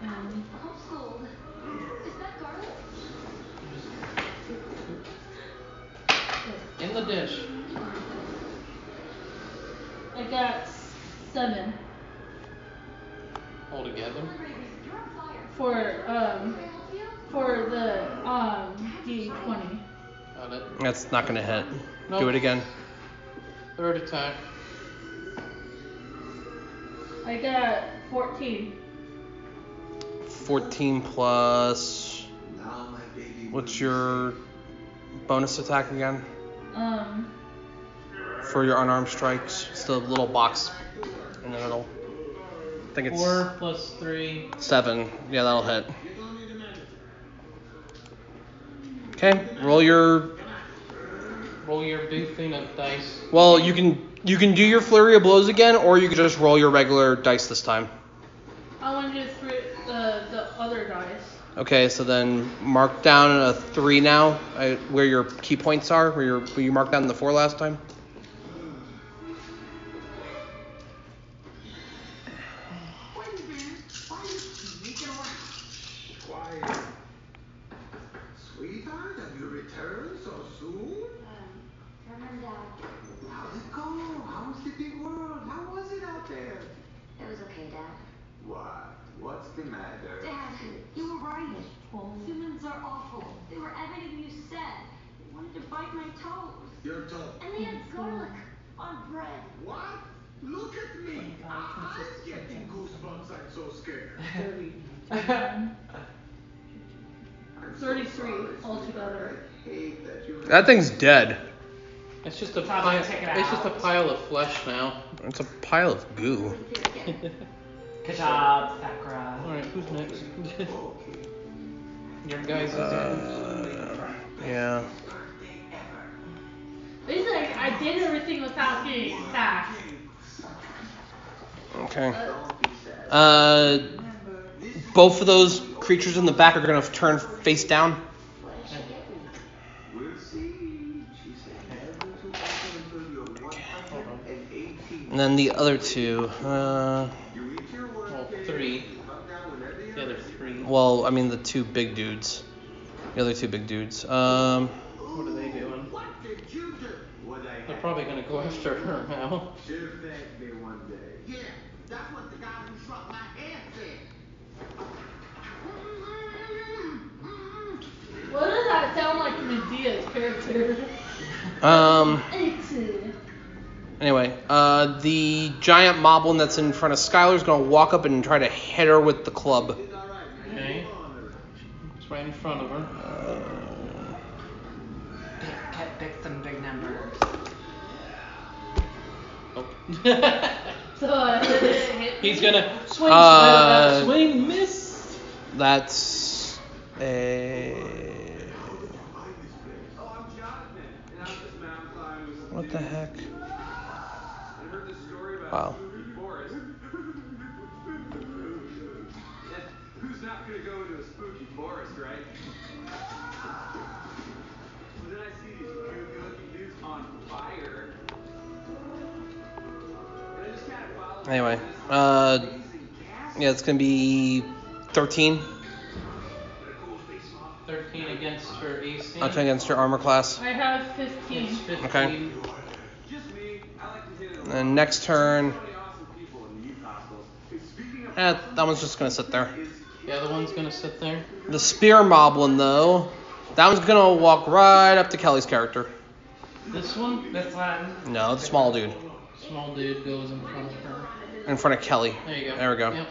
S6: Um,
S2: In the dish.
S6: I got seven
S2: All together.
S6: for um for the um D twenty.
S2: Got it.
S1: That's not gonna hit.
S2: Nope.
S1: Do it again.
S2: Third attack.
S6: I got fourteen.
S1: 14 plus.
S10: Now my baby.
S1: What's your bonus attack again?
S6: Um,
S1: For your unarmed strikes? It's the little box in the middle. I think it's.
S2: Four plus three.
S1: Seven. Yeah, that'll hit. Okay, roll your.
S2: Roll your big thing of dice.
S1: Well, you can you can do your flurry of blows again, or you can just roll your regular dice this time.
S6: I want to do three the the other dice.
S1: Okay, so then mark down a three now, uh, where your key points are, where, your, where you marked down the four last time.
S10: Quiet. Sweetheart, have you returned so soon? How'd it go? How was the big world? How was it out there?
S7: It was okay, Dad.
S10: What? What's the matter?
S7: Dad, you were right. Humans are awful. They were everything you said. They wanted to bite my toes.
S10: Your toe.
S7: And they had garlic on bread.
S10: What? Look at me. I- I'm getting goosebumps. I'm so scared.
S6: Thirty. Um,
S10: I'm so
S6: Thirty-three
S10: sorry, sweetheart.
S6: altogether.
S10: I hate that you
S1: That thing's dead.
S2: It's just a
S5: Probably
S2: pile.
S5: take it
S2: It's just a
S5: out.
S2: pile of flesh now.
S1: It's a pile of goo.
S5: Good job, Sakura.
S2: All right, who's next?
S10: Okay.
S2: Your guys.
S1: Uh, yeah.
S6: It's like I did everything without getting attacked.
S1: Okay.
S6: Uh,
S10: Don't be
S1: Uh, both of those creatures in the back are gonna turn face down. And then the other two. Uh,
S2: Well, three. The other three.
S1: well, I mean the two big dudes. The other two big dudes. Um,
S2: What are they doing? They're probably gonna go after her now.
S3: Yeah, that's what the guy who struck my head said.
S6: What does that sound like Medea's character?
S1: um.
S6: Eighteen.
S1: Anyway, uh, the giant moblin that's in front of Skylar is gonna walk up and try to hit her with the club.
S2: Okay. It's right in front of her.
S5: Pick, pick, pick some big numbers.
S6: So uh, did it hit me?
S2: He's gonna swing,
S1: Uh,
S2: swing, swing, miss.
S1: That's eh, a.
S10: Oh,
S1: What the heck? Wow.
S8: Who's not gonna go into a spooky forest, right? But then I see these goofy looking dudes on fire. And I just kinda follow them
S1: Anyway,
S8: to this
S1: uh,
S8: amazing castle.
S1: yeah, it's gonna be 13.
S2: 13 against her AC.
S1: I'll try against your armor class.
S6: I have fifteen.
S2: It's 15.
S1: Okay.
S8: Just me. I like to hit it a lot.
S1: And next turn,
S8: So many awesome people in the youth hostels. And speaking of
S1: eh, that one's just gonna sit there.
S2: The other one's gonna sit there.
S1: The spear moblin though, that one's gonna walk right up to Kelly's character.
S2: This one,
S5: This one.
S1: No, the small dude
S2: small dude goes in front of her.
S1: in front of Kelly.
S2: There you go.
S1: There we go.
S2: Yep.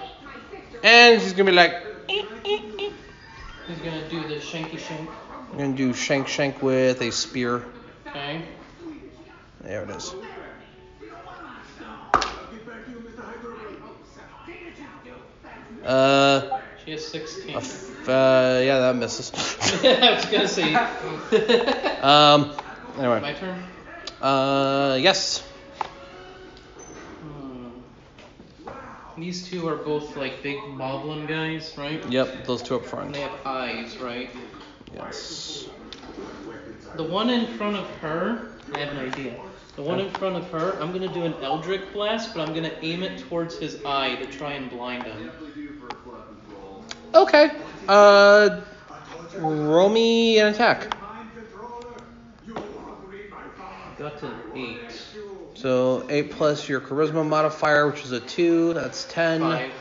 S1: And she's gonna be like,
S2: He's gonna do the shanky shank.
S1: I'm gonna do shank shank with a spear.
S2: Okay.
S1: There it is. Uh,
S2: She has 16.
S1: a f- uh, yeah, that misses.
S2: I was gonna say.
S1: um,
S2: My
S1: anyway.
S2: turn.
S1: Uh, yes.
S2: Hmm. These two are both like big moblin guys, right?
S1: Yep, those two up front.
S2: And they have eyes, right?
S1: Yes.
S2: The one in front of her, I have an idea. The one in front of her, I'm gonna do an Eldritch blast, but I'm gonna aim it towards his eye to try and blind him.
S1: Okay. Uh, roll me an attack.
S2: Got an eight.
S1: So eight plus your charisma modifier, which is a two. That's ten.
S2: Five.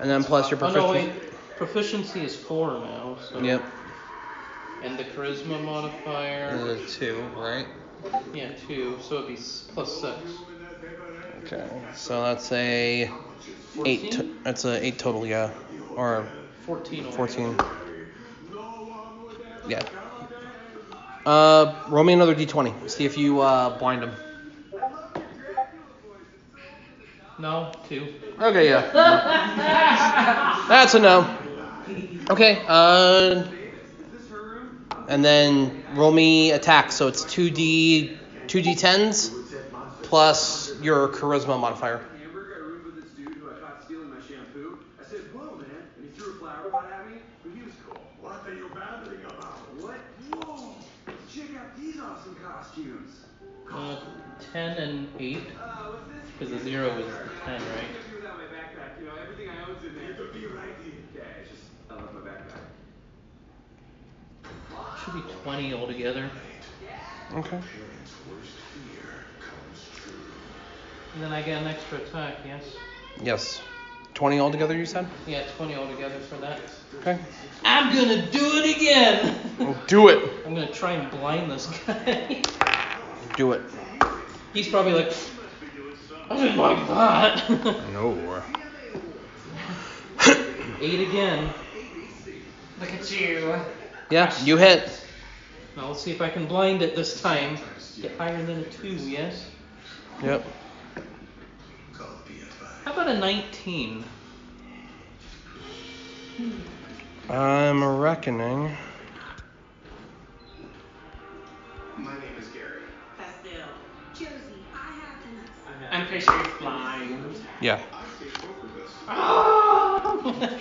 S1: And then plus your
S2: Oh no, wait.
S1: proficiency.
S2: Proficiency is four now. So.
S1: Yep.
S2: And the charisma modifier.
S1: Is it two, right?
S2: Yeah, two. So it'd be s- plus six.
S1: Okay. So that's a eight. To- that's a eight total, yeah. Or
S2: Fourteen. over.
S1: fourteen. Yeah. Uh, roll me another d20. See if you uh, blind him.
S2: No, two.
S1: Okay, yeah. That's a no. Okay, uh. And then roll me attack, so it's 2d. 2d10s plus your charisma modifier.
S8: Hamburger, I roomed with this dude who I caught stealing my shampoo. I said, whoa, man. And he threw a flower pot at me, but he was cool.
S3: What are you babbling about?
S8: What? Whoa! Check out these awesome costumes.
S2: Uh, ten and eight.
S8: Uh, what's this?
S2: Because the zero is the ten,
S8: I can't
S2: right?
S8: do without my backpack. You know, everything I own's in there. It'll be right here. Yeah, it's just, I love my backpack.
S2: Should be twenty altogether.
S1: Okay.
S2: And then I get an extra attack, yes?
S1: Yes. 20 altogether, you said?
S2: Yeah, twenty altogether for that.
S1: Okay.
S2: I'm gonna do it again!
S1: Do it!
S2: I'm gonna try and blind this guy.
S1: Do it.
S2: He's probably like, I didn't like that.
S1: No.
S2: Eight again.
S5: Look at you.
S1: Yeah, you hit.
S2: Now let's see if I can blind it this time. Get higher than a two, yes?
S1: Yep.
S2: How about a 19?
S1: I'm reckoning.
S8: My name is Gary.
S7: Pastel. Josie, I have the nuts.
S5: I'm pretty sure it's blind.
S1: Yeah.
S8: I stay focused.
S5: Oh!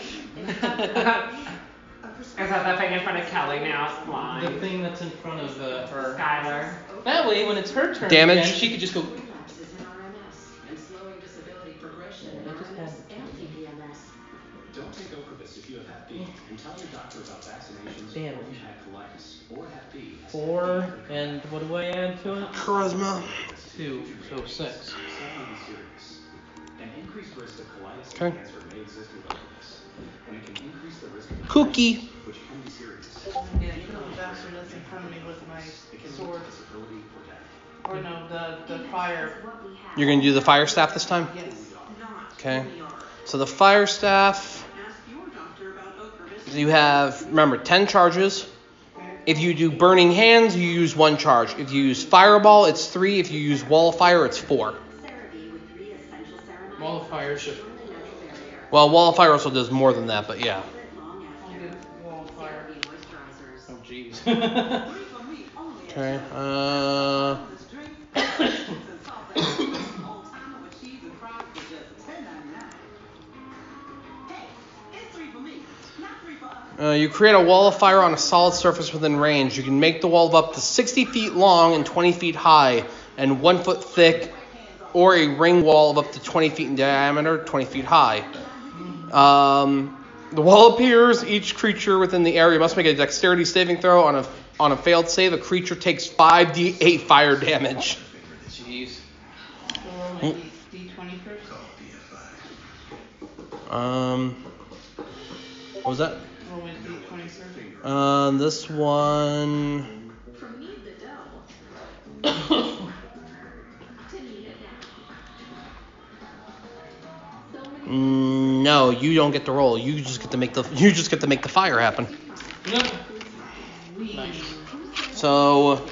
S5: Is that the thing in front of Kelly now? Line.
S2: The thing that's in front of uh, her.
S5: Skylar.
S2: That way, when it's her turn
S1: Damage.
S2: again, she could just go.
S7: relapses in RMS and slowing disability progression in
S2: Look at
S7: RMS and PPMS.
S8: Don't take Ocrevus if you have Hep B, and tell your doctor about vaccinations
S2: Damn.
S8: or you have colitis or Hep B. as
S2: Four, and what do I add to it?
S1: Charisma.
S2: Two, so six.
S8: Suddenly serious. An increased risk of colitis
S1: Okay.
S8: and cancer may exist with Ocrevus, and it can increase the risk of
S1: Kooky.
S8: colitis, which can be serious.
S3: Yeah, even though the bastard that's in front of me with my
S8: It can lead
S3: sword,
S8: to disability or death.
S3: or no, the, the fire.
S1: You're gonna do the fire staff this time.
S3: Yes.
S1: Okay. So the fire staff. You have remember ten charges. If you do burning hands, you use one charge. If you use fireball, it's three. If you use wall of fire, it's four.
S2: Wall of fire should.
S1: Well, wall of fire also does more than that, but yeah.
S2: Oh, jeez.
S1: Okay. Uh, uh, you create a wall of fire on a solid surface within range. You can make the wall of up to 60 feet long and 20 feet high and 1 foot thick, or a ring wall of up to 20 feet in diameter, 20 feet high. Um, the wall appears. Each creature within the area must make a dexterity saving throw. On a on a failed save, a creature takes 5d8 fire damage.
S2: Jeez.
S3: Or my D- D20 first.
S1: Um, what was that?
S3: Roll my D20 first.
S1: Um, this one. Mm, No, you don't get to roll. You just get to make the you just get to make the fire happen. So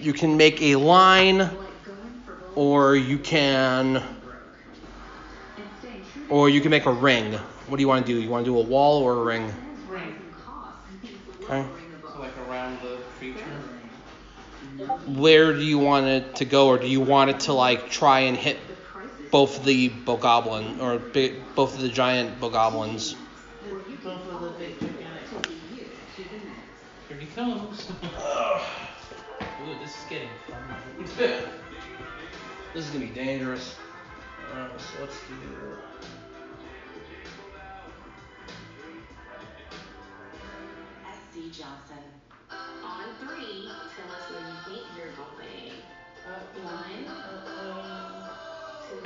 S1: you can make a line, or you can, or you can make a ring. What do you want to do? You want to do a wall or a ring?
S3: Ring.
S1: Okay.
S2: So, like around the creature.
S1: Where do you want it to go, or do you want it to like try and hit both the bogoblin or bi- both of the giant bogoblins?
S3: Both of the big gigantic.
S2: Here he comes. Ooh, this is getting fun.
S1: This is gonna be dangerous. Alright, so let's do.
S7: SC Johnson. On three, tell us where you think you're going. Up one.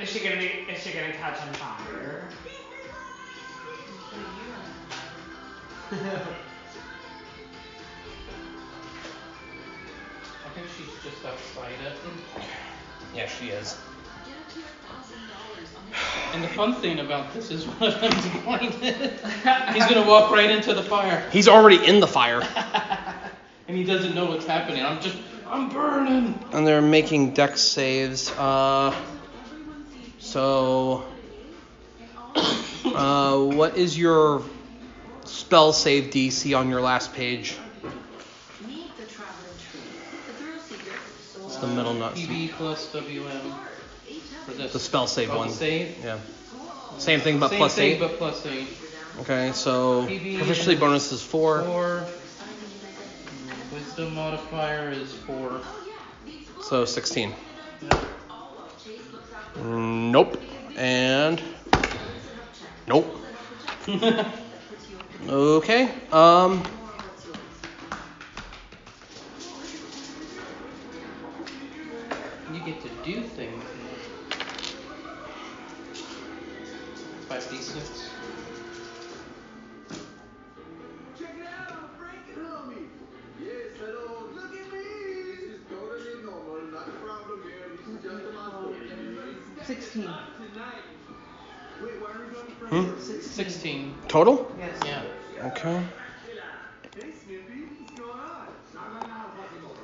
S5: Is she gonna be? Is she gonna catch on fire?
S2: I think she's just outside it.
S1: Yeah, she is.
S2: And the fun thing about this is one of them's blinded. He's gonna walk right into the fire,
S1: He's already in the fire.
S2: and he doesn't know what's happening. I'm just, I'm burning.
S1: and they're making dex saves. Uh, so, uh, what is your spell save DC on your last page?
S7: Meet the traveling tree. The thrill seeker.
S1: It's the middle nuts.
S2: PB plus WM for this.
S1: The spell save
S2: Spell
S1: one.
S2: save.
S1: Yeah. Same thing, but
S2: Same
S1: plus
S2: thing,
S1: eight.
S2: but plus eight.
S1: Okay, so
S2: PB
S1: proficiency
S2: is
S1: bonus is four.
S2: Four. Wisdom modifier is four.
S7: Oh,
S1: So 16. Nope. And nope. Okay. Um.
S2: You get to do things. Five D six.
S6: Check it out, Frank and homie. Yes, hello. Look at me. This is totally normal. Not a problem here. This is just a muscle.
S3: Sixteen.
S6: Wait, why are we going from?
S1: Hmm?
S2: Sixteen.
S1: Total?
S3: Yes.
S2: Yeah.
S1: Okay.
S6: Hey, Snippy. What's going on? Nah, nah, nah, fucking over.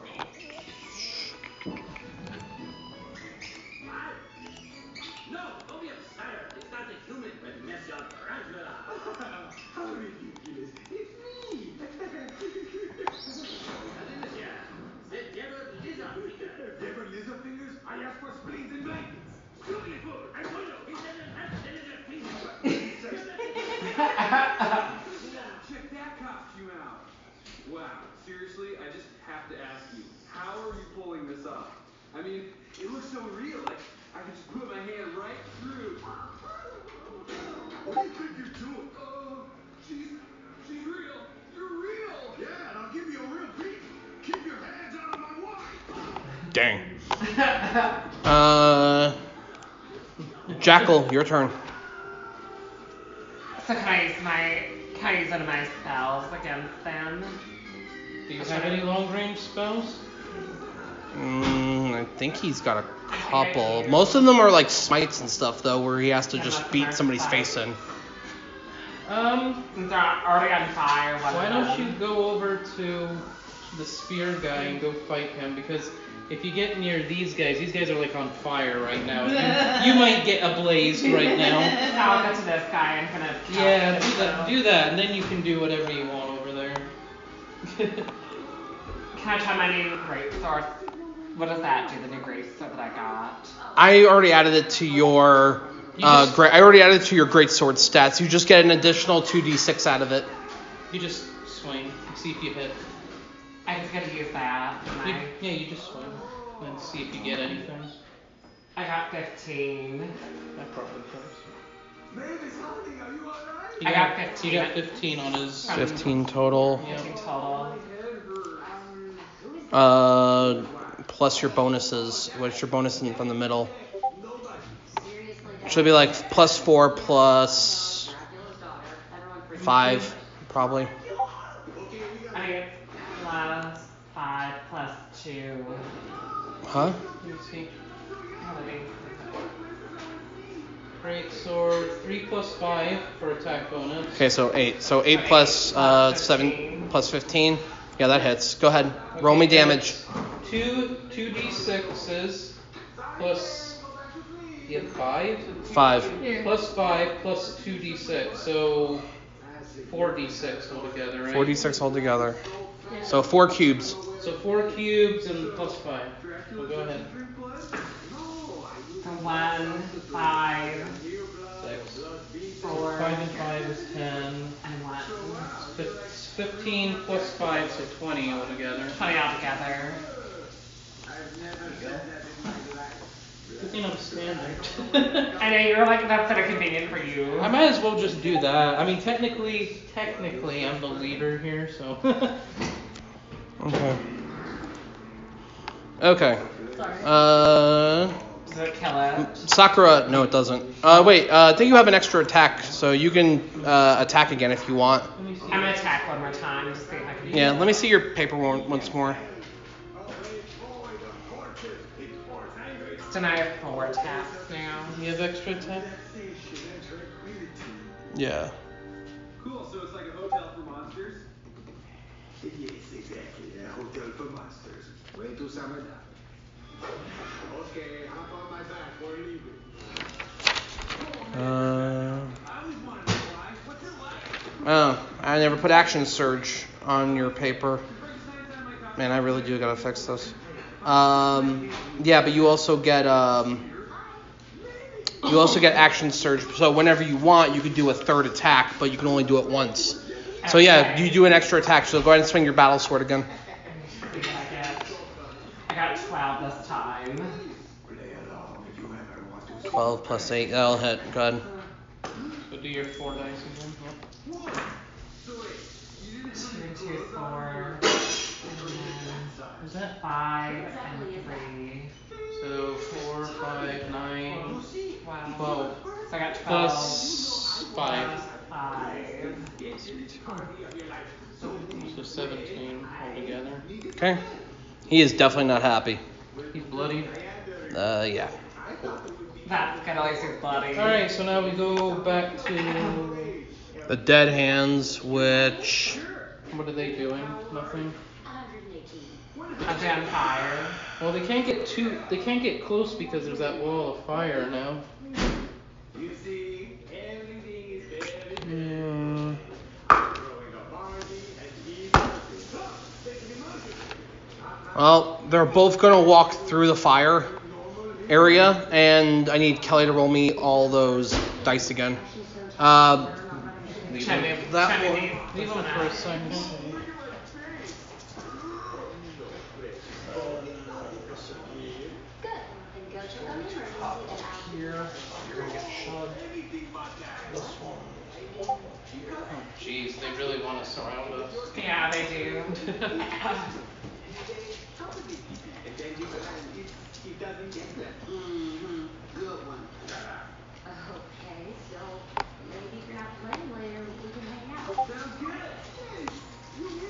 S8: No, don't be upset. It's not the human, but Monsieur Dracula.
S6: How are you, Gillis? It's me.
S8: The devil is a leader.
S6: Devil lizard fingers? I asked for spleens and blankets.
S8: Beautiful. I told you. He doesn't have- there is a thing.
S6: Sir.
S10: well. I mean, it looks so real. Like I could just put my hand right through. What do Oh, you think you're doing? Oh, she's she's real. You're real. Yeah, and I'll give you a real beat. Keep your hands out of my
S1: Dang. Uh, Jackal, your turn.
S5: So can I use my can I use one of my spells against them?
S2: Do you have any long range spells?
S1: Mm, I think he's got a couple. Most of them are like smites and stuff though, where he has to just beat somebody's face in.
S2: Um,
S5: Since they're already on fire, one
S2: Why
S5: of
S2: don't you
S5: them.
S2: go over to the spear guy and go fight him? Because if you get near these guys, these guys are like on fire right now. You, you might get ablaze right now.
S5: So I'll go to this guy and kind of
S2: Yeah, do that, do that, and then you can do whatever you want over there.
S5: Can I try my new great source? What does that do? The new great sword that I got.
S1: I already added it to your. Uh, great. I already added it to your great sword stats. You just get an additional 2d6 out of it.
S2: You just swing, see if you hit.
S5: I just gotta use that. and
S2: You,
S5: I-
S2: yeah, you just swing and see if you get anything.
S5: I got 15.
S2: That probably comes.
S5: I got Oh. 15.
S2: You got 15 on his.
S1: 15 total.
S5: 15 total.
S1: Uh, plus your bonuses. What's your bonus in from the middle? Should be like plus four, plus five, probably.
S5: I mean, plus 5 plus 2.
S1: Huh?
S2: Let me see. Great sword, 3 plus 5 for attack bonus.
S1: Okay, so eight. So eight plus uh, seven, plus 15. Yeah, that hits. Go ahead. Roll me
S2: Okay,
S1: damage.
S2: Two two d sixes plus you have five.
S1: Five.
S2: Plus five plus two d six, so four d six altogether, right?
S1: 46 altogether. So four cubes.
S2: So four cubes and plus five. Well, go ahead.
S5: So 1, 5,
S2: Six.
S5: 4,
S2: Five and five is ten.
S5: and 1.
S2: Fif- Fifteen plus five, so twenty altogether.
S5: 20 altogether.
S2: Good thing I'm standard.
S5: I know you were like, that's sort of convenient for you.
S2: I might as well just do that. I mean, technically, technically, I'm the leader here, so.
S1: Okay. Okay.
S6: Sorry.
S1: Uh,
S5: Does it kill it?
S1: Sakura. No, it doesn't. Uh, wait. Uh, I think you have an extra attack, so you can uh, attack again if you want.
S5: I'm gonna attack one more time to see if I can.
S1: Yeah. Let me see your paper one, once more.
S10: Oh,
S5: So now I have four attacks now.
S2: You have extra attack?
S1: Yeah.
S10: Cool, so it's like a hotel for monsters? Yes, exactly. A hotel for monsters. Way to sum it up. Okay, hop on my back. We're leaving.
S1: Uh, oh, I never put action surge on your paper. Man, I really do gotta fix this. Um, yeah, but you also get um, you also get action surge. So whenever you want, you could do a third attack, but you can only do it once. So yeah, you do an extra attack. So go ahead and swing your battle sword again.
S5: See if I get. I got 12 this time.
S1: 12 plus 8, that'll hit. Go ahead.
S2: So do your four dice again.
S5: Two, two, four.
S2: Is that
S5: Five and three.
S2: so? Four, five, nine,
S5: Twelve.
S2: twelve.
S5: So I got twelve.
S2: Plus five.
S5: Five.
S2: So 17 altogether.
S1: Okay. He is definitely not happy.
S2: He's bloody.
S1: Uh, yeah.
S5: That's good, at least he's bloody.
S2: Alright, so now we go back to.
S1: The dead hands, which.
S2: What are they doing? Nothing?
S5: I'm on fire.
S2: Well, they can't get too. They can't get close because there's that wall of fire now.
S10: You see, everything is very
S1: Mm,
S10: growing a party and evil.
S1: well, they're both gonna walk through the fire area, and I need Kelly to roll me all those dice again. Uh,
S5: Should I move?
S1: That
S5: should I
S1: one-
S5: move these?
S2: Leave
S5: This
S2: them
S5: one
S2: for a
S5: out?
S2: second.
S10: And then you realize it's- he doesn't get that.
S12: Mm-hmm.
S10: Good one.
S12: Okay, so maybe if you're not playing later, we can hang out.
S10: Sounds good.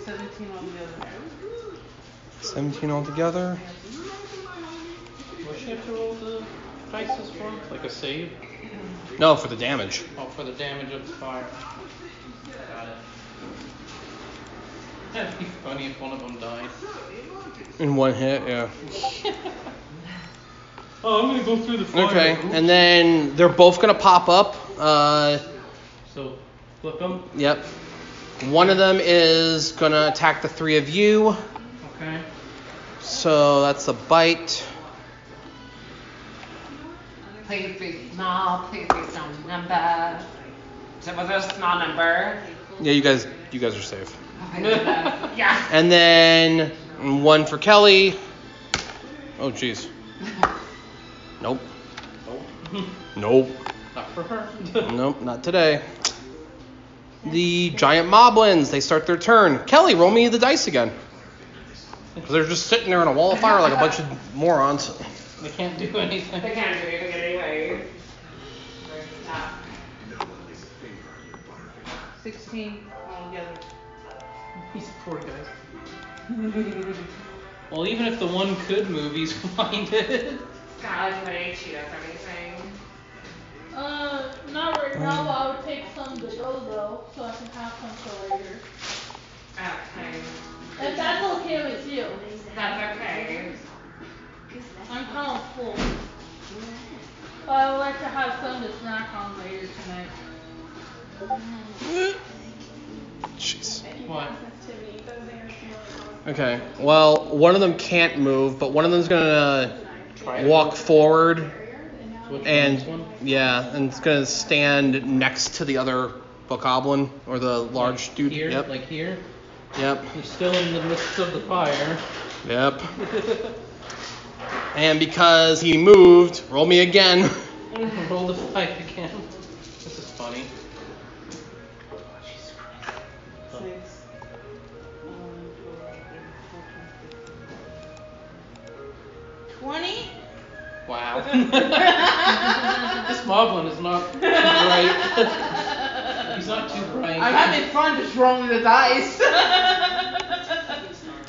S3: 17 on the other.
S1: 17 altogether.
S2: Well, she have to roll the dice this one? Like a save?
S1: No, for the damage.
S2: Oh, for the damage of the fire. Got it. That'd be funny if one of them died.
S1: In one hit, yeah.
S2: Oh, I'm gonna go through the fire.
S1: Okay, and then they're both gonna pop up. Uh,
S2: So, flip them.
S1: yep. One of them is gonna attack the three of you.
S2: Okay.
S1: So that's a bite.
S5: Please be small, please be some number. So was there a small number?
S1: Yeah, you guys, you guys are safe.
S5: yeah.
S1: And then one for Kelly. Oh, jeez. Nope. Nope.
S2: Not for her.
S1: Nope. Not today. The giant moblins. They start their turn. Kelly, roll me the dice again. 'Cause they're just sitting there in a wall of fire like a bunch of morons.
S2: They can't do anything.
S5: They can't do anything anyway. Yeah.
S3: 16 all together.
S2: These poor guys. Well, even if the one could move, he's blinded.
S5: God, would I cheat us anything?
S6: Uh, not right now, but I would take some to go though, so I can have some for later.
S5: Okay.
S6: If that's okay with you.
S5: That's okay.
S6: I'm kind of full. But I would like to have some to snack on later tonight.
S1: Jeez.
S2: What?
S1: Okay. Well, one of them can't move, but one of them's gonna walk forward
S2: Which one's
S1: and
S2: one?
S1: yeah, and it's gonna stand next to the other bokoblin or the large dude.
S2: Here,
S1: Yep.
S2: like here.
S1: Yep.
S2: You're still in the midst of the fire.
S1: Yep. And because he moved, roll me again.
S2: Roll the fight again. This is funny.
S3: Six. Um, 20?
S2: Wow. this moblin is not too bright. He's not too bright.
S3: I'm having fun just rolling the dice.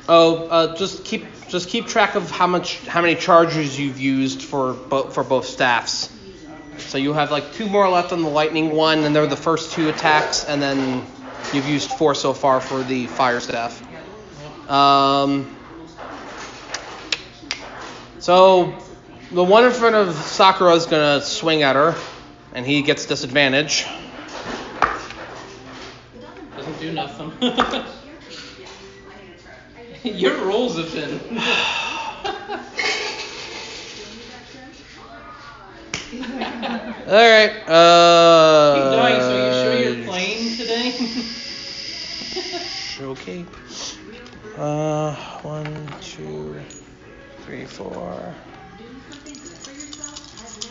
S1: Oh, uh, just keep just keep track of how much how many charges you've used for both for both staffs. So you have like two more left on the lightning one, and they're the first two attacks, and then you've used four so far for the fire staff. Um, so the one in front of Sakura is gonna swing at her, and he gets disadvantage.
S2: Doesn't do nothing. Your rolls have been.
S1: All right. Uh,
S2: Keep dying, so you sure you're playing today?
S1: Okay. Uh, one, two, three, four.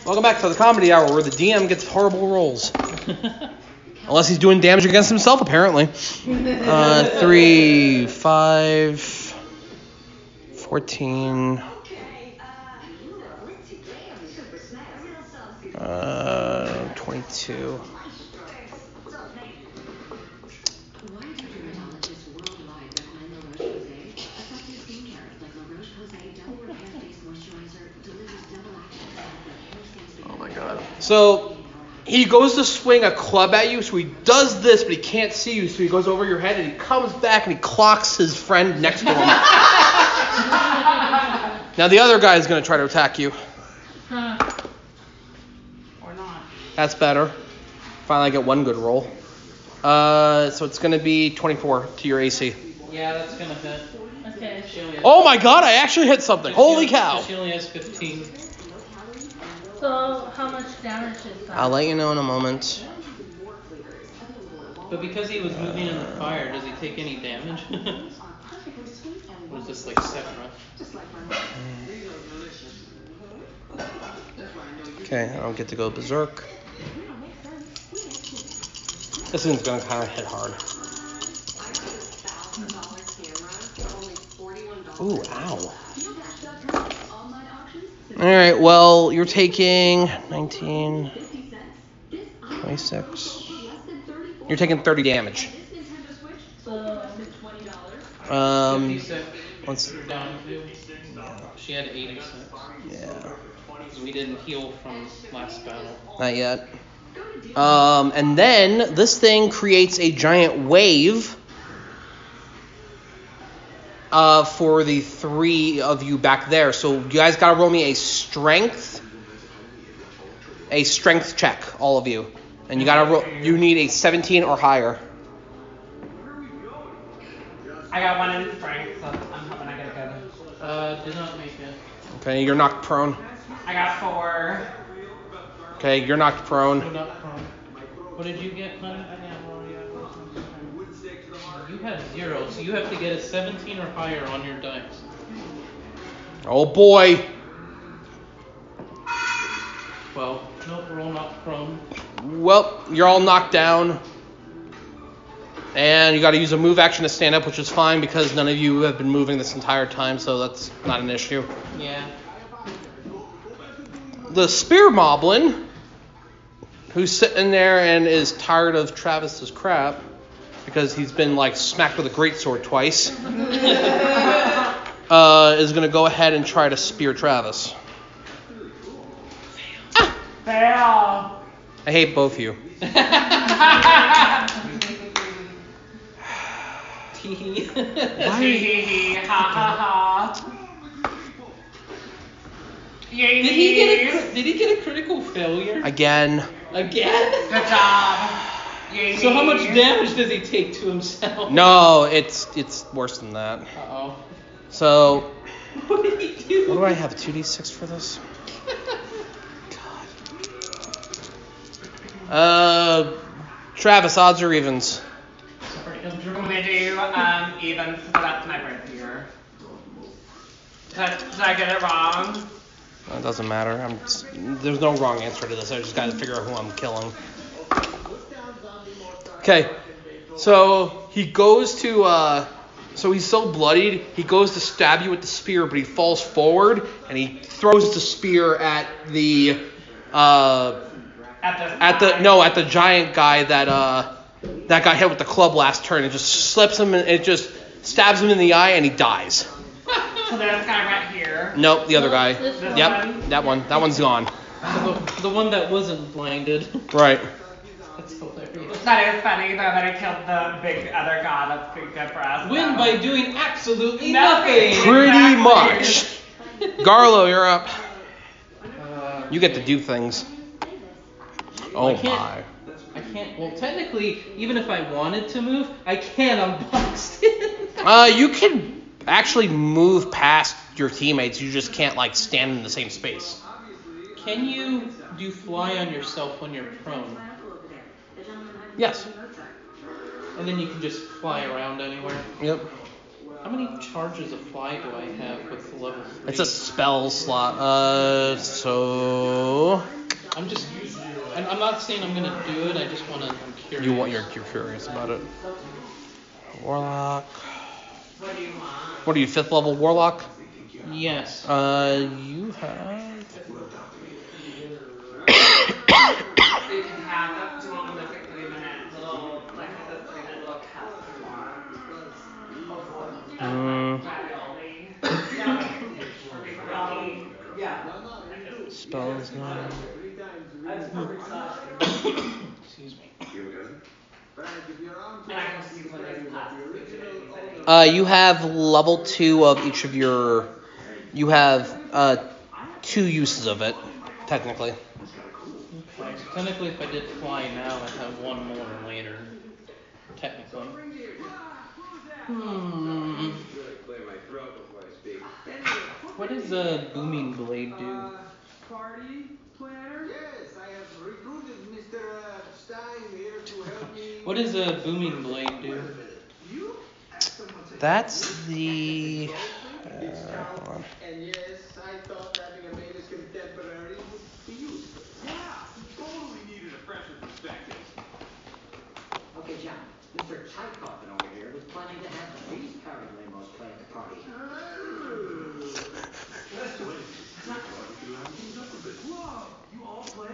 S1: Welcome back to the comedy hour where the DM gets horrible rolls. Unless he's doing damage against himself, apparently. Uh, three, five, 14, uh, 22.
S12: Oh my
S1: god. So he goes to swing a club at you, so he does this, but he can't see you, so he goes over your head and he comes back and he clocks his friend next to him. now the other guy is going to try to attack you.
S3: or not.
S1: That's better. Finally, I get one good roll. Uh, so it's going to be 24 to your AC.
S2: yeah, that's gonna hit.
S6: Okay.
S2: She only has-
S1: Oh my god, I actually hit something. Holy
S2: she-
S1: cow.
S2: She only has 15.
S6: So, how much damage is that?
S1: I'll let you know in a moment.
S2: But because he was moving in the fire, does he take any damage? was this like Sephiroth?
S1: Okay, I don't get to go berserk. This one's gonna kind of hit hard. Ooh, ow. All right, well, you're taking 19, 26. You're taking 30 damage. Um,
S2: 50 cent
S1: let's,
S2: downfield. She had 80 cents.
S1: yeah,
S2: We didn't heal from last battle.
S1: not yet. Um, and then this thing creates a giant wave uh, for the three of you back there. So you guys gotta roll me a strength, a strength check, all of you. And you gotta roll. You need a 17 or higher.
S5: I got one in strength, so I'm hoping I get a good.
S2: Uh, did not make it.
S1: Okay, you're knocked prone.
S5: I got four.
S1: Okay, you're knocked
S2: You're
S1: prone.
S2: not prone. What did you get, Glenn? You had zero, so you have to get a 17 or higher on your dice.
S1: Oh boy.
S2: Well, nope, roll not prone.
S1: Well, you're all knocked down. And you gotta use a move action to stand up, which is fine because none of you have been moving this entire time, so that's not an issue.
S2: Yeah.
S1: The spear moblin, who's sitting there and is tired of Travis's crap because he's been like smacked with a greatsword twice, uh, is gonna go ahead and try to spear Travis.
S5: Fail.
S1: I hate both of you.
S5: Hee hee hee, ha ha ha. Yay.
S2: Did he get a, cri- did he get a critical failure?
S1: Again.
S2: Again?
S5: Good job. Yay.
S2: So how much damage does he take to himself?
S1: No, it's it's worse than that.
S2: Uh-oh.
S1: So
S2: What did he do?
S1: what do I have? 2d6 for this? Uh, Travis, odds or evens?
S5: I'm gonna do um even so that's my breaker. Did I, did I get it wrong?
S1: That doesn't matter. I'm just- there's no wrong answer to this. I just got to figure out who I'm killing. Okay, so he goes to uh, so he's so bloodied he goes to stab you with the spear, but he falls forward and he throws the spear at the uh,
S5: At the
S1: at the no at the giant guy that uh that got hit with the club last turn. It just slips him and it just stabs him in the eye and he dies.
S5: So there's guy right here.
S1: Nope, the other guy.
S5: This one.
S1: Yep, that one. That one's gone.
S2: The, the one that wasn't blinded.
S1: Right.
S2: That's hilarious.
S5: That is funny though that I killed the big other guy that's big good for us.
S2: Win by doing absolutely
S5: Nothing.
S2: nothing.
S1: Pretty
S5: Exactly.
S1: much. Garlo, you're up.
S2: Uh,
S1: You get to do things. Oh
S2: I can't-
S1: my.
S2: I can't. Well, technically, even if I wanted to move, I can't. I'm boxed in.
S1: Uh, you can actually move past your teammates. You just can't like stand in the same space.
S2: Can you do fly on yourself when you're prone?
S1: Yes.
S2: And then you can just fly around anywhere.
S1: Yep.
S2: How many charges of fly do I have with level 3?
S1: It's a spell slot. Uh, so
S2: I'm just. I'm, I'm not saying I'm gonna do it. I just wanna. I'm curious.
S1: you want your you're curious about it. Warlock. What are you fifth level warlock?
S2: Yes.
S1: Uh, you have.
S5: You can have that. Do you want me to pick three minute little like this three minute little cast
S1: Mm,
S5: one? Yeah.
S1: spells not.
S5: That's perfect size.
S2: Excuse me.
S5: And I can see what this class is doing.
S1: Uh, you have level two of each of your. You have uh, two uses of it, technically.
S2: Okay. So technically, if I did fly now, I'd have one more later. Technically. Hmm. What does a booming blade do?
S3: uh,
S2: What does a booming blade do?
S1: That's the. Uh, hold on.
S9: Okay, John, Mr. Tchaikovsky over here was planning to have the least power Lamos play at the party.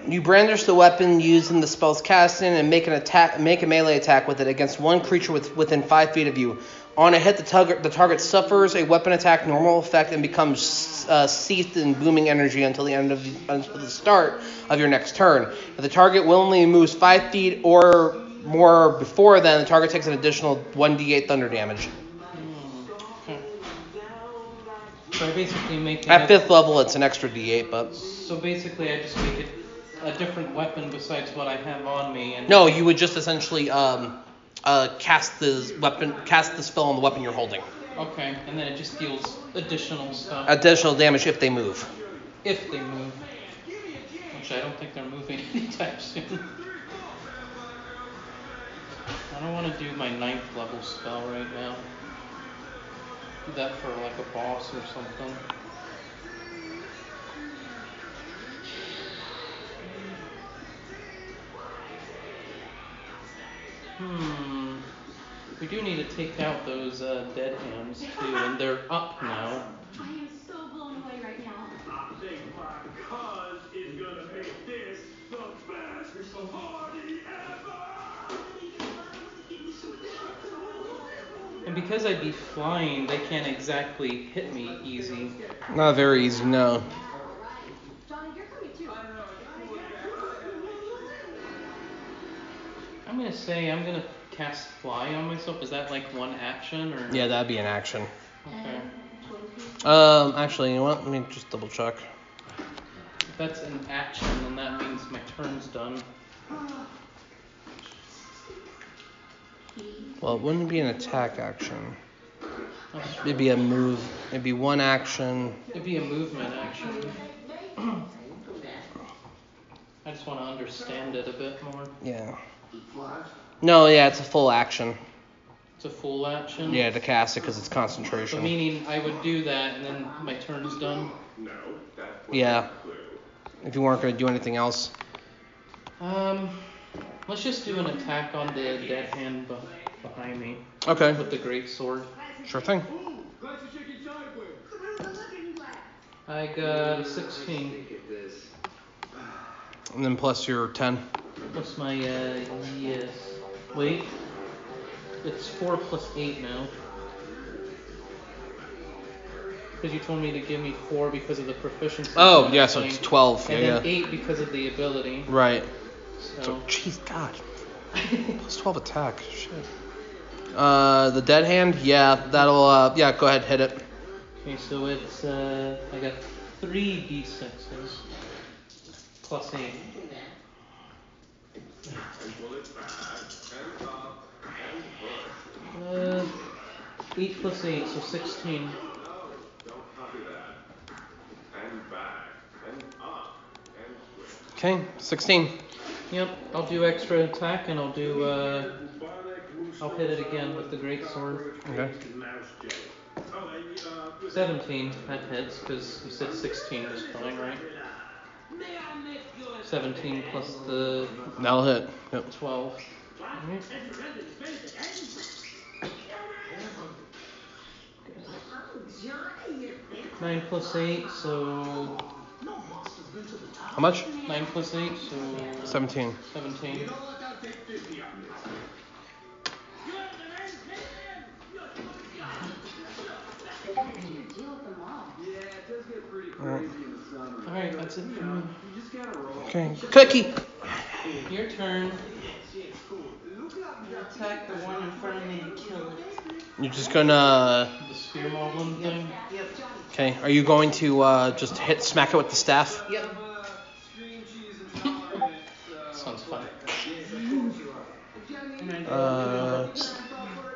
S1: You brandish the weapon used in the spell's casting and make an attack, make a melee attack with it against one creature with, within five feet of you. On a hit, the, tug- the target suffers a weapon attack normal effect and becomes uh, seethed in booming energy until the end of the, until the start of your next turn. If the target willingly moves five feet or more before then, the target takes an additional 1d8 thunder damage.
S2: So I basically make it
S1: At
S2: a-
S1: fifth level, it's an extra d8, but
S2: So basically, I just make it a different weapon besides what I have on me. And
S1: no, you would just essentially um, uh, cast the weapon, cast the spell on the weapon you're holding.
S2: Okay, and then it just deals additional stuff
S1: Additional damage if they move.
S2: if they move, which I don't think they're moving anytime soon. I don't want to do my ninth level spell right now. Do that for like a boss or something. Hmm. We do need to take out those uh, dead hams too, and they're up now.
S7: I am so blown away right now.
S10: I think my cause is gonna make this the best party
S2: And because I'd be flying, they can't exactly hit me easy.
S1: Not very easy, no.
S2: I'm gonna say I'm gonna cast fly on myself. Is that like one action or?
S1: Yeah, that'd be an action.
S2: Okay.
S1: Um, actually, you know what? Let me just double check.
S2: If that's an action, then that means my turn's done.
S1: Well, it wouldn't be an attack action. It'd be a move. It'd be one action.
S2: It'd be a movement action. I just want to understand it a bit more.
S1: Yeah. No, yeah, it's a full action.
S2: It's a full action.
S1: Yeah, to cast it because it's
S2: So
S1: concentration.
S2: meaning I would do that and then my turn's done.
S10: No, that
S1: Yeah. If you weren't gonna do anything else.
S2: Um, let's just do an attack on the dead hand beh behind me.
S1: Okay.
S2: With the great sword.
S1: Sure thing.
S2: I got a 16
S1: And then plus your 10.
S2: plus my uh, yes. Wait, it's four plus eight now. Because you told me to give me four because of the proficiency.
S1: Oh,
S2: bonus
S1: yeah, so it's 12,
S2: And
S1: yeah,
S2: then
S1: yeah.
S2: eight because of the ability.
S1: Right. So,
S2: So
S1: jeez, God. plus 12 attack. Shit. Uh, the dead hand. Yeah, that'll. Uh, yeah, go ahead, hit it.
S2: okay, so it's uh, I got three d6s plus eight. Uh, 8 plus 8, so 16.
S1: Okay, 16.
S2: Yep, I'll do extra attack and I'll do, uh, I'll hit it again with the great sword.
S1: Okay.
S10: Oh, uh,
S2: 17, that hits, because you said 16 was fine, right? 17 plus the
S1: That'll hit. Yep.
S2: 12. Alright. Nine plus eight, so
S1: How much?
S2: nine plus eight, so
S1: 17.
S2: Seventeen. Alright, that's it for me.
S1: Okay. Cookie!
S2: Your turn.
S9: Attack the one in front of me and kill it.
S1: You're just gonna.
S2: The spear moblin thing.
S9: Yep.
S1: Okay, are you going to uh, just hit smack it with the staff?
S9: Yep.
S2: Sounds fun.
S1: Uh,
S8: What are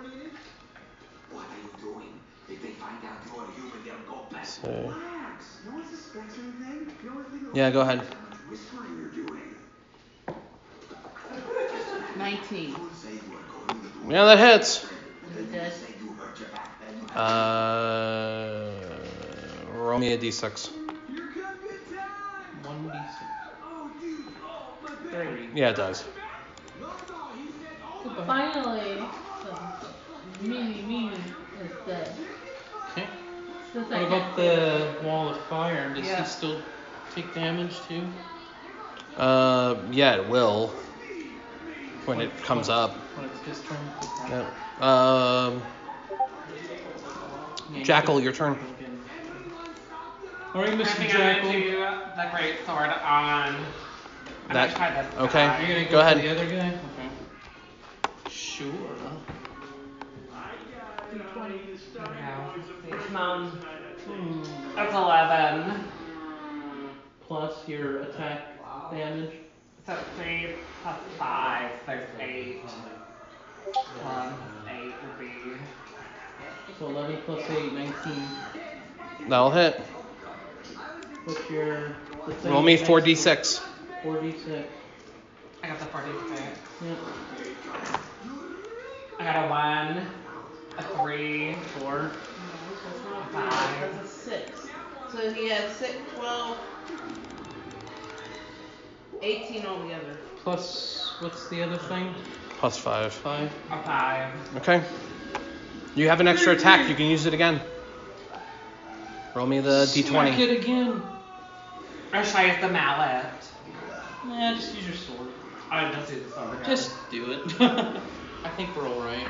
S8: you doing? If they find out you are human, they'll go back.
S1: So-
S8: Relax. No one suspects anything. The only thing
S1: yeah, go ahead.
S8: How much whispering you're doing.
S3: 19.
S1: Yeah, that hits.
S3: It does.
S1: Uh, roll me a d6.
S2: One d
S10: Oh,
S2: Three.
S1: Yeah, it does.
S6: Finally, the mini mini is dead.
S2: Okay.
S6: Since
S2: What
S6: I
S2: about the wall of fire? Does
S9: Yeah.
S2: he still take damage too?
S1: Uh, yeah, it will. When it comes up.
S2: When it's his turn.
S1: Yeah. Um, Jackal, your turn.
S2: All right,
S5: I
S2: Mr.
S5: think I'm gonna
S2: Jackal.
S5: do the great sword on. I'm gonna
S1: That-
S5: try this
S1: okay.
S5: guy.
S2: You're gonna go,
S1: Go ahead.
S2: for the other guy. Okay. Sure.
S5: No. Come on. That's 11.
S2: Plus your attack damage.
S5: So 3 plus 5, there's 8. Plus 8 would be.
S2: So 11 plus 8, 19.
S1: That'll hit.
S2: What's your? let's say
S1: Roll me
S2: your next-
S1: 4d6.
S2: 4d6.
S5: I got the 46.
S2: Yep.
S5: I got a 1, a 3, 4,
S3: That's a six. So he had six, twelve, eighteen altogether.
S2: Plus, what's the other thing?
S1: Plus 5.
S2: Five.
S5: a 5.
S1: Okay. You have an extra attack. You can use it again. Roll me the
S2: Smack
S1: d20.
S2: it again.
S5: Or should I use the mallet?
S2: Nah, just use your sword.
S5: I just use the sword. again.
S2: Just do it. I think we're alright.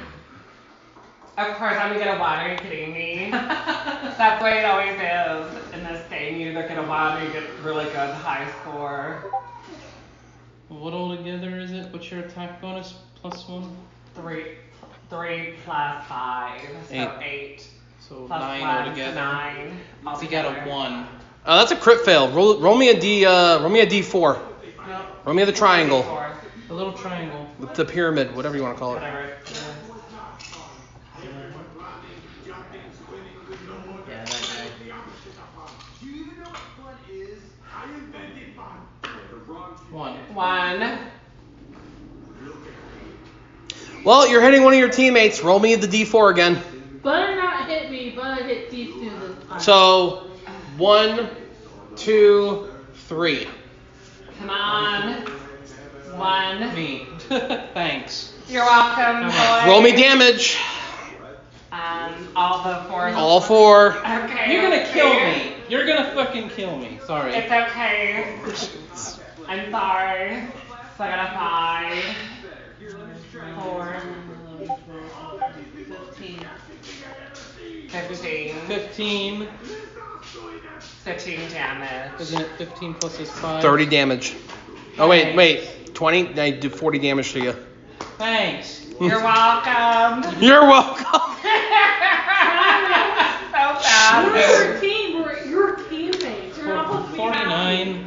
S5: Of course, I'm gonna get a one. Are you kidding me? That's the way it always is in this game. You either get a one or you get really good high score.
S2: What altogether is it? What's your attack bonus? Plus one?
S5: Three, three plus five, so
S1: Eight.
S5: eight.
S2: So
S5: Plus
S2: nine
S5: one,
S2: altogether.
S5: Nine.
S2: So you got a
S5: altogether.
S2: one.
S1: Uh, that's a crit fail. Roll, roll me a d. Uh, roll me a d4.
S5: Nope.
S1: Roll me the triangle,
S5: Four.
S2: A little triangle.
S1: with the pyramid, whatever you want to call it.
S5: Whatever. it is.
S2: Yeah, that guy.
S10: Do you even know what fun is? I invented fun. The wrong
S2: One.
S5: One.
S1: Well, you're hitting one of your teammates. Roll me the d4 again.
S6: Butter not hit me, butter hit these two this time.
S1: So, one, two, three.
S5: Come on. One.
S2: Me. Thanks.
S5: You're welcome, boy.
S1: Roll me damage.
S5: Um, all the fours.
S1: All four.
S5: Okay.
S2: You're gonna kill
S5: okay.
S2: me. You're gonna fucking kill me. Sorry.
S5: It's okay. I'm sorry. So I got a five, four,
S3: Fifteen.
S5: fifteen,
S2: 15.
S5: fifteen damage.
S2: Isn't it 15 plus his 5?
S1: 30 damage. Oh, wait, wait. 20? I did 40 damage to you.
S2: Thanks.
S5: You're welcome.
S1: You're welcome.
S5: so fast.
S4: We're a team. We're your teammates. You're not supposed to be happy.
S2: 49.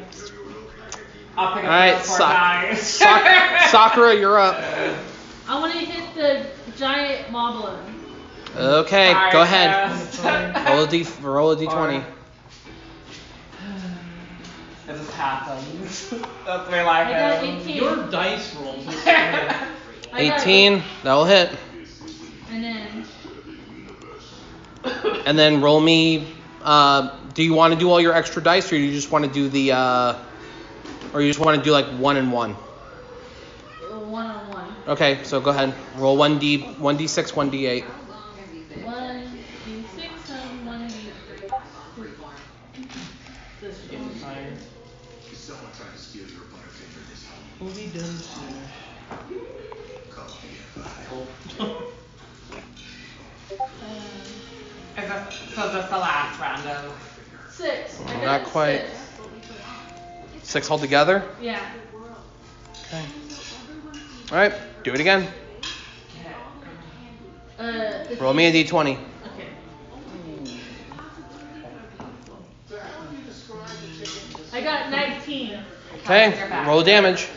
S5: I'll pick up
S1: Alright,
S5: those four
S1: suck.
S5: dice.
S1: Sak- Sakura, you're up.
S6: I want to hit the giant moblin.
S1: Okay,
S5: Sorry,
S1: go ahead.
S5: guys.
S6: uh,
S1: Roll a, D, roll a d20.
S5: It just happens. That's my life.
S6: I got
S5: is.
S6: 18.
S2: Your dice rolls. are so good.
S5: I
S6: I got-
S1: 18, that'll hit.
S6: And then
S1: And then roll me. Uh, do you want to do all your extra dice, or you just want to do the, uh, or you just want to do like one and one?
S6: uh, one on one.
S1: Okay, so go ahead. Roll one d, one d6, one d8.
S6: One, two, six, and one, two, three. This
S2: Getting
S6: one.
S2: tired.
S8: Someone tried to steal your butterfinger this time.
S2: We'll be done soon.
S8: Call me if I-
S6: Um,
S5: Is this, so is this the last round of?
S6: Six. I
S1: Well,
S6: got
S1: not quite.
S6: six.
S1: Six altogether.
S6: Yeah.
S1: Okay. All right, do it again.
S6: Uh, the
S1: Roll me a d20.
S6: Okay. I got 19.
S1: Okay, roll damage.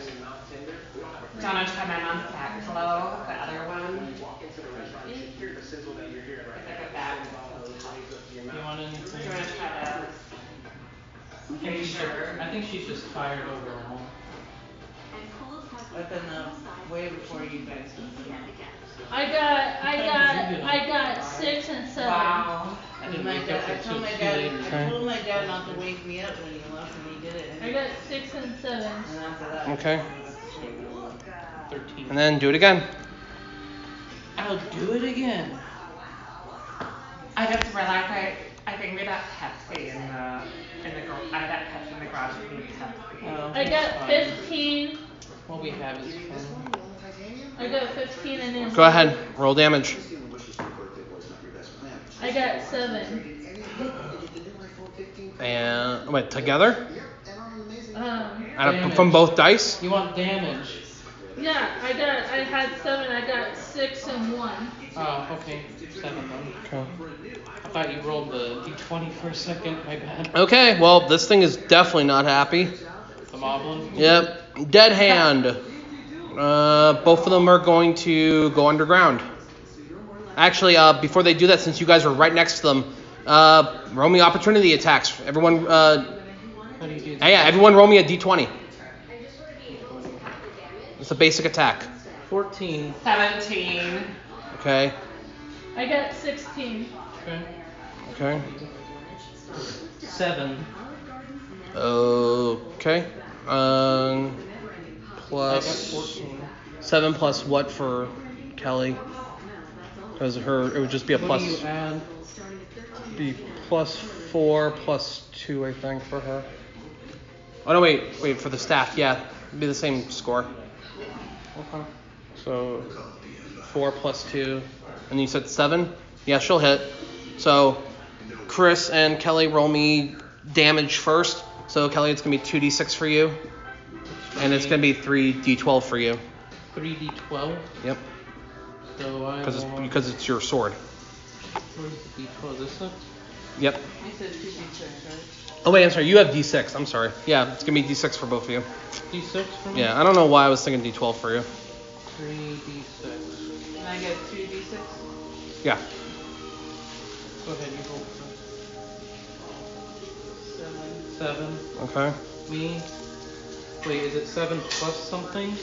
S5: Donna come in on Sackflow, the other one. If I go back,
S2: You want
S5: do
S2: anything?
S5: you want to try to? Are you sure?
S2: I think she's just tired overall.
S9: Open
S3: uh,
S9: up uh, way before you guys.
S6: I got, I
S2: Did you
S6: got,
S2: get
S6: I got six and seven.
S5: Wow.
S2: I
S9: And
S2: didn't
S9: my
S2: wake
S9: dad,
S2: up
S9: I
S2: until
S9: told my
S2: too
S9: dad,
S2: late.
S9: I told my dad not to wake me up when he left, and he did it.
S6: I got six and seven.
S9: And after that.
S1: Okay.
S2: Thirteen.
S1: And then do it again.
S2: I'll do it again.
S5: I just realized I, I think we got Pepsi in the, in the, gar- I got Pepsi in the garage. We need Pepsi.
S2: Oh.
S6: I got fifteen.
S1: What we have is fun.
S6: I got fifteen and then.
S1: Go ahead, roll damage.
S6: I got seven.
S1: And wait, together?
S6: Um,
S1: Out of, from both dice?
S2: You want damage?
S6: yeah, I got. I had seven. I got six and one.
S2: Oh, okay. Seven then. I thought you rolled the d20 for a second. My bad.
S1: Okay, well this thing is definitely not happy.
S2: The moblin.
S1: Yep. Dead hand. Uh, both of them are going to go underground. Actually, uh, before they do that, since you guys are right next to them, uh, roll me opportunity attacks. Everyone, uh,
S2: How do you do?
S1: yeah, yeah, everyone roll me a d20. It's a basic attack.
S2: 14.
S5: Seventeen.
S1: Okay,
S6: I got sixteen.
S2: Okay.
S1: okay,
S2: Seven.
S1: okay. Um,
S2: I got
S1: plus
S2: 14.
S1: seven plus what for Kelly? Because her, it would just be a
S2: What do
S1: plus.
S2: you add?
S1: be plus four, plus two, I think, for her. Oh no, wait, wait for the staff. Yeah, it'd be the same score.
S2: Okay.
S1: So four plus two, and you said seven. Yeah, she'll hit. So Chris and Kelly roll me damage first. So Kelly, it's gonna be two d6 for you, and it's gonna be three d12 for you.
S2: 3d12.
S1: Yep,
S2: So I
S1: because it's
S2: will-
S1: because it's your sword.
S2: Where's the d12? This one?
S1: Yep.
S9: I said two D6, right?
S1: Oh wait, I'm sorry. You have d6. I'm sorry. Yeah, it's gonna be d6 for both of you.
S2: D6 for me?
S1: Yeah, I don't know why I was thinking d12 for you.
S2: 3d6.
S9: And I get two D6?
S1: Yeah.
S2: Go ahead, you roll first.
S9: Seven.
S2: Seven.
S1: Okay.
S2: Me. Wait, is it seven plus something?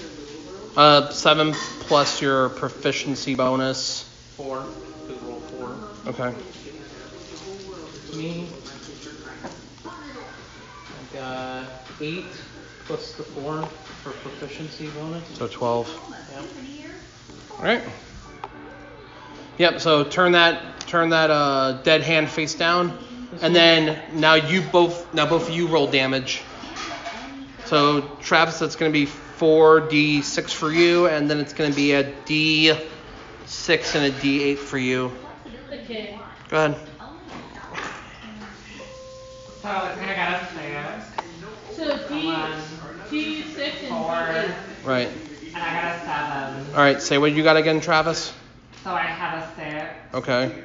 S1: Uh, seven plus your proficiency bonus.
S2: Four. Because roll four.
S1: Okay.
S2: Me. I got eight plus the four for proficiency bonus.
S1: So 12.
S2: Yep.
S1: All right. Yep. So turn that turn that uh, dead hand face down, and then now you both now both of you roll damage. So Travis, that's gonna be 4d6 for you, and then it's gonna be a d6 and a d8 for you.
S6: Okay.
S1: Go ahead.
S7: oh
S5: So I think I got a six,
S6: So D D six and
S1: Right.
S5: and I got a seven.
S1: All right. Say what you got again, Travis.
S5: So I had a six,
S1: Okay.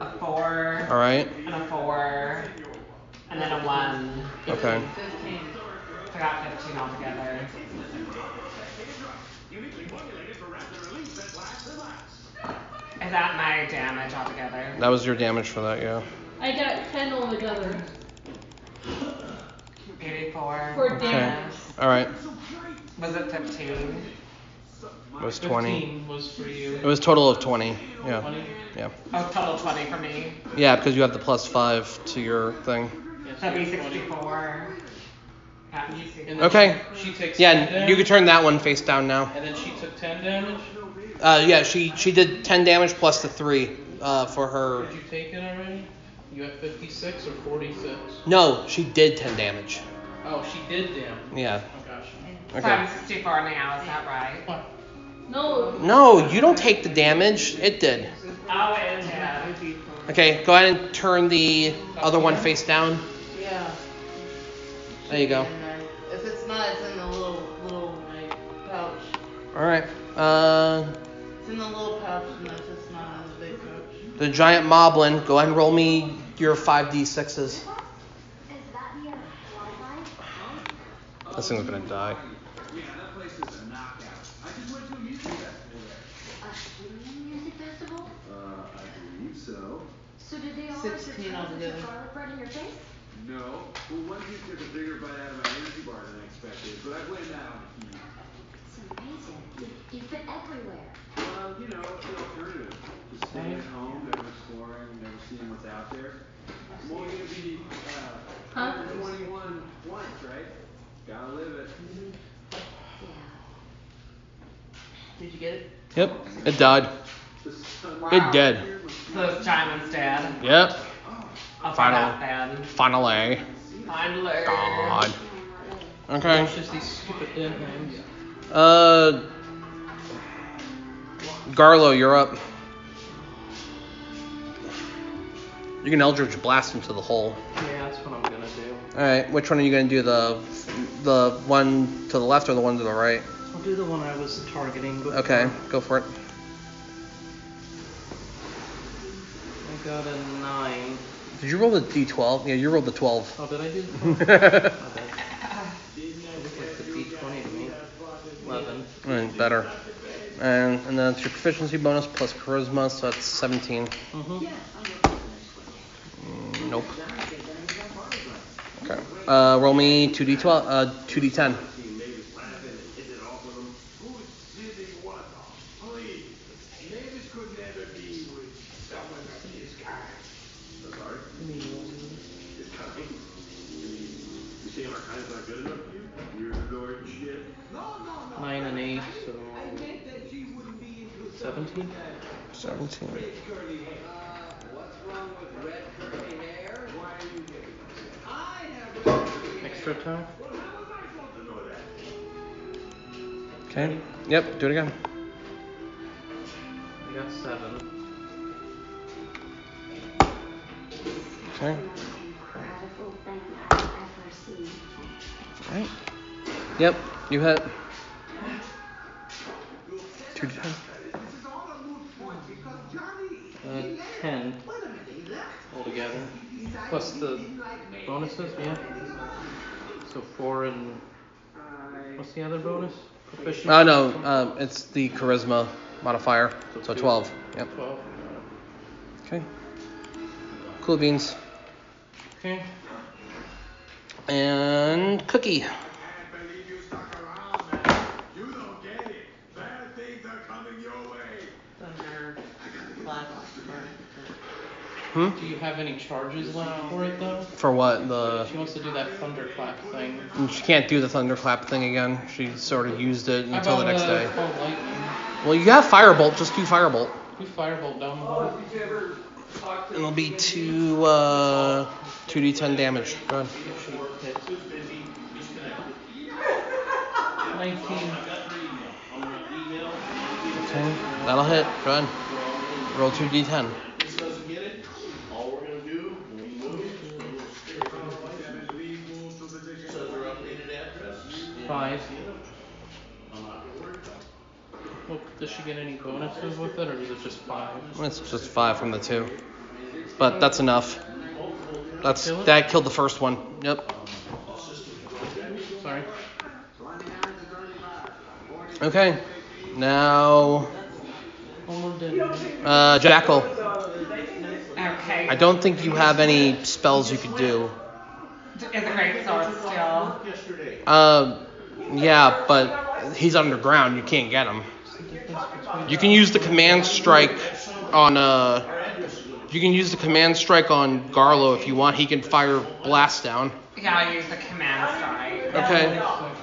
S5: a four,
S1: All right.
S5: and a four, and then a one.
S1: Okay.
S9: Fifteen.
S5: So I got fifteen altogether. Is that my damage altogether?
S1: That was your damage for that, yeah.
S6: D. I got ten altogether.
S5: Eighty-four.
S6: For
S5: minus-
S6: damage.
S1: All right.
S5: Was it fifteen?
S1: It was 20.
S2: 15 was for you.
S1: It was total of 20. Yeah.
S2: 20.
S1: Yeah.
S5: Oh, total twenty for me.
S1: Yeah, because you have the plus 5 to your thing.
S2: Yes,
S5: So it'd be
S2: 20.
S5: sixty-four. Got me
S2: And then
S5: 64.
S1: Okay.
S2: She takes ten
S1: Yeah,
S2: damage,
S1: you can turn that one face down now.
S2: And then she took 10 damage.
S1: Uh, yeah, she she did 10 damage plus the 3 uh, for her.
S2: Did you take it already? You have 56 or 46?
S1: No, she did 10 damage.
S2: Oh, she did damage.
S1: Yeah.
S2: Oh gosh.
S5: So I'm
S1: Okay.
S5: sixty-four now, is that right?
S2: What?
S6: No.
S1: No, you don't take the damage. It did.
S5: Oh, it is. yeah.
S1: Okay, go ahead and turn the other one face down.
S9: Yeah.
S1: There you go.
S9: And then If it's not, it's in the little, little pouch.
S1: All right. Uh,
S9: It's in the little pouch, and if it's not in the big pouch.
S1: the giant moblin, go ahead and roll me your 5d6s.
S7: uh,
S1: This thing's gonna die.
S10: Yeah, that place is a knockout. I just went to a music festival there.
S7: Music festival?
S10: Uh, I believe so.
S7: So did they all
S9: Sixteen altogether.
S7: garlic bread in your face?
S10: No. Well, one dude took a bigger bite out of my energy bar than I expected, but I blame that on heat.
S7: It's amazing. You, you fit everywhere.
S10: Well, you know, it's the alternative. Just staying at home, never exploring, never seeing what's out there. I'm only gonna be, uh,
S6: Huh?
S10: 21 once, right? Gotta live it.
S9: Did you get it?
S1: Yep, it died.
S10: The sun
S1: It dead.
S10: here was
S5: So it's Simon's dead.
S1: Yep.
S5: I'll
S1: Final.
S5: Final.
S1: Finally.
S5: Finally.
S1: God. Okay.
S2: It's just these stupid damn names.
S1: Uh, Garlo, you're up. You can Eldritch Blast him to the hole.
S2: Yeah, that's what I'm gonna do.
S1: All right, which one are you gonna do? The the one to the left or the one to the right?
S2: I'll do the one I was targeting. Before.
S1: Okay, go for it.
S2: I got a nine.
S1: Did you roll the d12? Yeah, you rolled the Mm, 12.
S2: Oh, did I do the 12? okay. Looks like the d20 to me. 11.
S1: Mm, better. And, and then it's your proficiency bonus plus charisma, so that's 17.
S2: Mm-hmm.
S1: Mm, nope. Okay. Uh, roll me 2d12, uh, 2d10.
S2: Nine and eight, so. Seventeen?
S1: 17.
S2: Extra time?
S1: Okay. Yep, do it again.
S2: I got seven.
S1: Okay. Alright. Yep, you hit. 2d10.
S2: Uh, ten. Altogether. Plus the bonuses, yeah. So four and. What's the other bonus? Proficiency?
S1: Oh no, um, it's the charisma modifier, so 12. Yep.
S2: Twelve.
S1: Okay. Cool beans.
S2: Okay.
S1: And Cookie.
S5: Thunder, blast,
S1: Hmm?
S2: Do you have any charges left for it though?
S1: For what? The
S2: She wants to do that thunderclap thing.
S1: she can't do the thunderclap thing again. She sort of used it
S2: How
S1: until the
S2: about,
S1: next
S2: uh,
S1: day.
S2: Bolt lightning.
S1: Well, you have firebolt. Just do firebolt.
S2: We firebolt down the hole.
S1: And it'll be two uh, two d10 damage. Go ahead.
S2: Nineteen.
S1: Okay, that'll hit. Go ahead. Roll two d10.
S2: Five. Well, does she get any bonuses with it, or is it just five?
S1: It's just five from the two, but that's enough. That's that killed the first one. Yep.
S2: Sorry.
S1: Okay. Now,
S2: One more day.
S1: uh, Jackal.
S5: Okay.
S1: I don't think you have any spells you could do.
S5: It's a great sword still.
S1: Uh, yeah, but he's underground. You can't get him. You can use the command strike on uh, you can use the command strike on Garlo if you want. He can fire blast down.
S5: Yeah, I use the command strike.
S1: Okay.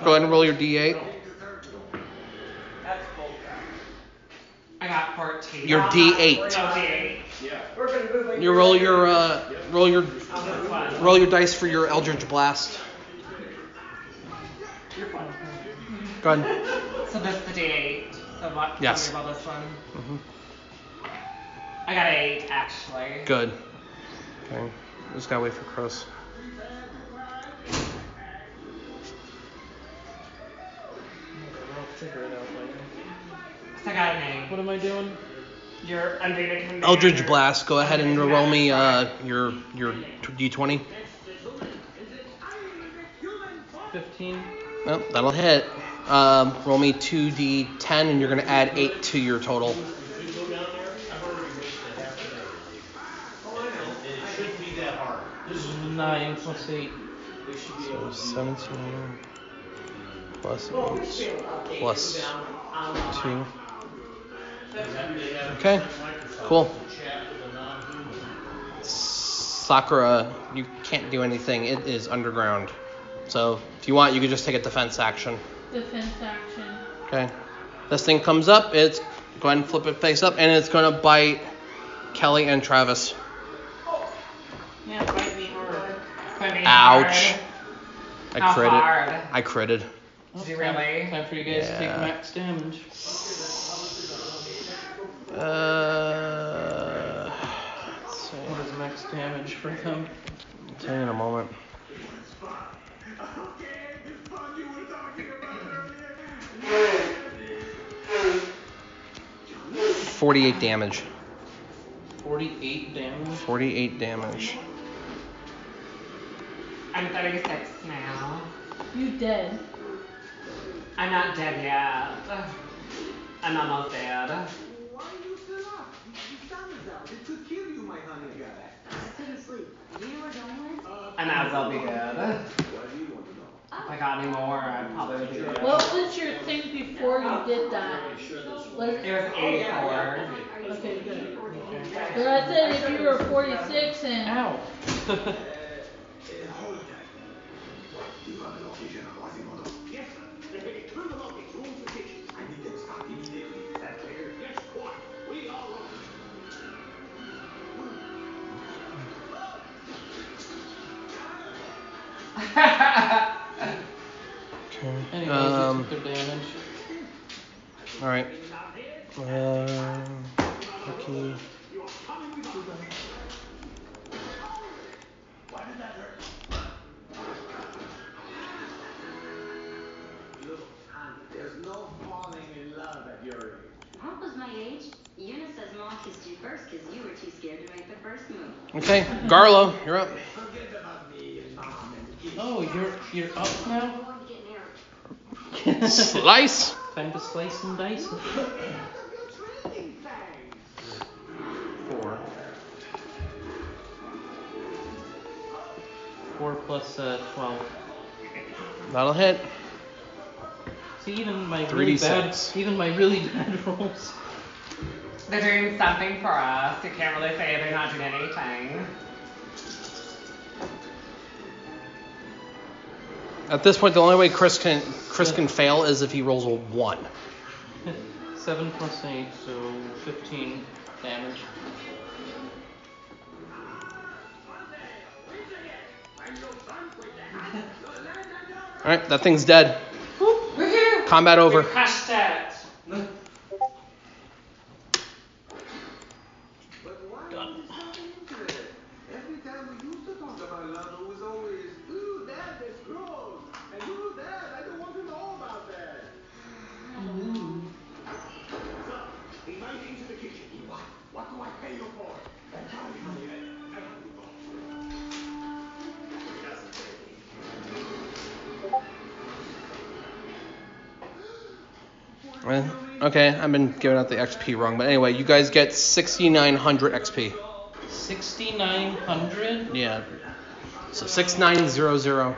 S1: Go ahead and roll your d8.
S5: I got 14.
S1: Your D8.
S5: Oh, D8.
S1: You roll your uh, roll your roll your dice for your Eldritch blast. Go ahead.
S5: So this is the D8. So what?
S1: Yes.
S5: Tell me about this one.
S1: Mhm.
S5: I got 8, actually.
S1: Good. Okay. Just gotta wait for Chris.
S2: I'll figure it out later.
S5: So I got an 8.
S2: What am I doing?
S5: You're under the command.
S1: Eldritch blast. Go ahead and roll me uh, your your t- d20.
S2: Fifteen.
S1: Nope, that'll hit. Um, roll me 2d10, and you're gonna add eight to your total.
S10: Oh,
S2: Nine plus eight.
S1: So 17 plus eight plus two. Okay, cool. Sakura, you can't do anything. It is underground. So if you want, you could just take a defense action.
S6: Defense action.
S1: Okay. This thing comes up. It's go ahead and flip it face up, and it's gonna bite Kelly and Travis.
S5: Yeah, bite me hard. Bite me
S1: Ouch.
S5: hard.
S1: I
S5: How
S1: critted.
S5: hard?
S1: I critted.
S5: Did you really?
S2: Time for you guys to take
S1: Yeah.
S2: max damage.
S1: Uh,
S2: What is max damage for them?
S1: I'll tell you in a moment. Forty-eight damage.
S2: 48 damage.
S1: Forty-eight damage.
S5: I'm 36 now.
S6: You dead.
S5: I'm not dead yet. I'm almost dead.
S10: Why are you still up? The sun is out. It could kill you, my honey guy.
S5: I might as well be dead. If I got any more, I probably would be dead.
S6: What was your thing before you did that? Was
S5: It was
S7: oh,
S5: 84.
S6: Okay, good. But I said if you were 46 and.
S2: Ow. Anyways,
S1: Um,
S2: they took their damage.
S1: All right. Um, okay.
S10: There's no falling in love at your age.
S7: That was my age. Una says mom kissed you first because you were too scared to make the first move.
S1: Okay, Garlo, you're up.
S2: Oh, you're you're up now.
S1: Slice.
S2: Time to slice and dice. Four. Four plus uh, twelve.
S1: That'll hit.
S2: See, even my really bad,
S1: 3d6.
S2: even my really bad rolls.
S5: They're doing something for us. You can't really say they're not doing anything.
S1: At this point, the only way Chris can Chris can fail is if he rolls a one.
S2: Seven plus eight, so fifteen damage.
S1: All right, that thing's dead. Combat over.
S5: Crush that.
S10: Every time we used to talk about love, it was always, ooh, that, that's gross. And ooh, that, I don't want to know about that. So, invite me into the kitchen. What, what do I pay you for? Tell me, honey, eh? I, I have to go.
S1: Eh, Okay, I've been giving out the XP wrong, but anyway, you guys get 6,900 XP.
S2: Sixty-nine hundred.
S1: Yeah. So 6,900.
S2: So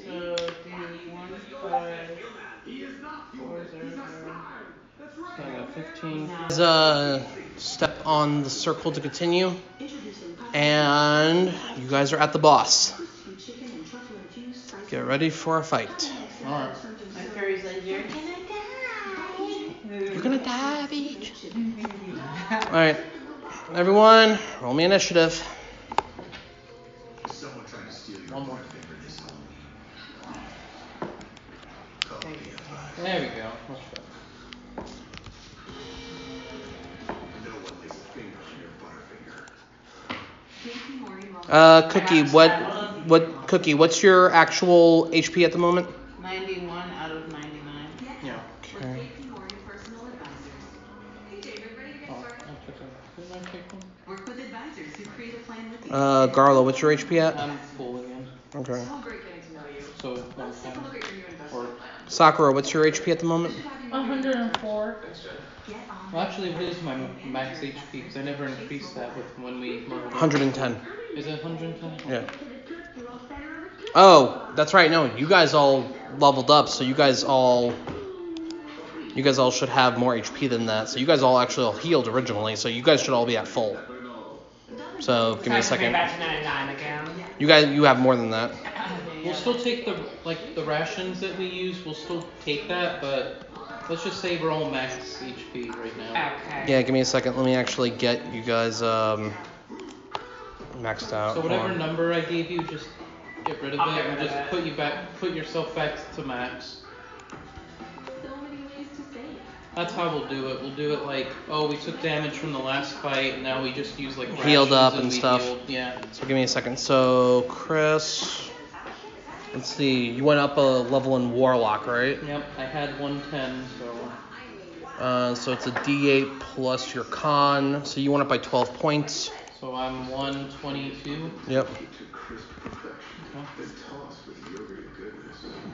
S2: the one five. Four zero zero. So I got fifteen.
S1: Guys, uh, step on the circle to continue, and you guys are at the boss. Get ready for a fight.
S2: Alright.
S3: My furry's like, you're gonna
S1: You're gonna die, bitch. All right, everyone, roll me initiative.
S8: Someone trying to steal your
S2: One more.
S8: favorite this Halloween.
S2: There we go.
S8: No one lays a finger on your butterfinger.
S1: Uh, Cookie, what, what, Cookie, what's your actual HP at the moment?
S3: 91 out of 99.
S2: Yeah.
S1: Okay.
S2: Oh,
S12: Work with advisors who create a plan with you.
S1: Uh, Garlo, what's your HP at?
S2: I'm full again.
S1: Okay.
S12: So great getting to know you.
S2: So one
S12: Let's take a
S2: time.
S12: look at your new investment.
S2: Or
S1: Sakura, what's your HP at the moment?
S6: 104.
S12: Get on.
S2: well, actually, what is my max HP? Because I never increased that with when we leveled up.
S1: 110.
S2: Is it 110?
S1: Yeah. Oh, that's right. No, you guys all leveled up, so you guys all you guys all should have more HP than that. So you guys all actually all healed originally, so you guys should all be at full. So give me a
S5: Crush me
S1: second.
S5: back to 99 again.
S1: You guys, you have more than that.
S2: We'll still take the like the rations that we use. We'll still take that, but let's just say we're all max HP right now.
S5: Okay.
S1: Yeah, give me a second. Let me actually get you guys um maxed out.
S2: So
S1: Hold
S2: whatever
S1: on.
S2: number I gave you, just Get rid of
S5: I'll
S2: it
S5: get
S2: and
S5: rid of
S2: just
S5: it.
S2: put you back, put yourself back to max.
S7: So many ways to say it.
S2: That's how we'll do it. We'll do it like, oh, we took damage from the last fight, and now we just use like
S1: healed
S2: rations
S1: up and
S2: we
S1: stuff.
S2: healed. Yeah.
S1: So give me a second. So Chris, let's see. You went up a level in Warlock, right?
S2: Yep. I had 110, so
S1: Uh, so it's a D8 plus your con. So you went up by 12 points.
S2: so I'm 122.
S1: Yep.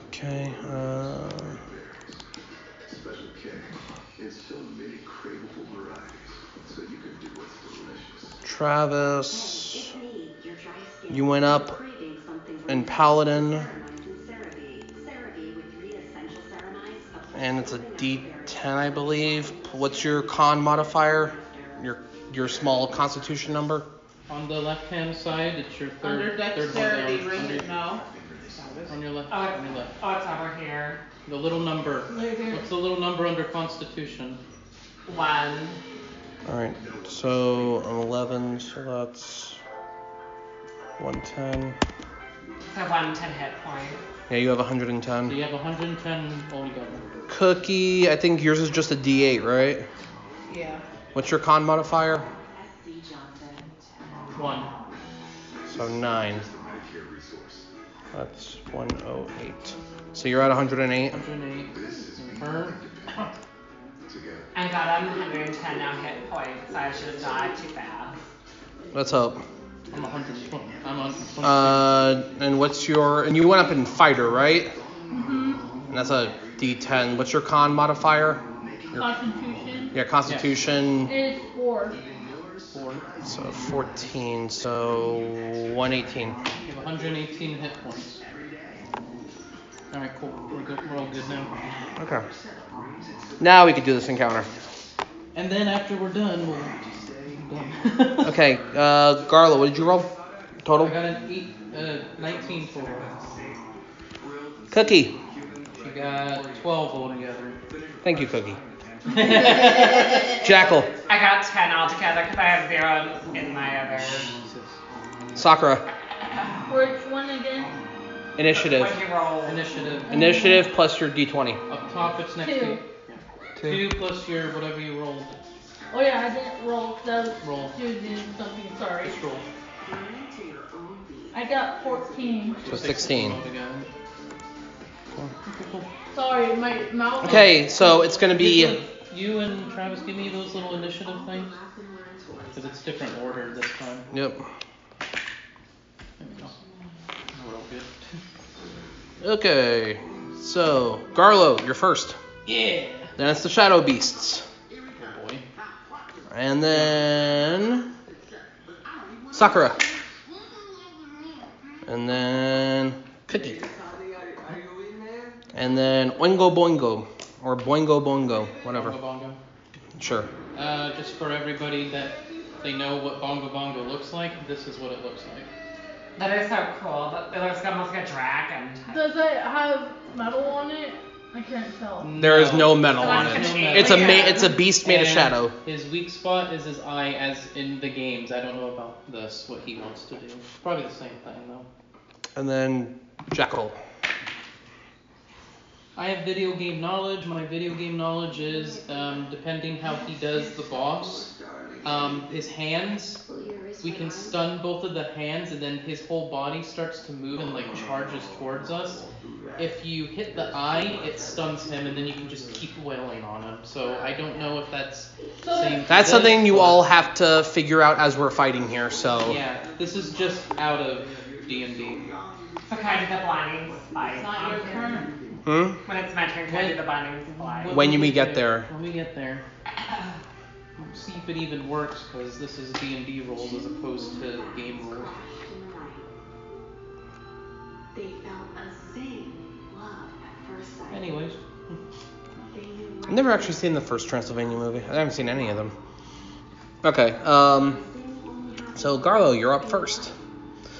S2: Okay.
S1: Okay. Uh,
S8: Special care in so many craveable varieties, so you can do what's delicious.
S1: Travis, you went up in Paladin, and it's a D10, I believe. What's your con modifier? Your your small Constitution number?
S2: On the left-hand side, it's your
S5: Under
S2: third, third one
S5: dexterity,
S2: down.
S5: really?
S2: Under-
S5: No.
S2: On your left.
S5: Oh,
S2: on your left.
S5: oh, it's over here.
S2: The little number.
S5: Later.
S2: What's the little number under Constitution?
S5: One.
S1: All right. So an 11. So that's 110.
S5: So one ten hit point.
S1: Yeah, you have
S2: So
S1: 110.
S2: you have 110 altogether.
S1: Cookie, I think yours is just a D8, right?
S5: Yeah.
S1: What's your con modifier?
S2: One.
S1: So nine. That's 108. So you're at 108.
S2: 108. Her.
S5: I got on 110 now hit points. I should have died too fast.
S1: Let's hope.
S2: I'm 120. I'm 120.
S1: Uh, and what's your? And you went up in fighter, right?
S6: mm-hmm,
S1: And that's a D10. What's your con modifier?
S6: Constitution
S1: Yeah, Constitution.
S6: is four.
S1: So 14. So 118.
S2: You have 118 hit points. Alright, cool. We're good. We're all good now.
S1: Okay. Now we could do this encounter.
S2: And then after we're done, we'll.
S1: Okay. Uh, Garla, what did you roll?
S2: I
S1: Total.
S2: got an eight, uh, 19 total.
S1: Cookie.
S2: She got 12 altogether.
S1: Thank you, Cookie. Jackal.
S5: I got 10 altogether because I have zero in my other.
S1: Sakura.
S6: Which one again?
S1: Initiative.
S5: What'd you roll?
S2: Initiative.
S1: Initiative plus your D20.
S2: Up top, it's next
S6: Two.
S2: to two plus your whatever you rolled.
S6: Oh yeah, I didn't roll. That was
S2: Roll.
S6: dude did something. Sorry.
S2: Just roll.
S6: I got 14.
S1: So 16.
S2: altogether.
S6: Sorry, my mouth.
S1: Okay, so it's gonna be. uh,
S2: You and Travis, give me those little initiative things. Because it's different order this time.
S1: Yep.
S2: There we go. We're all good.
S1: Okay. So Garlo, you're first.
S2: Yeah.
S1: Then it's the Shadow Beasts.
S2: Oh boy.
S1: And then Sakura. And then Cookie. And then Oingo Boingo. Or Boingo Bongo. Whatever.
S2: Bongo bongo.
S1: Sure.
S2: Uh, just for everybody that they know what bongo bongo looks like, this is what it looks like.
S5: That is so cool. That- It looks almost like a dragon.
S6: Does it have metal on it? I can't
S2: Mm,
S6: tell.
S1: There is no metal on it.
S2: There's no metal.
S1: It's a ma- it's a beast made of
S2: And
S1: shadow.
S2: His weak spot is his eye, as in the games. I don't know about this, what he wants to do. Probably the same thing, though.
S1: And then Jackal.
S2: I have video game knowledge. My video game knowledge is um, depending how he does the boss. Um, his hands, we can stun both of the hands, and then his whole body starts to move and like charges towards us. If you hit the eye, it stuns him, and then you can just keep wailing on him. So I don't know if that's same.
S1: That's
S2: for this,
S1: something you
S2: but-
S1: all have to figure out as we're fighting here. So
S2: Yeah, this is just out of D and D.
S5: So can I do the blinding spike? It's not your turn.
S1: Hmm?
S5: When it's my turn, can I do the blinding spike?
S1: When you- we get there.
S2: When we get there. We'll See if it even works, because this is D and D rules as opposed to game rules.
S7: They felt a same love at first sight.
S2: Anyways,
S1: I've never actually seen the first Transylvania movie. I haven't seen any of them. Okay. Um. So Garlo, you're up first.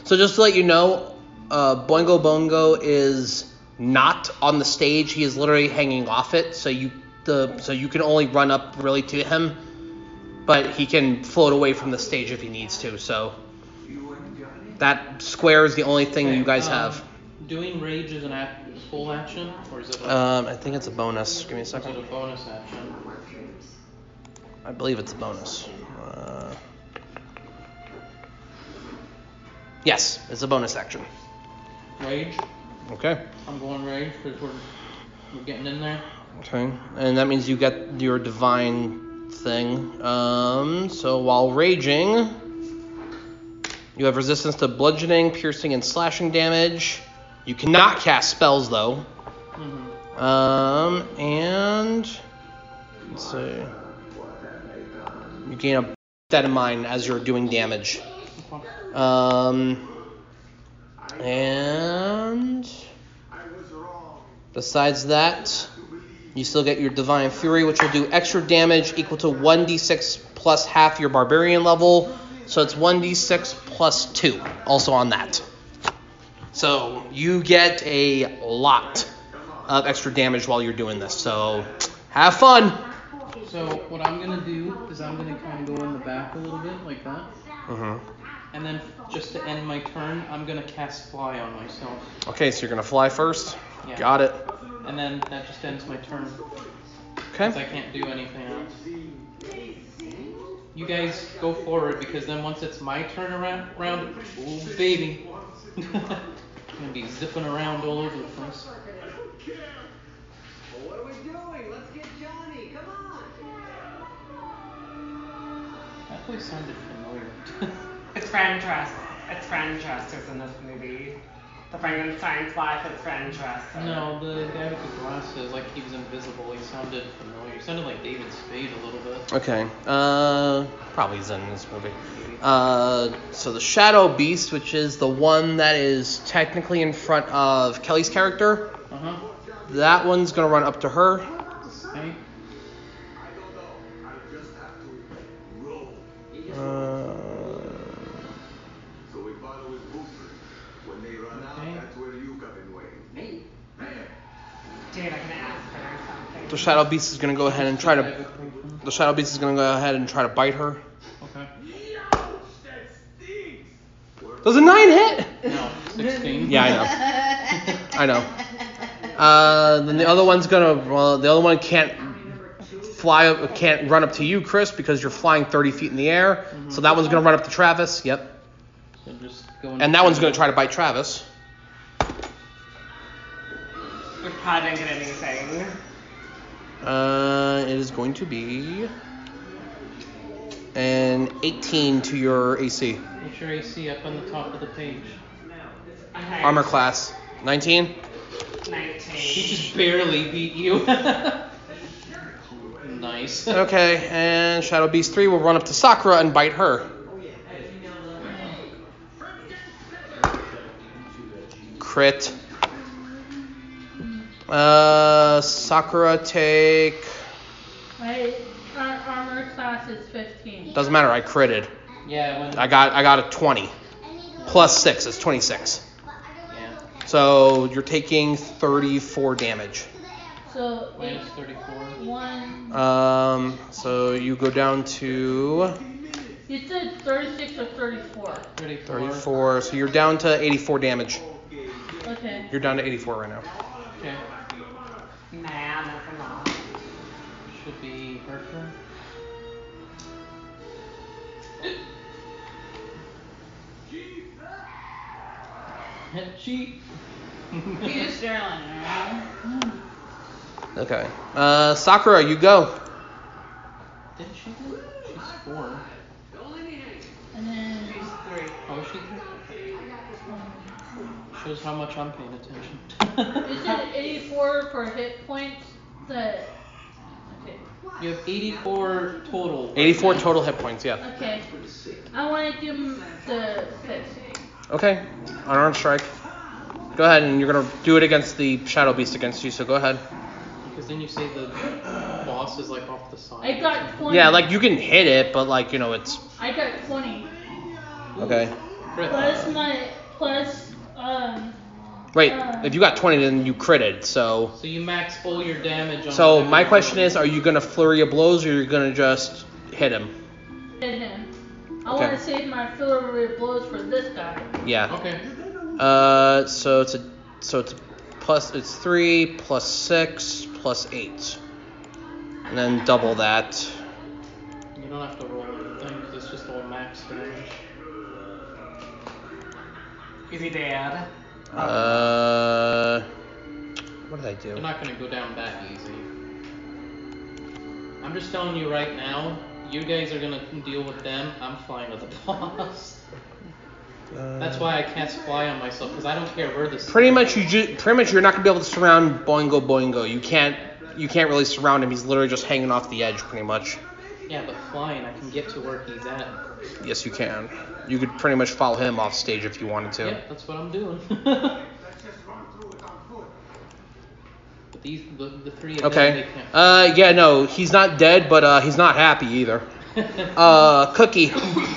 S1: So just to let you know, uh, Boingo Bongo is not on the stage. He is literally hanging off it. So you the so you can only run up really to him, but he can float away from the stage if he needs to. So That square is the only thing you guys
S2: um,
S1: have.
S2: Doing rage is an act, full action, or is it a,
S1: Um, I think it's a bonus. Give me a
S2: is it
S1: second.
S2: a bonus action?
S1: I believe it's a bonus. Uh, yes, it's a bonus action.
S2: Rage.
S1: Okay.
S2: I'm going rage because we're we're getting in there.
S1: Okay, and that means you get your divine thing. Um, so while raging, you have resistance to bludgeoning, piercing, and slashing damage. You cannot cast spells though.
S2: hmm
S1: Um, and let's see. You gain a that in mind as you're doing damage. Um, and besides that, you still get your Divine Fury, which will do extra damage equal to 1d6 plus half your Barbarian level. So it's 1d6 plus 2, also on that. So you get a lot of extra damage while you're doing this. So have fun.
S2: So what I'm gonna do is I'm gonna kind of go in the back a little bit like that,
S1: uh-huh. Mm-hmm.
S2: and then just to end my turn, I'm gonna cast fly on myself,
S1: Okay, so you're gonna fly first.
S2: Yeah.
S1: Got it.
S2: and then that just ends my turn.
S1: Okay.
S2: Because I can't do anything else. You guys go forward because then once it's my turn around, around oh baby, I'm gonna be zipping around all over the place.
S3: What are we doing? Let's get Johnny. Come on.
S2: That place sounded familiar.
S5: It's Fran Dress. It's Fran Dress who's in this movie. The Frankenstein's wife is Fran Dress.
S2: No, the guy with the glasses, like he was invisible, he sounded familiar. He sounded like David Spade a little bit.
S1: Okay. Uh, probably is in this movie. Uh, so the Shadow Beast, which is the one that is technically in front of Kelly's character,
S2: Uh huh.
S1: that one's gonna run up to her.
S2: Okay.
S1: Uh,
S8: So we follow his boosters. When they run
S2: Okay.
S8: out, that's where you come in, Wayne.
S13: Me?
S5: Dude, I can ask her something.
S1: the Shadow Beast is gonna go ahead and try to. The Shadow Beast is gonna go ahead and try to bite her.
S2: Okay.
S1: Does a nine hit?
S2: No, 16.
S1: Yeah, I know. I know. Uh, then the other one's gonna. Well, the other one can't fly up, can't run up to you, Chris, because you're flying 30 feet in the air. So that one's gonna run up to Travis. Yep.
S2: So just going
S1: And that one's gonna try to bite Travis.
S5: We probably didn't get anything.
S1: Uh, it is going to be an 18 to your AC.
S2: Put your AC up on the top of the page.
S5: Okay.
S1: Armor class 19.
S5: 19.
S2: He just barely beat you. nice.
S1: Okay, and Shadow Beast 3 will run up to Sakura and bite her. Crit. Uh, Sakura take.
S6: My our armor class is 15.
S1: Doesn't matter. I critted.
S2: Yeah, when,
S1: I got I got a 20 plus six. It's 26.
S2: yeah,
S1: So you're taking 34 damage.
S6: So
S2: minus 34.
S6: 1.
S1: Um, so you go down to
S6: You said 36 or 34.
S2: 34.
S1: 34. So you're down to 84 damage.
S6: Okay.
S1: You're down to 84 right now.
S2: Okay.
S5: Nah, nothing wrong.
S2: Should be her turn. Hit cheat.
S14: You just staring at her.
S1: Okay. Uh, Sakura, you go.
S2: Did she do it? She's four.
S6: And then.
S2: Oh, is she three? Shows how much I'm paying attention.
S6: You said 84 for hit points. The. Okay.
S2: You have 84 total.
S1: 84 total hit points. Yeah.
S6: Okay. I want to give him the 6.
S1: Okay. Unarmed strike. Go ahead, and you're gonna do it against the Shadow Beast against you. So go ahead.
S2: Because then you say the boss is like off the side.
S6: I got 20.
S1: Yeah, like you can hit it, but like you know it's
S6: I got 20.
S1: okay.
S2: Crit.
S6: Plus my. Plus. Um.
S1: Wait, if you got 20, then you critted. So.
S2: So you max all your damage on
S1: So
S2: every
S1: my question
S2: roll.
S1: is, are you gonna flurry of blows or you're gonna just hit him?
S6: Hit him. I
S1: Okay.
S6: want to save my artillery blows for this guy.
S1: Yeah.
S15: Okay.
S1: Uh, so it's a so it's plus it's three plus six plus eight, and then double that.
S15: You don't have to roll anything 'cause it's just all max damage.
S5: Is he dead?
S1: Uh, what did I
S15: They're
S1: do?
S15: not gonna go down that easy. I'm just telling you right now, you guys are gonna deal with them. I'm flying with the boss. That's why I cast fly on myself because I don't care where this.
S1: Pretty much you ju- pretty much you're not gonna be able to surround Boingo Boingo. You can't you can't really surround him. He's literally just hanging off the edge, pretty much.
S15: Yeah, but flying, I can get to where he's at.
S1: Yes, you can. You could pretty much follow him off stage if you wanted to.
S15: Yeah, that's what I'm doing. but these, the, the three of them,
S1: Okay.
S15: they can't.
S1: Uh, yeah, no, he's not dead, but uh, he's not happy either. Uh, Cookie.
S3: I'm gonna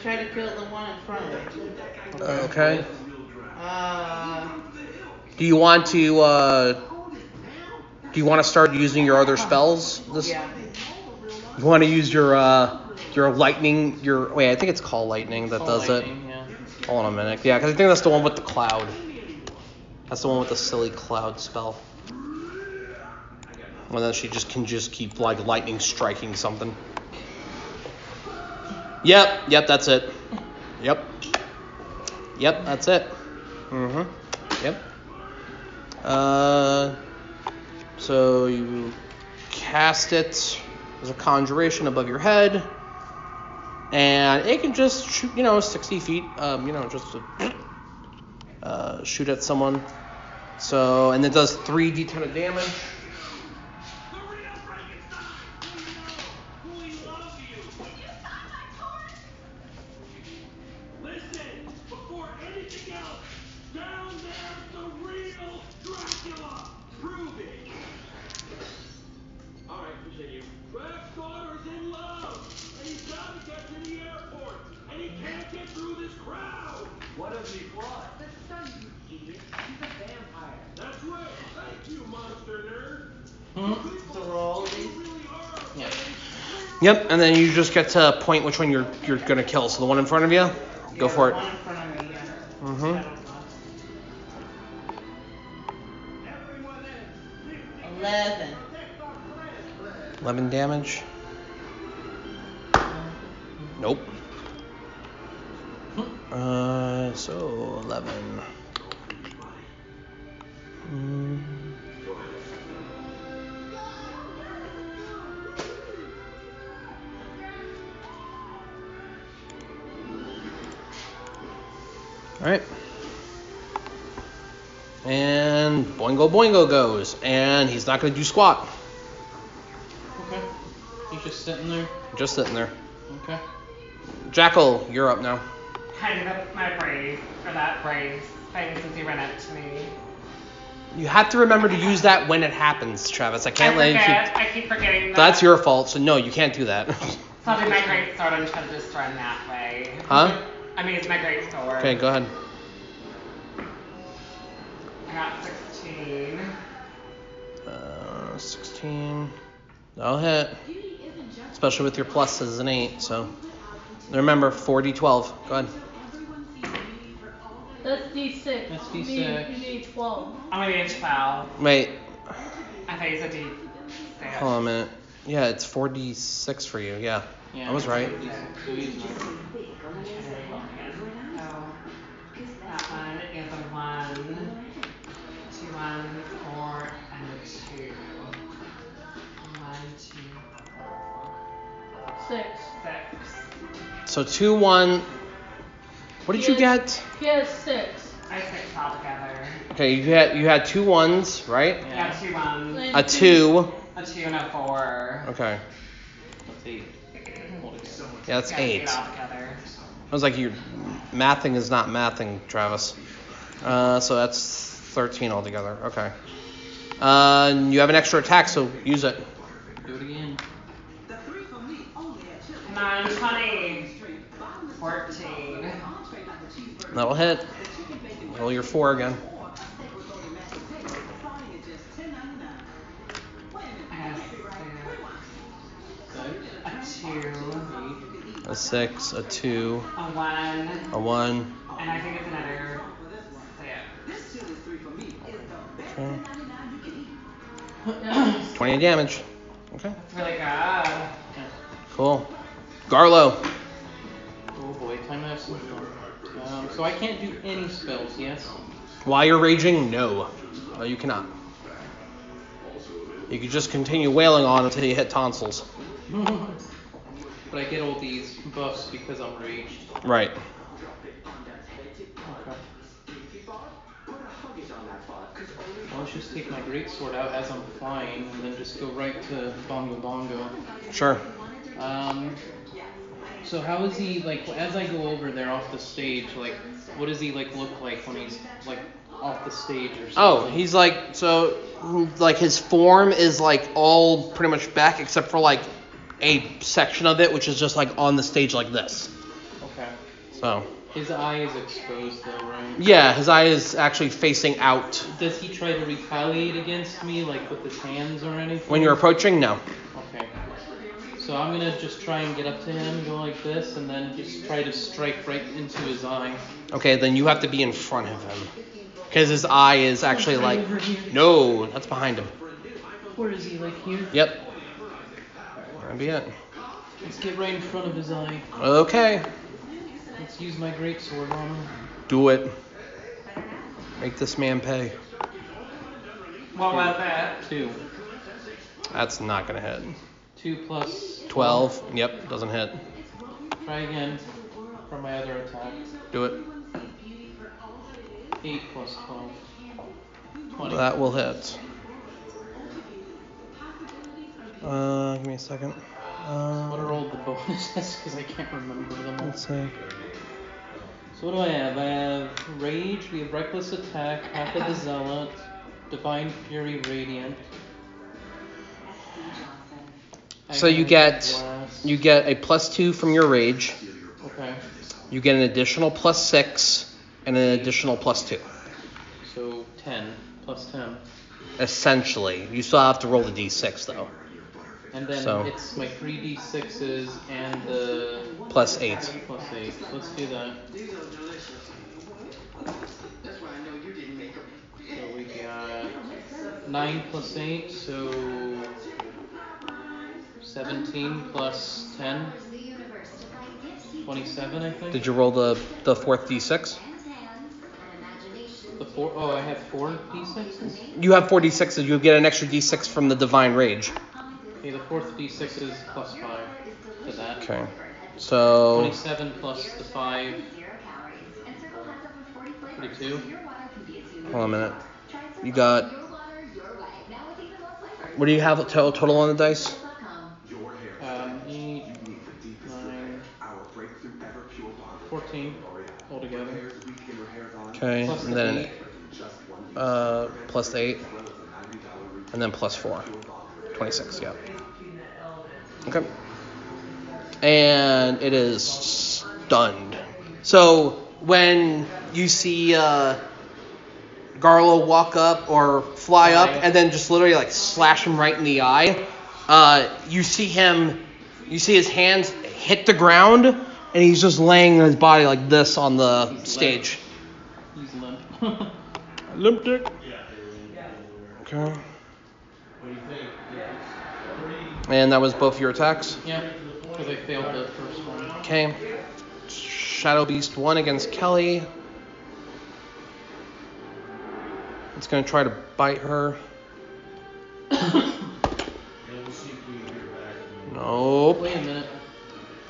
S3: try to kill the one in front of me.
S1: Okay.
S3: Uh,
S1: Do you want to uh, do you want to start using your other spells? This,
S3: yeah.
S1: You want to use your uh, your lightning. Your wait, I think it's call lightning that
S15: Call
S1: does
S15: lightning, Yeah.
S1: it. Hold on a minute. Yeah, because I think that's the one with the cloud. That's the one with the silly cloud spell. And then she just can just keep like lightning striking something. Yep, yep, that's it. Yep. Yep, that's it. Mm-hmm. Yep. Uh, so you cast it. There's a conjuration above your head, and it can just shoot, you know, 60 feet. Um, you know, just to, uh, shoot at someone. So, and it does 3d10 of damage.
S10: Listen, before anything else, down there's the real Dracula. Prove it. All right, continue. Ralph Sauter's in love, and he's got to get to the airport, and he can't get through this crowd. What has he brought? That's not you, idiot. He's a vampire. That's right. Thank you, monster
S15: Hmm?
S10: nerd.
S15: Yeah.
S1: Yep, and then you just get to point which one you're you're gonna kill. So the one in front of you, go
S3: yeah,
S1: for
S3: the
S1: it.
S3: One in front of me. Yeah.
S1: Mm-hmm.
S3: Eleven.
S1: 11 damage. Nope. Uh, so 11. Mm. All right. And Boingo Boingo goes, and he's not gonna do squat.
S15: Okay. He's just sitting there.
S1: Just sitting there.
S15: Okay.
S1: Jackal, you're up now.
S5: Kind of up my brave for that brave thing since he ran up to me.
S1: You have to remember to use that when it happens, Travis. I can't
S5: I
S1: let you
S5: forget.
S1: keep.
S5: I keep forgetting that.
S1: That's your fault. So no, you can't do that.
S5: So I'll do my great sword and try to just run that way.
S1: huh?
S5: I mean, it's my great sword.
S1: Uh, Okay, go ahead.
S5: I got 16.
S1: Uh, 16. That'll hit. Especially with your pluses and eight. So remember, 40, 12. Go ahead.
S6: That's D6.
S15: That's
S6: You
S15: D6.
S6: need, you need 12.
S5: I'm gonna get 12.
S1: Wait,
S5: I thought you said D.
S1: hold on a minute. Yeah, it's 46 for you. Yeah,
S15: Yeah.
S1: I was right.
S15: So he's not.
S5: Oh. That one is a one, two ones, four, and a two. One, two,
S6: Six.
S5: six.
S1: So two, one. What did you get?
S6: He has six.
S5: I have six altogether.
S1: Okay, you had you had two ones, right?
S5: I got two ones,
S1: A two.
S5: a two, and a four.
S1: Okay.
S15: That's eight. Altogether.
S1: Yeah, that's
S5: Got
S1: eight.
S5: altogether.
S1: I was like, you mathing is not mathing, Travis. Uh, so that's 13 altogether. Okay. Uh, and you have an extra attack, so use it.
S15: Do it again.
S5: Come on, 20. 14.
S1: That'll hit. Roll your four again.
S5: I have six, a two,
S1: a six, a two,
S5: A one.
S1: a one.
S5: And I think it's another six.
S1: Okay. Twenty damage. Okay.
S5: It's really good.
S1: Cool. Garlo.
S2: Oh boy, time to have some fun. Um, so I can't do any spells, yes?
S1: While you're raging, no. No, you cannot. You can just continue wailing on until you hit tonsils.
S2: But I get all these buffs because I'm raged.
S1: Right.
S2: I'll just take my greatsword out as I'm flying and then just go right to Bongo Bongo.
S1: Sure.
S2: Um, so how is he like as I go over there off the stage? Like, what does he like look like when he's like off the stage or something?
S1: Oh, he's like so like his form is like all pretty much back except for like a section of it which is just like on the stage like this.
S2: okay.
S1: So
S2: His eye is exposed though, right?
S1: yeah, his eye is actually facing out.
S2: Does he try to retaliate against me like with his hands or anything?
S1: When you're approaching, no.
S2: Okay. So I'm gonna just try and get up to him, go like this, and then just try to strike right into his eye.
S1: Okay, then you have to be in front of him. Because his eye is actually like
S2: Over here.
S1: no, that's behind him.
S2: Where is he? Like here?
S1: Yep. That'd be it.
S2: Let's get right in front of his eye.
S1: Okay.
S2: Let's use my greatsword on him.
S1: Do it. Make this man pay.
S5: What was that?
S2: Two.
S1: That's not gonna hit.
S2: Two plus.
S1: Twelve. Yep, doesn't hit.
S2: Try again for my other attack.
S1: Do it.
S2: Eight plus twelve. Twenty.
S1: That will hit. Uh, give me a second.
S2: What
S1: Uh,
S2: are all the bonuses? Because I can't remember them all.
S1: let's see.
S2: So what do I have? I have Rage, we have Reckless Attack, Path of the Zealot, Divine Fury, Radiant. I
S1: So you
S2: have
S1: get
S2: Blast.
S1: you get a plus two from your rage.
S2: Okay.
S1: You get an additional plus six and an additional plus two.
S2: So ten plus ten,
S1: Essentially, you still have to roll the d6 though.
S2: and then
S1: So-
S2: it's my three d sixes and the
S1: Plus eight.
S2: plus eight. Let's do that.
S8: These are delicious. That's why I know you didn't make them.
S2: So we got 9 plus 8, so 17 plus 10, 27, I think.
S1: Did you roll the the fourth d6?
S2: The four, oh, I have 4 d6s?
S1: You have four d6s. You get an extra d6 from the divine rage.
S2: Okay, the fourth d6 is plus 5 to that.
S1: Okay. So
S2: 27 plus the 5, 32.
S1: hold on a minute. You got. What do you have total total on the dice?
S2: Um, 8, 9, 14
S8: Oh,
S2: altogether.
S1: Okay,
S2: Plus
S1: and
S2: the
S1: then
S2: eight.
S1: uh, plus eight, and then plus four. 26, yeah. Okay. And it is stunned. So when you see uh, Garlo walk up or fly up and then just literally like slash him right in the eye, uh, you see him, you see his hands hit the ground and he's just laying his body like this on the stage.
S2: He's limp.
S1: Limp dick. Okay. And that was both your attacks.
S2: yeah, because I failed the first one.
S1: Okay. Shadow Beast 1 against Kelly. It's going to try to bite her. Nope.
S2: Wait a minute.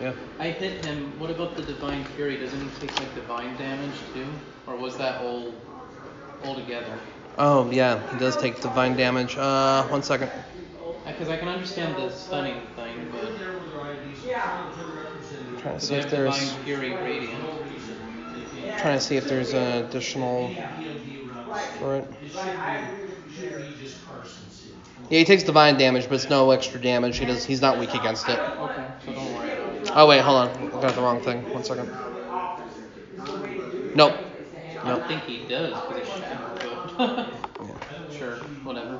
S1: Yeah.
S2: I hit him. What about the divine fury? Doesn't he take like divine damage too, or was that all all together?
S1: Oh, yeah. He does take divine damage. Uh, one second.
S2: Because Uh, I can understand the stunning thing, but
S1: I'm trying to
S2: 'cause
S1: see
S2: I
S1: if
S2: have divine
S1: there's
S2: fury radiant.
S1: trying to see if there's an additional for it. Yeah, he takes divine damage, but it's no extra damage. He does. He's not weak against it.
S2: Okay, so don't worry. about it.
S1: Oh wait, hold on. I got the wrong thing. One second. Nope.
S2: I
S1: Nope.
S2: don't think he does because he's shattered, but sure, whatever.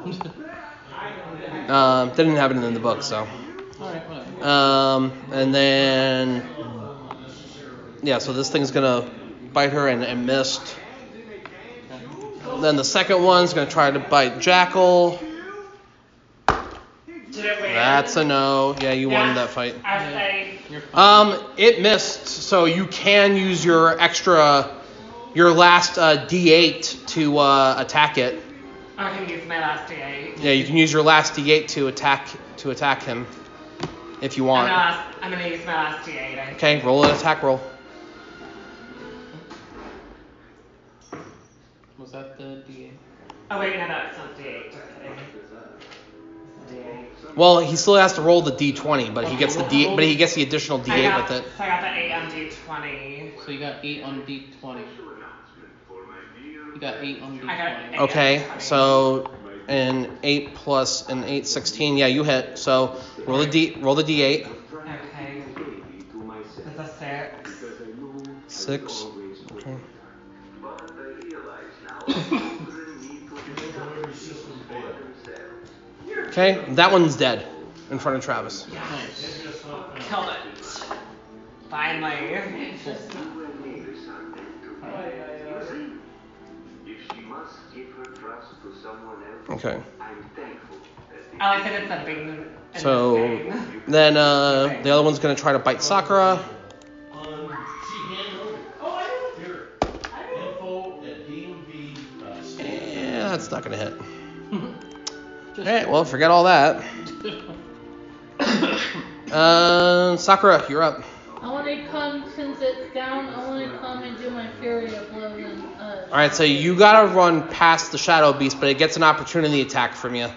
S1: Um, didn't have it in the book, so.
S2: all right, whatever.
S1: Um, and then Yeah, so this thing's gonna bite her and, and missed. Then the second one's gonna try to bite Jackal.
S5: Did it win?
S1: That's a no. Yeah, you won that fight.
S5: I say
S1: Um, it missed, so you can use your extra, your last uh, D8 to uh, attack it.
S5: I can use my last D8.
S1: Yeah, you can use your last D8 to attack to attack him, if you
S5: I'm
S1: want.
S5: gonna, last, I'm gonna use my last D8. I
S1: Okay, roll an attack roll.
S15: Was that the D8?
S5: Oh wait, no, that's not D8. Just kidding.
S1: Well, he still has to roll the D20, but he gets the D, but he gets the additional
S5: I
S1: D8
S5: got,
S1: with it.
S5: So I got the 8 on D20.
S15: So you got 8 on D20. You got 8 on
S5: I got
S15: D20.
S1: Okay, so an eight plus an eight, 16. Yeah, you hit. So roll the D, roll the D8.
S5: Okay. That's a 6.
S1: Six. Okay. Okay, that one's dead in front of Travis.
S5: Killed it. Finally.
S1: Okay.
S5: I like that it's a bing.
S1: So then uh, the other one's gonna try to bite Sakura. uh, Yeah, that's not gonna hit. All right, well, forget all that. Uh, Sakura, you're up.
S6: I want to come since it's down. I want to come and do my fury of blows and uh.
S1: All right, so you gotta run past the Shadow Beast, but it gets an opportunity attack from you.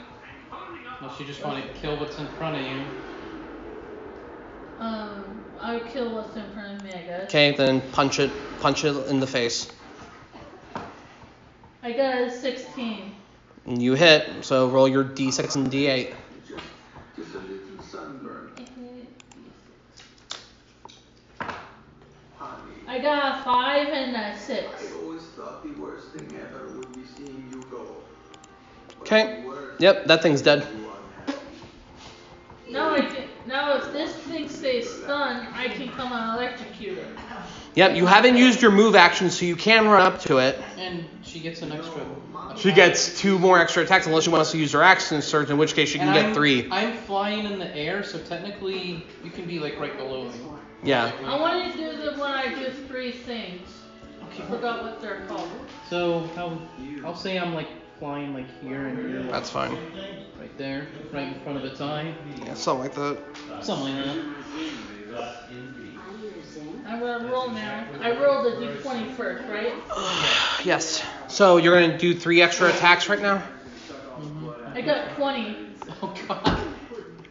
S15: Unless you just want to kill what's in front of you.
S6: Um, I'll kill what's in front of me, I guess.
S1: Okay, then punch it, punch it in the face.
S6: I got a 16.
S1: And you hit, so roll your d6 and d8.
S6: I got a 5 and a 6.
S1: Okay. Yep, that thing's dead.
S6: Now I can, now if this thing stays stunned, I can come and electrocute it.
S1: Yep, you haven't used your move action, so you can run up to it.
S15: And she gets an extra.
S1: She gets two more extra attacks unless she wants to use her action surge, in which case she can
S15: And
S1: get
S15: I'm,
S1: three.
S15: I'm flying in the air, so technically you can be like right below me.
S1: Yeah.
S6: I want to do the when I do three things. I forgot what they're called.
S15: So I'll, I'll say I'm like flying like here and here.
S1: That's fine.
S15: Right there, right in front of its eye.
S1: Yeah, something like that.
S15: Something like that.
S6: I'm gonna roll now. I rolled a d20 first, right?
S1: Yes. So you're gonna do three extra attacks right now.
S6: I got 20.
S15: Oh god.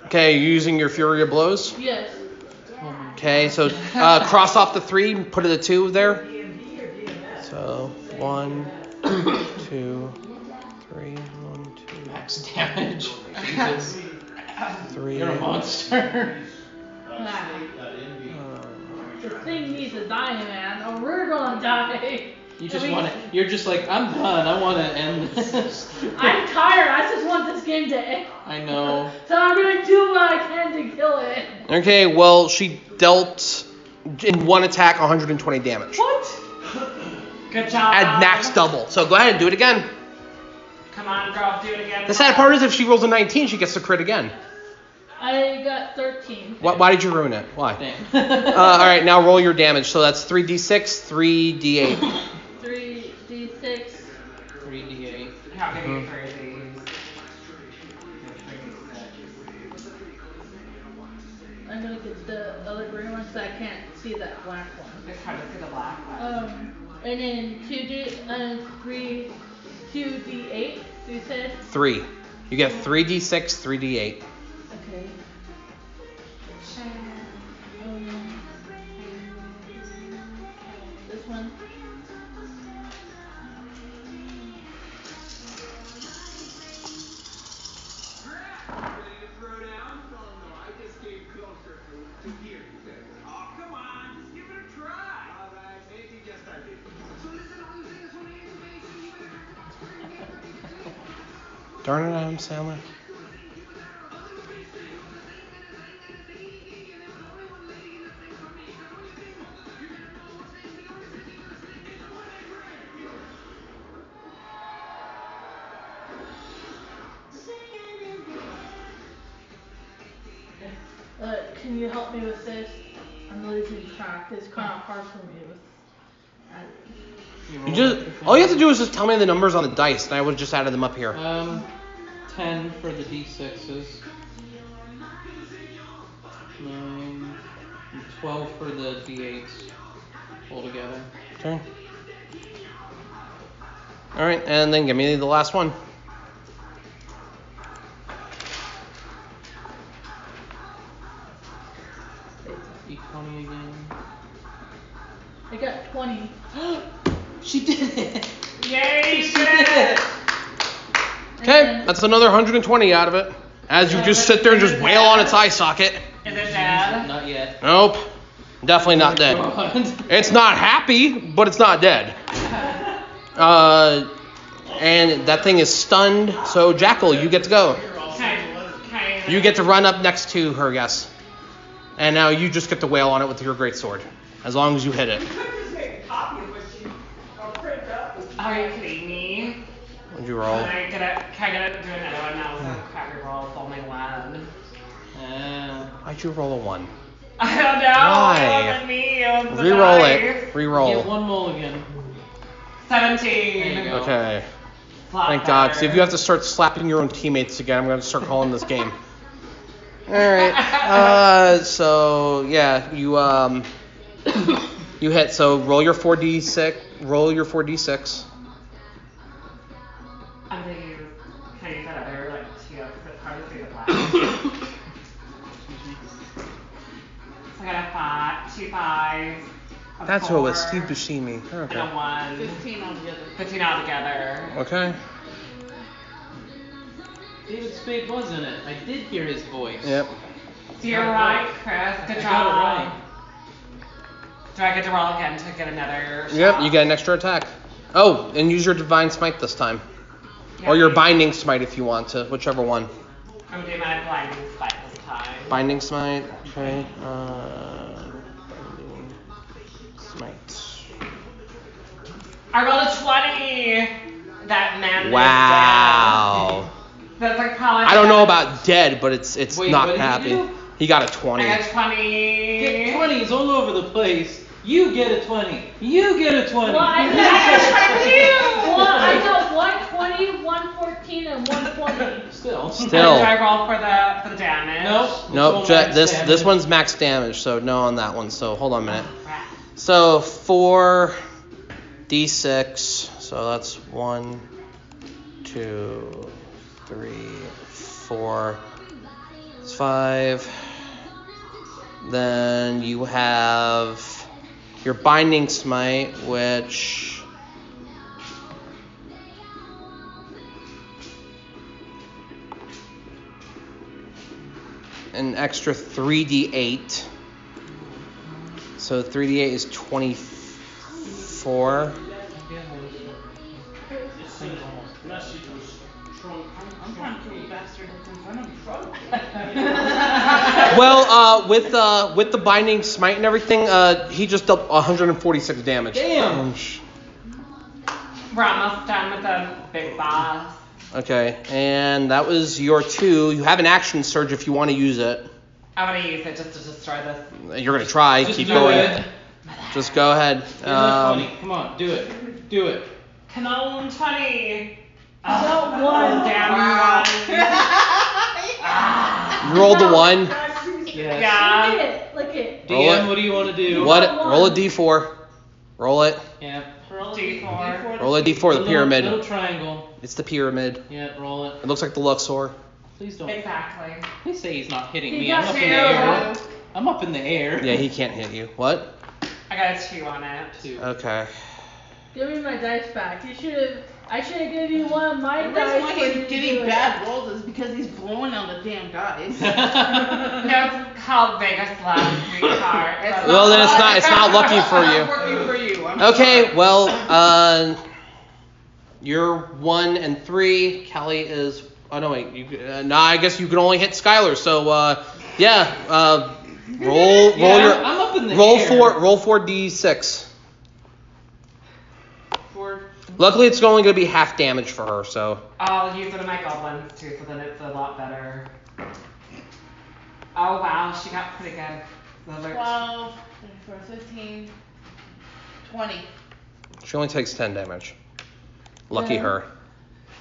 S1: Okay, you're using your fury of blows.
S6: Yes.
S1: Okay, so uh, cross off the three, and put it a two there. So one, two, three, one, two.
S15: Max damage. Jesus.
S1: Three.
S15: You're a monster.
S6: Ah.
S1: uh,
S6: The thing needs to die, man, or we're gonna die.
S15: You
S6: And
S15: just
S6: we-
S15: want to. You're just like I'm done. I want to end this.
S6: I'm tired. I just want this game to end.
S15: I know.
S6: So I'm gonna do what I can to kill it.
S1: Okay, well she dealt in one attack 120 damage
S5: What? Good job.
S1: at max double. So go ahead and do it again.
S5: Come on, girl, do it again.
S1: The sad part is if she rolls a 19, she gets to crit again.
S6: I got 13.
S1: Why, why did you ruin it? Why? Uh,
S6: Damn.
S1: all right, now roll your damage. So that's 3d6, 3d8.
S6: 3d6.
S15: 3d8.
S5: How can
S1: Mm.
S5: you crazy?
S6: I'm gonna get the other green one so I can't see that black one.
S5: It's hard to see the black one.
S6: Um, and then 2d, uh, 3, 2d8, you said?
S1: 3. You get 3d6, 3d8.
S6: Okay. Um, This one.
S1: Darn it, Adam Sandler.
S6: Uh, can you help me with this? I'm losing track. It's kind of hard for me with.
S1: You just all you have to do is just tell me the numbers on the dice, and I would have just added them up here.
S15: Um, 10 for the d6s. 9, and 12 for the d8s altogether.
S1: Okay. All right, and then give me the last one.
S15: D20 E again.
S6: I got 20.
S15: She did it!
S5: Yay, you
S15: She
S5: did
S15: did
S5: it!
S15: it!
S1: Okay, that's another 120 out of it. As you just sit there and just wail on its eye socket.
S5: Is it bad?
S15: Not yet. Uh,
S1: Nope, definitely not dead. It's not happy, but it's not dead. Uh, and that thing is stunned. So Jackal, you get to go.
S5: Okay. Okay.
S1: You get to run up next to her, yes. And now you just get to wail on it with your greatsword, as long as you hit it.
S5: Are you kidding me?
S1: What'd you roll?
S5: Can I get a, can I get a, do another one now? It's a crappy roll. It's only one.
S1: Why'd you roll a one?
S5: I don't know.
S1: Why?
S5: It wasn't me. It was the
S1: Reroll
S5: dice.
S1: it. Reroll.
S15: Get one roll again.
S5: 17.
S15: There you go.
S1: Okay.
S5: Lot
S1: Thank God. 'cause if you
S5: better.
S1: have to start slapping your own teammates again, I'm going to start calling this game. All right. Uh, so yeah, you um, you hit. So roll your 4d6. Roll your 4d6.
S5: I'm gonna use, can I use that other, like, two up for part of the black? so I got a five, two fives. a
S1: That's who it was.
S5: four,
S1: Steve Buscemi.
S5: And a
S1: Okay.
S5: one.
S3: 15 altogether.
S5: 15 altogether.
S15: Oh,
S1: Okay.
S15: David Spade was in it. I did hear his voice.
S1: Yep.
S5: So you're right, Chris. Good
S15: I
S5: job.
S15: got it right.
S5: Do I get to roll again to get another?
S1: Yep.
S5: shot?
S1: You get an extra attack. Oh, and use your divine smite this time, or your binding smite if you want to, whichever one.
S5: I'm doing my blinding spike this time.
S1: Binding smite. Okay. Uh, binding smite.
S5: I rolled a 20. That man. is
S1: Wow.
S5: dead. That's like probably.
S1: I don't know about dead, but it's it's
S15: Wait, what
S1: not
S15: did he
S1: happy.
S15: do?
S1: He got a 20.
S5: I got 20.
S15: Get 20s all over the place. You get a 20. You get a 20.
S4: Well, I
S15: You
S4: got
S15: get
S4: Well, I got 120, 114, and 120.
S15: Still.
S1: Still.
S5: Do I roll for the for the damage?
S15: Nope.
S1: Nope,
S15: It's
S1: Ja-
S15: all max
S1: this
S15: damage.
S1: this one's max damage, so no on that one. So hold on a minute. So 4 d6. So that's one, two, three, four, it's 5. Then you have your binding smite, which an extra 3d8. So 3d8 is 24.
S3: I'm trying to kill the bastard that's in front of me.
S1: Well, uh, with uh, with the binding smite and everything, uh, he just dealt 146 damage.
S15: Damn.
S5: We're almost done with the big boss.
S1: Okay, and that was your two. You have an action surge if you want to use it.
S5: I'm gonna use it just to destroy this.
S1: You're gonna try.
S15: Just
S1: keep
S15: do
S1: going.
S15: it.
S1: Just go ahead.
S15: You're not
S1: Um,
S15: 20. Come on, do it. Do it.
S5: Canon 20.
S4: Not one.
S5: Oh, Damn one.
S1: you rolled the one.
S15: Yes.
S5: Yeah.
S4: Look at it. Look at it.
S1: Roll
S15: DM,
S1: it.
S15: what do you want to do?
S1: What? Roll a d4. Roll it.
S15: Yeah.
S5: D4.
S1: Roll a d4.
S15: Little-
S1: The
S15: Little
S1: pyramid.
S15: triangle.
S1: It's the pyramid.
S15: Yeah, roll it.
S1: It looks like the Luxor.
S15: Please don't.
S5: Exactly.
S15: Please say he's not hitting
S4: He
S15: me.
S4: got
S15: I'm up in
S5: two.
S15: the air. I'm up in the air.
S1: Yeah, he can't hit you. What?
S5: I got a 2 on it.
S15: Two.
S1: Okay.
S6: Give me my dice back. You should have. I should have given you one of my
S3: And
S6: dice.
S3: That's why
S6: when you
S3: he's
S6: do
S3: getting
S6: it.
S3: bad rolls is because he's blowing on the damn dice.
S5: That's how Vegas loves sweetheart.
S3: It's
S1: Well, then it's not- it's not lucky for you.
S3: It's not working for you. I'm
S1: Okay,
S3: sorry.
S1: well, uh, you're one and three. Kelly is. Oh no, wait. You, uh, nah, I guess you can only hit Skylar. So, uh, yeah. Uh, roll, roll
S15: Yeah,
S1: your.
S15: I'm up in the
S1: roll
S15: air.
S1: four. Roll four d6.
S3: For
S1: Luckily, it's only gonna be half damage for her. So
S5: I'll use one of my goblins too, so then it's a lot better. Oh wow, she got pretty good. Lillard.
S3: 12, 34, 15, 20.
S1: She only takes 10 damage. Lucky
S5: Yeah.
S1: her.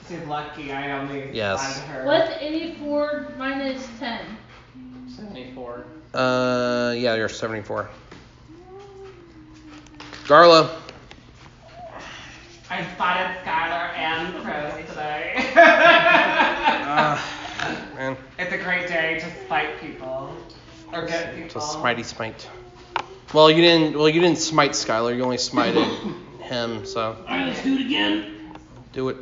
S5: She's lucky I only
S1: Yes.
S5: lied to her.
S6: What's 84 minus 10?
S2: 74.
S1: Uh, yeah, you're 74. Garla.
S5: I spotted Skylar and Crows today. Ah.
S1: Man.
S5: it's a great day to spite people. Or get people.
S1: Just smitey smite. Well, you didn't. Well, you didn't smite Skylar. You only smited him. So
S16: Alright, let's do it again.
S1: do it.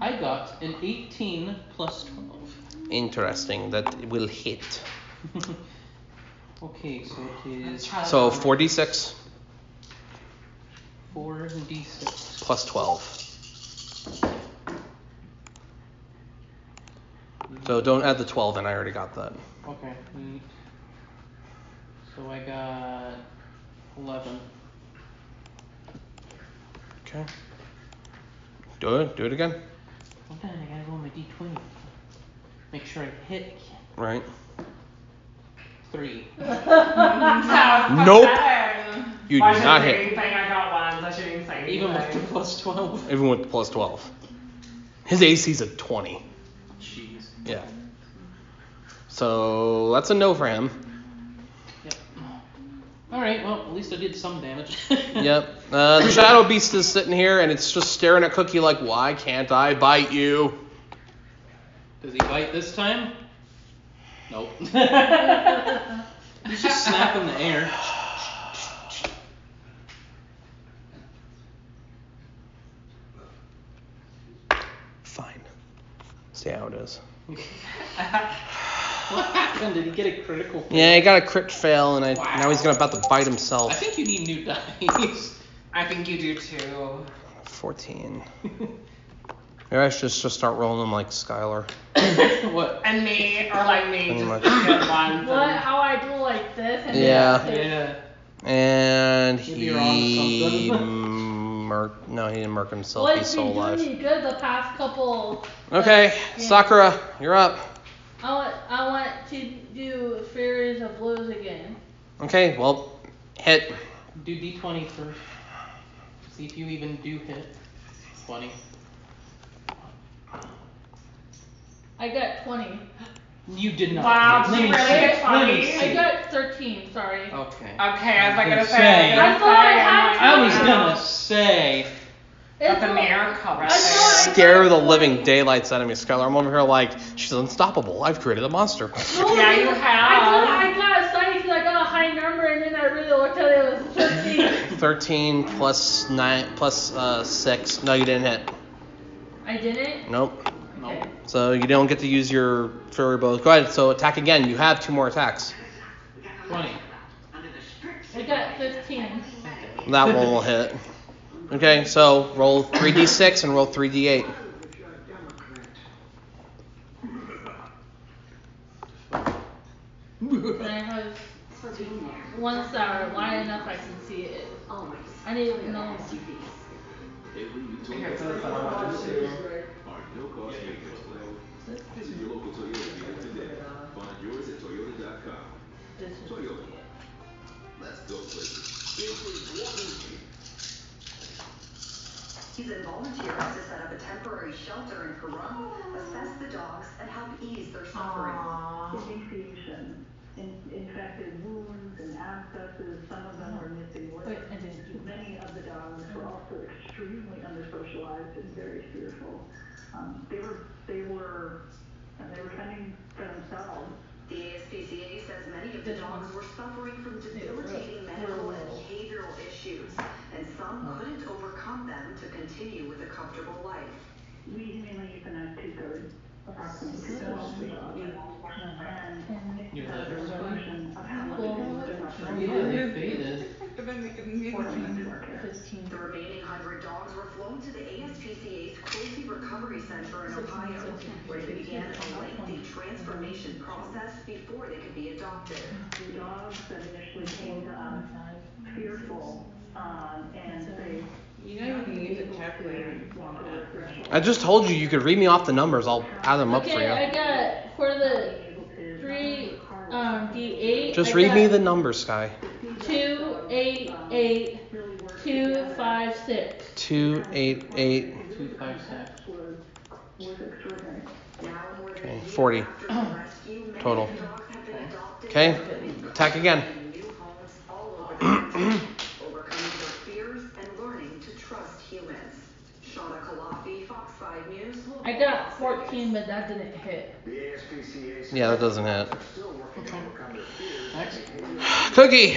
S2: I got an 18 plus 12.
S1: Interesting. That will hit.
S2: Okay, so it is
S5: Uh,
S1: So 46
S2: 4d6.
S1: plus 12. So don't add the 12 in. I already got that.
S2: Okay. mm. So I got 11.
S1: Okay. Do it. Do it again.
S2: Hold on, I gotta roll my d20. Make sure I hit again.
S1: Right.
S2: Three.
S1: Nope. You
S5: Why
S1: do
S5: should
S1: not
S5: I
S1: hit.
S5: say anything? I got ones. I shouldn't even say anything.
S2: Even with the plus 12.
S1: Even with the plus 12. His AC's a 20.
S2: Jeez.
S1: Yeah. So that's a no for him.
S2: Alright, well, at least I did some damage.
S1: Yep. Uh, the Shadow Beast is sitting here and it's just staring at Cookie like, why can't I bite you?
S2: Does he bite this time? Nope. He's just snapping the air.
S1: Fine. See how it is.
S2: What happened? Did he get a critical?
S1: Yeah, he got a crit fail and I, now he's gonna about to bite
S2: I
S1: himself.
S2: think you need new dice.
S5: I think you do too.
S1: 14. Maybe I should just start rolling them like Skylar.
S2: what?
S5: And me, or like me,
S1: Pretty
S5: just
S1: much.
S5: get ones.
S17: What?
S5: and-
S17: How I do like this? and
S1: Yeah.
S17: this?
S2: Yeah.
S1: And
S2: Maybe you're onto
S1: he.
S2: something.
S1: Merc, no, he didn't merc himself.
S6: Well,
S1: he's
S6: it's
S1: still
S6: been doing
S1: alive.
S6: me good the past couple.
S1: Okay,
S6: Yeah.
S1: Sakura, you're up.
S6: I want, I want to do Furies of Blows again.
S1: Okay, well, hit.
S2: Do d20 first. See if you even do hit. 20.
S6: I got 20.
S2: You did not.
S5: Wow,
S2: hit. Let me
S5: she really
S2: see. Let me
S5: funny.
S6: I
S2: see.
S6: got 13, sorry.
S1: Oh,
S2: Okay.
S5: Okay, I was like
S2: I
S5: gonna
S2: was
S5: say.
S2: gonna
S5: I
S6: say. I thought I had
S2: I was gonna say.
S5: That's a
S6: not-
S5: miracle, right?
S6: I thought I
S1: Scare the
S6: got 20.
S1: living daylights out of me, Skylar. I'm over here like, she's unstoppable. I've created a monster.
S6: No,
S5: Yeah, you
S6: I
S5: have.
S6: thought I got excited because I got a high number and then I really looked at it, it was 13.
S1: 13 plus 9, plus uh, 6. No, you didn't hit.
S6: I didn't?
S1: Nope.
S2: Nope.
S1: So you don't get to use your furry bow. Go ahead, so attack again. You have two more attacks.
S2: 20.
S6: I got 15.
S1: That one will hit. Okay, so roll 3d6 and roll 3d8.
S6: And I have one star, wide enough I can see it. I need to know.
S5: Okay, so that's another one too.
S8: This is your local Toyota dealer today. Find yours at toyota.com.
S6: This is-
S8: Toyota. Let's go places.
S7: He's a volunteer to set up a temporary shelter in Peru, assess the dogs, and help ease their suffering.
S10: Asphyxiation, in- infected wounds and abscesses, some of them were missing limbs. Many of the dogs were also extremely undersocialized and very fearful. Um, they were, they were, and they were fending for themselves.
S7: The ASPCA says many of the dogs were suffering from debilitating mental and behavioral issues, and some couldn't overcome them to continue with a comfortable life.
S10: We humanely euthanize two-thirds, approximately two-thirds of the dogs. And it's
S2: Your
S10: a
S2: letters are-
S10: reflection of how much
S2: Oh, yeah, they faded.
S7: The remaining hundred dogs were flown to the ASPCA's Cruelty Recovery Center in Ohio, where they began a lengthy transformation process before they could be adopted.
S10: the dogs that initially came to us fearful, um, and they. You know, you need a calculator.
S1: I just told you you could read me off the numbers. I'll add them up for
S6: Okay,
S1: you.
S6: I got for the three um, D8.
S1: Just
S6: I
S1: read me
S6: got
S1: the number, Sky.
S6: Two eight eight two five six.
S1: Two eight eight.
S15: Two five six.
S1: Okay, Forty total. Okay, attack again.
S6: I got 14, but that didn't hit.
S1: Yeah, that doesn't hit. Cookie,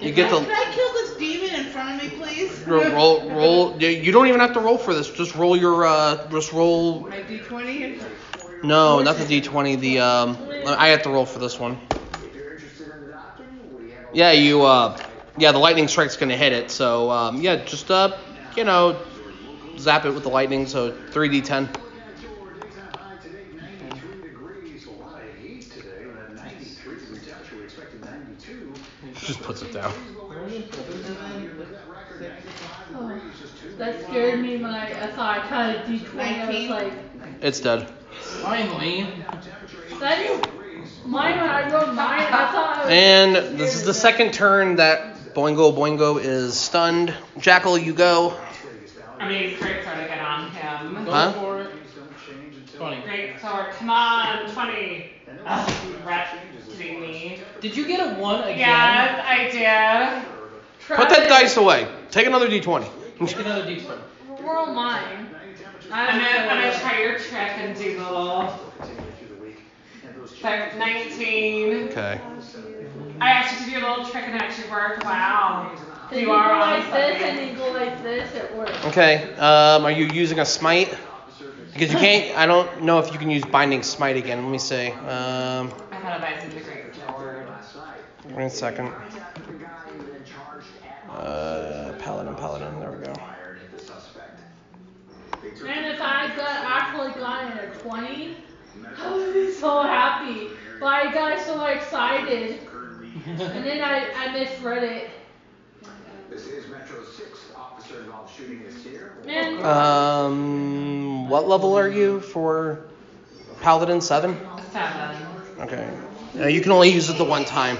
S1: you get
S3: Can
S1: to
S3: I kill this demon in front of me, please?
S1: ro- roll roll. You- You don't even have to roll for this. Just roll your uh. Just roll.
S3: My d20.
S1: No, not the d20. The um. I have to roll for this one. Yeah, you uh. Yeah, the lightning strike's gonna hit it. So um. Yeah, just uh. You know, zap it with the lightning. So 3d10. Just puts it down.
S6: Oh, that scared me when I, I saw I tried a D20. I was like,
S1: It's dead.
S15: Finally.
S6: that is mine when I rolled mine. I thought I was.
S1: And this is the second turn that Boingo Boingo is stunned. Jackal, you go.
S5: I mean, great sword again on him.
S1: Go Huh?
S15: for it.
S5: Great sword, come on, 20.
S6: Ah,
S5: Ugh, you rat kidding me.
S15: Did you get a one again?
S5: Yes, I did.
S1: Put that dice away. Take another d20.
S15: Take another d20.
S6: Roll mine.
S5: I'm gonna, I'm gonna try your trick and do the little. So 19.
S1: Okay.
S5: I actually did your little trick and it actually worked. Wow.
S6: If
S5: You are
S6: go
S5: on
S6: like this
S5: something.
S6: and you go like this, it works.
S1: Okay. Um, are you using a smite? Because you can't. I don't know if you can use binding smite again. Let me see. Um,
S5: I thought about using the great sword.
S1: wait a second. Uh, paladin, paladin. There we go.
S6: And if I got actually gotten a 20, I would be so happy. But I got so excited. And then I, I misread it.
S8: This is Metro 6, officer involved shooting this here.
S6: Man.
S1: Uh, Um, what level are you for paladin? Seven.
S5: Seven.
S1: Okay. Uh, you can only use it the one time.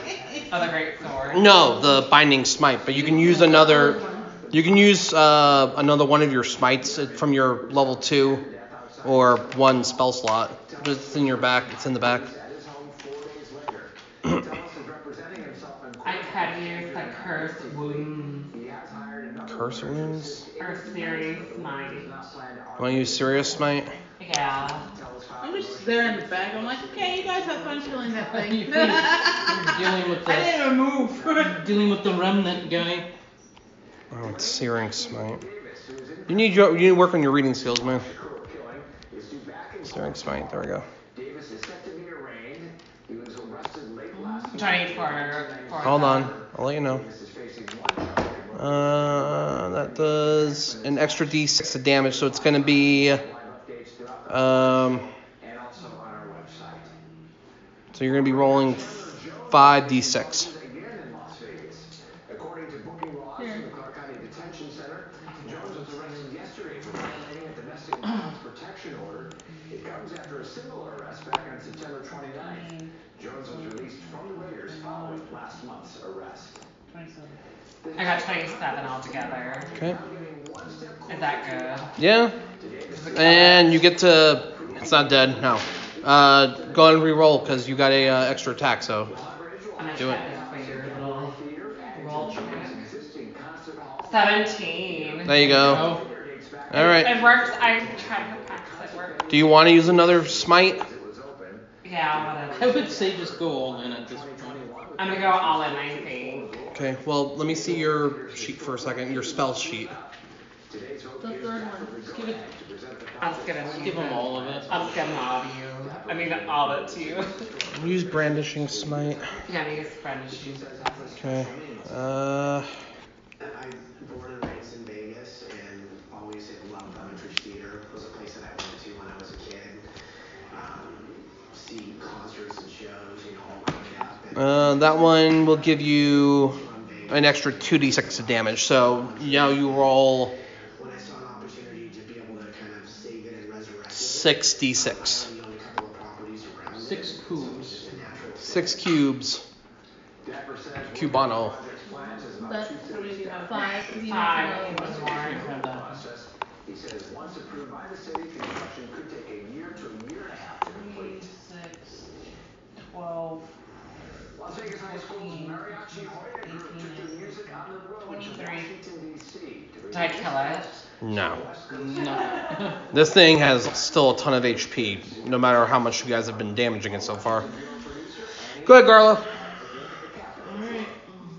S5: Oh, the great sword.
S1: No, the binding smite, but you can use another. You can use uh, another one of your smites uh, from your level two, or one spell slot. It's in your back. It's in the back.
S5: I could use the cursed wound
S1: Curse wounds.
S5: or serious smite.
S1: Want to use serious smite?
S5: Yeah.
S3: I'm just there in the back. I'm like, okay, you guys have fun killing that thing.
S15: Dealing with
S3: I
S15: the
S3: didn't even move.
S15: dealing with the remnant guy.
S1: Oh, it's searing smite. You need your, you need to work on your reading skills, man. Searing smite. There we go.
S5: Johnny for, for
S1: Hold on. I'll let you know. Uh, that does an extra d6 of damage, so it's gonna be. Um, so you're gonna be rolling 5d6.
S5: I got 27 altogether.
S1: Okay.
S5: Is that
S1: Yeah. And you get to. It's not dead. No. Uh, go ahead and re-roll because you got a uh, extra attack. So
S5: good? I'm gonna
S1: Do it.
S5: try this for your little roll trick. 17.
S1: there you go. All right.
S5: It works. I tried to practice. It worked.
S1: Do you want to use another smite?
S5: Yeah,
S15: I
S5: whatever.
S15: would say just go all in at this point.
S5: I'm gonna go all in, I think.
S1: Okay. Well, let me see your sheet for a second. Your spell sheet.
S6: The third one. Just give it.
S5: I'll skip it.
S15: Give them all of it.
S5: I'll skip all of you. I mean, all of it to you.
S1: Use brandishing smite.
S5: yeah, I need a friend. She's
S1: Okay. Uh.
S8: I'm born and raised in Vegas and always had loved Coventry Theater. It was a place that I went to when I was a kid. Um, see concerts and shows, you know, all coming up. And
S1: Uh, that one will give you an extra 2d6 of damage. So now you roll
S8: when I saw an opportunity to be able to kind of save it and resurrect it,
S1: 6d6.
S8: I owned a couple of properties
S2: six cubes.
S1: Six cubes. Cubano.
S6: That's five. because you
S5: Five,
S6: have
S5: he
S6: to
S5: was
S6: know.
S5: warned.
S8: He says, once approved by the city, construction could take a year to a year and a half to complete.
S5: Six, twelve,
S8: Las Vegas High School's Mariachi Hoya group took their music on the road to Washington DC to
S5: Did I kill it?
S1: No.
S5: No.
S1: This thing has still a ton of HP, no matter how much you guys have been damaging it so far. Go ahead, Garla.
S2: Alright,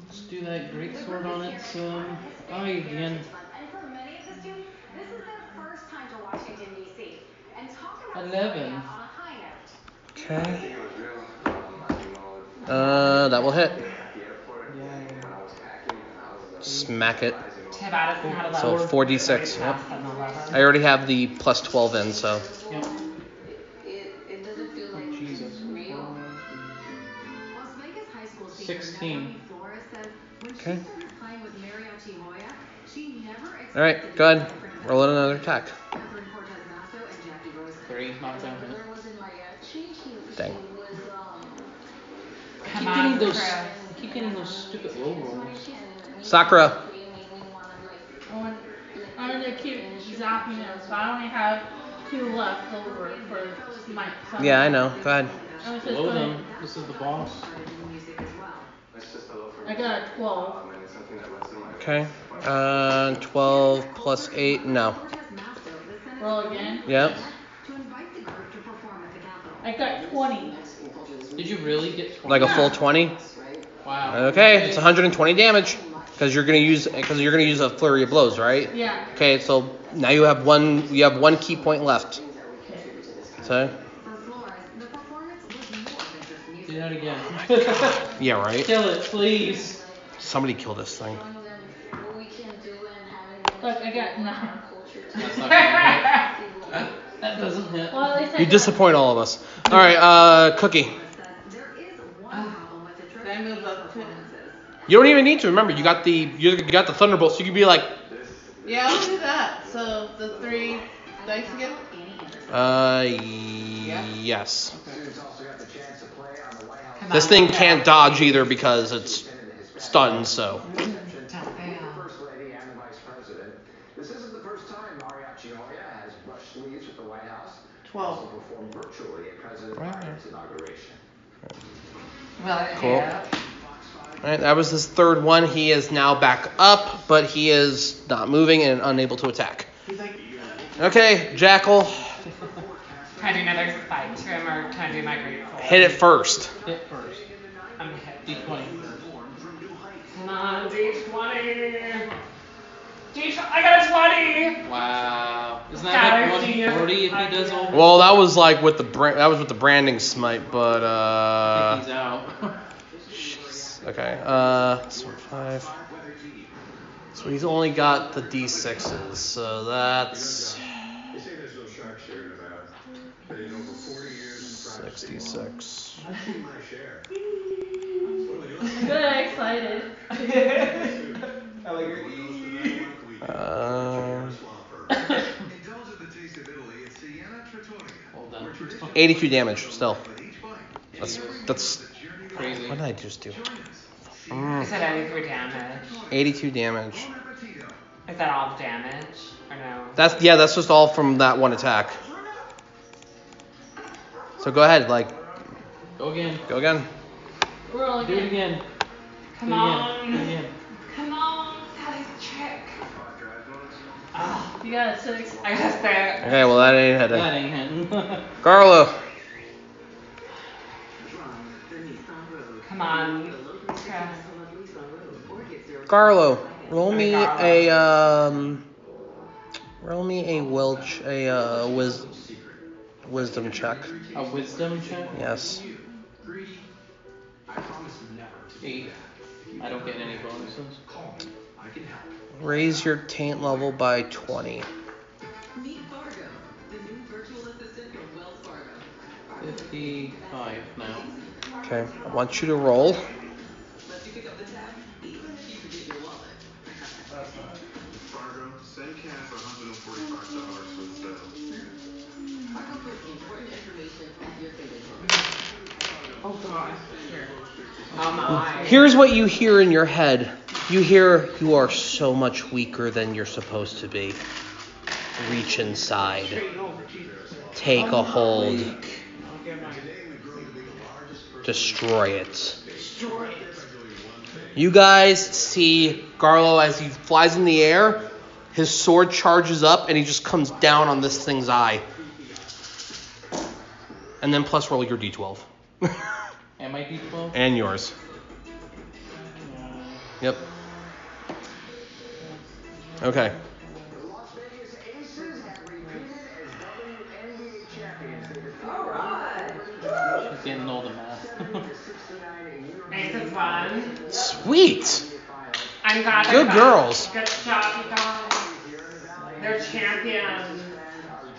S2: let's do that great sword on its um, eye again.
S7: And for many of the students, this is their first time to Washington DC. And talk about
S2: Eleven.
S7: starting out on a high
S1: Okay.
S7: note.
S1: Uh, that will hit. Smack it.
S5: Ted Addison had a
S1: So
S5: level.
S1: 4d6. Yep.
S5: An eleven.
S1: I already have the plus 12 in, so.
S2: Yep. Oh,
S7: Las Vegas High School teacher
S1: 16.
S7: Natalie Flores says when
S1: Okay.
S7: she started playing with Mariachi Hoya, she never expected
S1: Alright, go ahead. Roll in another attack.
S7: Catherine Cortez Masso and Jackie Rose.
S2: Three, not down.
S7: Miller was in mariachi. She,
S1: Dang.
S7: she was um,
S2: Keep getting those, keep getting those stupid low rolls.
S1: Sakura.
S6: One. I'm gonna keep zapping them, so I only have two left over for Mike. so-
S1: Yeah, I know. Go ahead.
S6: I was just
S2: Blow
S6: going.
S2: them. This is the boss.
S6: I got a twelve.
S1: Okay. Uh, 12 plus 8. No.
S6: Roll again.
S1: Yep.
S6: I got twenty.
S2: Did you really get 20?
S1: Like a full 20.
S2: Wow.
S1: Okay, it's 120 damage because you're gonna use because you're gonna use a flurry of blows, right?
S6: Yeah.
S1: Okay, so now you have one you have one key point left. So
S2: Do that again.
S1: yeah, right.
S2: Kill it, please.
S1: Somebody kill this thing.
S6: Look, I got nine.
S2: That's not gonna hit. That doesn't hit.
S6: Well, at least I
S1: You
S6: got-
S1: disappoint all of us. All right, uh, Cookie.
S3: Did Ah. I move up to?
S1: You don't even need to remember. You got the you got the thunderbolt, so you can be like,
S3: Yeah, I'll do that. So the three dice again.
S1: uh, yes.
S8: Students also got the chance to play on the White House.
S1: This thing can't dodge either because it's stunned. So
S8: First Lady and the Vice President. This isn't the first time Mariachi Hoya has brushed leaves with the White House. Twelve. Also performed virtually at President Biden's inauguration.
S5: Well, it
S1: Cool.
S5: hit.
S1: All right, that was his third one. He is now back up, but he is not moving and unable to attack.
S5: He's like,
S1: Okay, Jackal,
S5: can I do another spike to him or can I do my great sword?
S1: hit it first.
S2: Hit first.
S5: I'm hit.
S2: D20.
S5: Come on, D20. D20. I got a 20.
S2: Wow. Isn't that like 140 if he does all?
S1: Well, that was like with the brand. That was with the branding smite, but
S2: I think
S1: uh.
S2: he's out.
S1: Okay. Uh, this one five. So he's only got the d6s, so that's
S10: They say there's no shark share in Nevada, but in over 40 years in private state law,
S1: 66.
S10: I've seen my share.
S6: Good, excited.
S10: I like your E.
S1: Uh,
S10: Indulge in the taste of Italy at Siena Trattoria.
S2: Hold on.
S1: 82 damage still. That's that's.
S2: Crazy.
S1: What did I just do?
S5: I
S1: Mm,
S5: said I did three damage.
S1: 82 damage.
S5: Is that all the damage? Or no?
S1: That's yeah. That's just all from that one attack. So go ahead, like
S2: Go again.
S1: go again.
S6: Roll
S2: Do it
S6: again.
S2: again.
S5: Come
S2: Do it again.
S5: on.
S2: Do it again.
S5: Come on. That is trick. Ah,
S6: You got a six.
S5: I gotta say,
S1: Okay, well that ain't
S2: That
S1: hitting.
S2: ain't hitting.
S1: Garlo.
S5: come on. Okay.
S1: Garlo, roll me a um, roll me a welch a uh, wis- wisdom check.
S2: A wisdom check?
S1: Yes.
S2: Eight. I don't get any bonuses.
S1: Raise your taint level by 20.
S3: Meet Fargo, the new virtual assistant from Wells Fargo.
S2: 55 now.
S1: Okay. I want you to roll.
S3: Lets you pick up the tab, even if you forget your wallet.
S10: Fargo, send Cat for $145 for the sale.
S3: Fargo puts important information at your fingertips.
S8: Oh my.
S1: Here's what you hear in your head. You hear, you are so much weaker than you're supposed to be. Reach inside. Take a hold. Destroy it. You guys see Garlo as he flies in the air. His sword charges up and he just comes down on this thing's eye. And then plus roll your d12.
S2: Am I D12?
S1: and yours. Yep. Okay.
S2: She's getting all the math.
S8: This is fun.
S1: Sweet!
S8: I'm glad I
S1: Good
S8: got-
S1: girls.
S8: Good job, you guys. They're champions.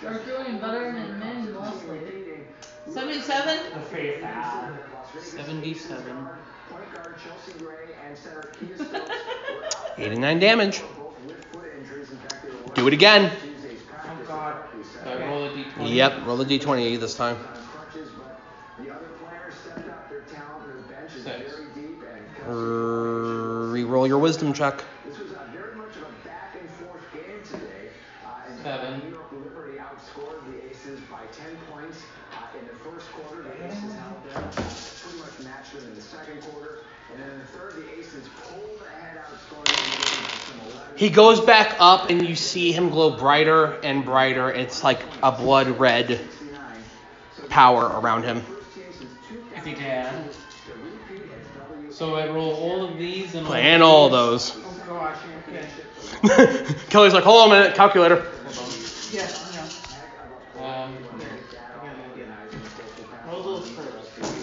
S6: We're doing better than men mostly. 77?
S8: That's pretty sad.
S2: 77.
S1: 89 damage. Do it again.
S8: Oh god.
S2: So I roll a D20.
S1: Yep, roll a d20 this time.
S2: Six.
S1: Reroll your wisdom check.
S8: Uh,
S2: Seven.
S8: uh,
S1: He goes back up, and you see him glow brighter and brighter. It's like a blood red power around him.
S2: Is he dead? So I roll all of these and all
S1: And all those.
S8: Oh gosh, you're okay.
S1: Kelly's like, hold on a minute, calculator.
S8: Yeah, yeah.
S2: Um,
S8: Roll those first.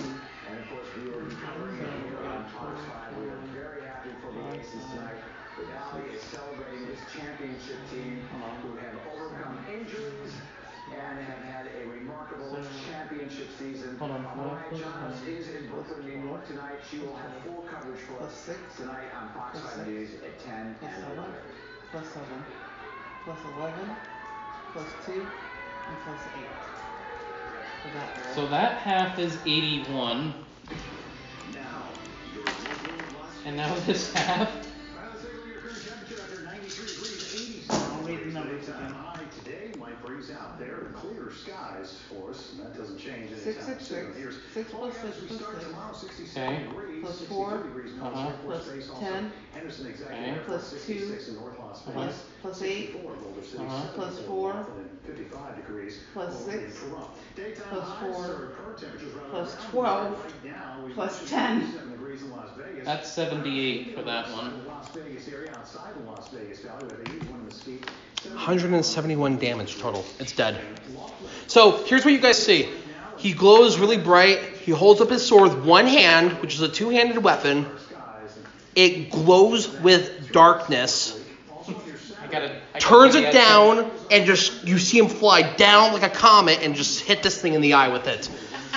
S2: hold on. What I put on-
S8: Plus six. Tonight on Fox 5 News at 10 plus and over. Plus 7. Plus 11. Plus 2. And plus 8. So that rolls.
S2: So that half is 81. And now this half.
S8: I'll read the numbers again.
S3: Today might breeze out there and clear skies for us, and that doesn't change anytime
S8: Six, six,
S3: soon.
S8: six.
S3: Here's
S8: Six plus six plus six.
S2: Okay.
S8: Plus four.
S2: Uh-huh.
S8: Plus ten.
S2: Okay.
S8: Plus two. Plus, plus eight.
S2: Uh-huh.
S8: Plus four. Plus six. Plus four. Plus twelve. Plus ten.
S2: That's 78 for that one.
S1: 171 damage total. It's dead. So here's what you guys see. He glows really bright. He holds up his sword with one hand, which is a two handed weapon. It glows with darkness,
S2: I gotta. I gotta
S1: turns
S2: give you
S1: it
S2: a-
S1: down, and just you see him fly down like a comet and just hit this thing in the eye with it.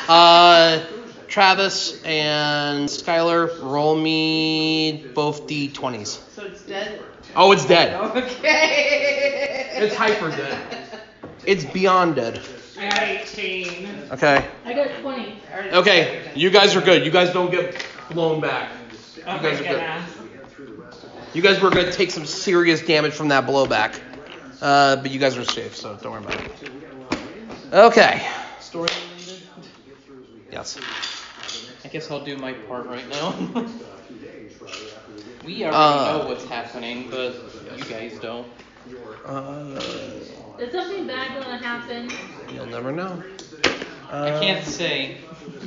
S1: Uh, Travis and Skylar, roll me both d20s.
S6: So it's dead?
S1: Oh, it's dead.
S6: Okay.
S1: It's hyper dead. It's beyond dead.
S8: I got 18.
S1: Okay.
S6: I got 20.
S1: Okay, you guys are good. You guys don't get blown back. You
S8: Oh my
S1: guys are good.
S8: goodness.
S1: You guys were gonna take some serious damage from that blowback, uh, but you guys are safe, so don't worry about it. Okay.
S2: Story related?
S1: Yes.
S2: I guess I'll do my part right now.
S8: uh,
S2: we already
S1: Uh.
S2: know what's happening, but you guys don't.
S1: Uh,
S6: Is something bad gonna happen?
S1: you'll never know.
S2: I can't
S1: Uh,
S2: say.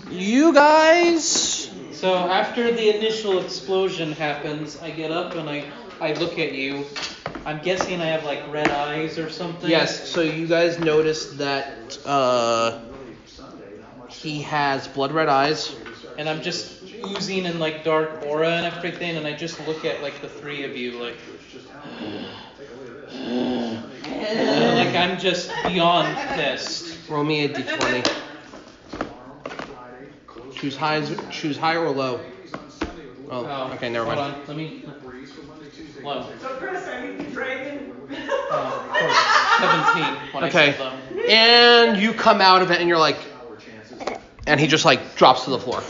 S1: You guys.
S2: So after the initial explosion happens, I get up and I, I look at you. I'm guessing I have like red eyes or something.
S1: Yes. So you guys notice that uh, he has blood red eyes.
S2: And I'm just oozing in like dark aura and everything, and I just look at like the three of you like. like I'm just beyond pissed.
S1: Roll me a d20. Choose high, choose high or low. Oh, okay, never
S2: hold
S1: mind.
S2: on, let me. Low.
S8: So Chris, I need to dragon.
S2: Oh, 17 when I
S1: Okay.
S2: said low.
S1: And you come out of it and you're like, and he just like drops to the floor.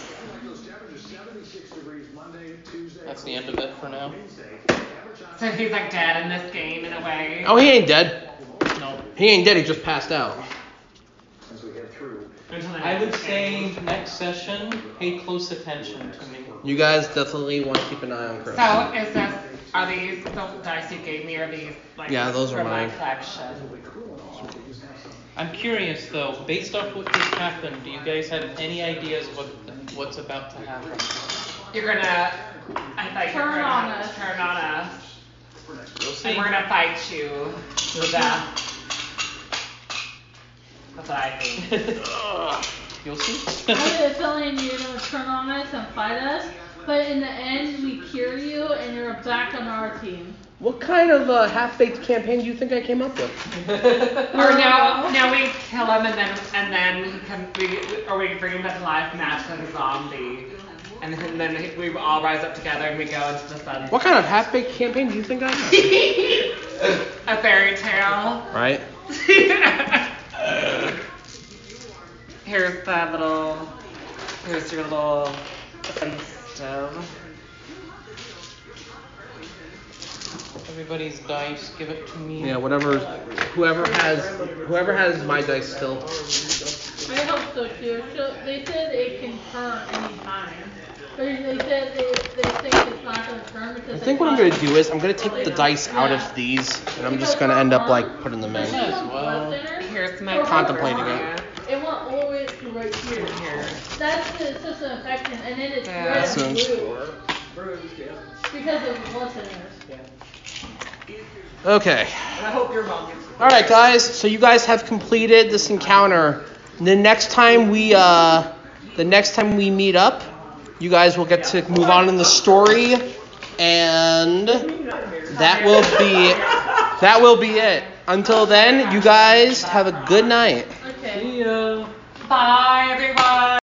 S2: that's the end of it for now.
S5: So he's like dead in this game in a way.
S1: Oh, he ain't dead.
S2: No.
S1: He ain't dead. He just passed out.
S8: as we get through.
S2: I would say next session, pay close attention to me.
S1: You guys definitely want to keep an eye on Chris.
S5: So is this, are these the dice you gave me, are these like?
S1: Yeah, those are
S5: from my
S1: mine.
S5: collection?
S2: I'm curious though, based off what just happened, do you guys have any ideas what what's about to happen?
S5: You're gonna, I thought you were
S18: Turn
S5: gonna
S18: on us.
S5: turn on us.
S2: see.
S5: And we're gonna fight you to the death. That's what I think.
S2: You'll see.
S6: I have a feeling you're gonna turn on us and fight us, but in the end, we cure you and you're back on our team.
S1: What kind of uh, half-baked campaign do you think I came up with?
S5: Or now, now we kill him and then and then he comes, we, or we bring him back to life, match like a zombie, and then, then we all rise up together and we go into the sun.
S1: What kind of half-baked campaign do you think I?
S5: A fairy tale.
S1: Right.
S5: Here's the little, here's your little sun stove.
S2: Everybody's dice, give it to me.
S1: Yeah, whatever. Whoever has whoever has my dice still.
S6: I hope so too. So they said it can turn anytime. Or they said they, they think it's not gonna turn because
S1: I
S6: they
S1: think what I'm
S6: thought-
S1: gonna do is I'm gonna take the dice out of these and I'm just gonna end up like putting them in.
S5: Here's my
S6: Or
S1: Contemplating
S6: won't
S1: it.
S6: work. It went all the way to right here. That's the system infection, and then it's
S5: Yeah.
S6: red
S1: That's
S6: and
S1: it.
S6: blue because of what's in there.
S1: Okay.
S5: I hope your mom gets.
S1: All right, guys. So you guys have completed this encounter. The next time we uh, the next time we meet up, you guys will get to move on in the story, and that will be that will be it. Until then, you guys have a good night.
S6: Okay.
S5: Bye everyone.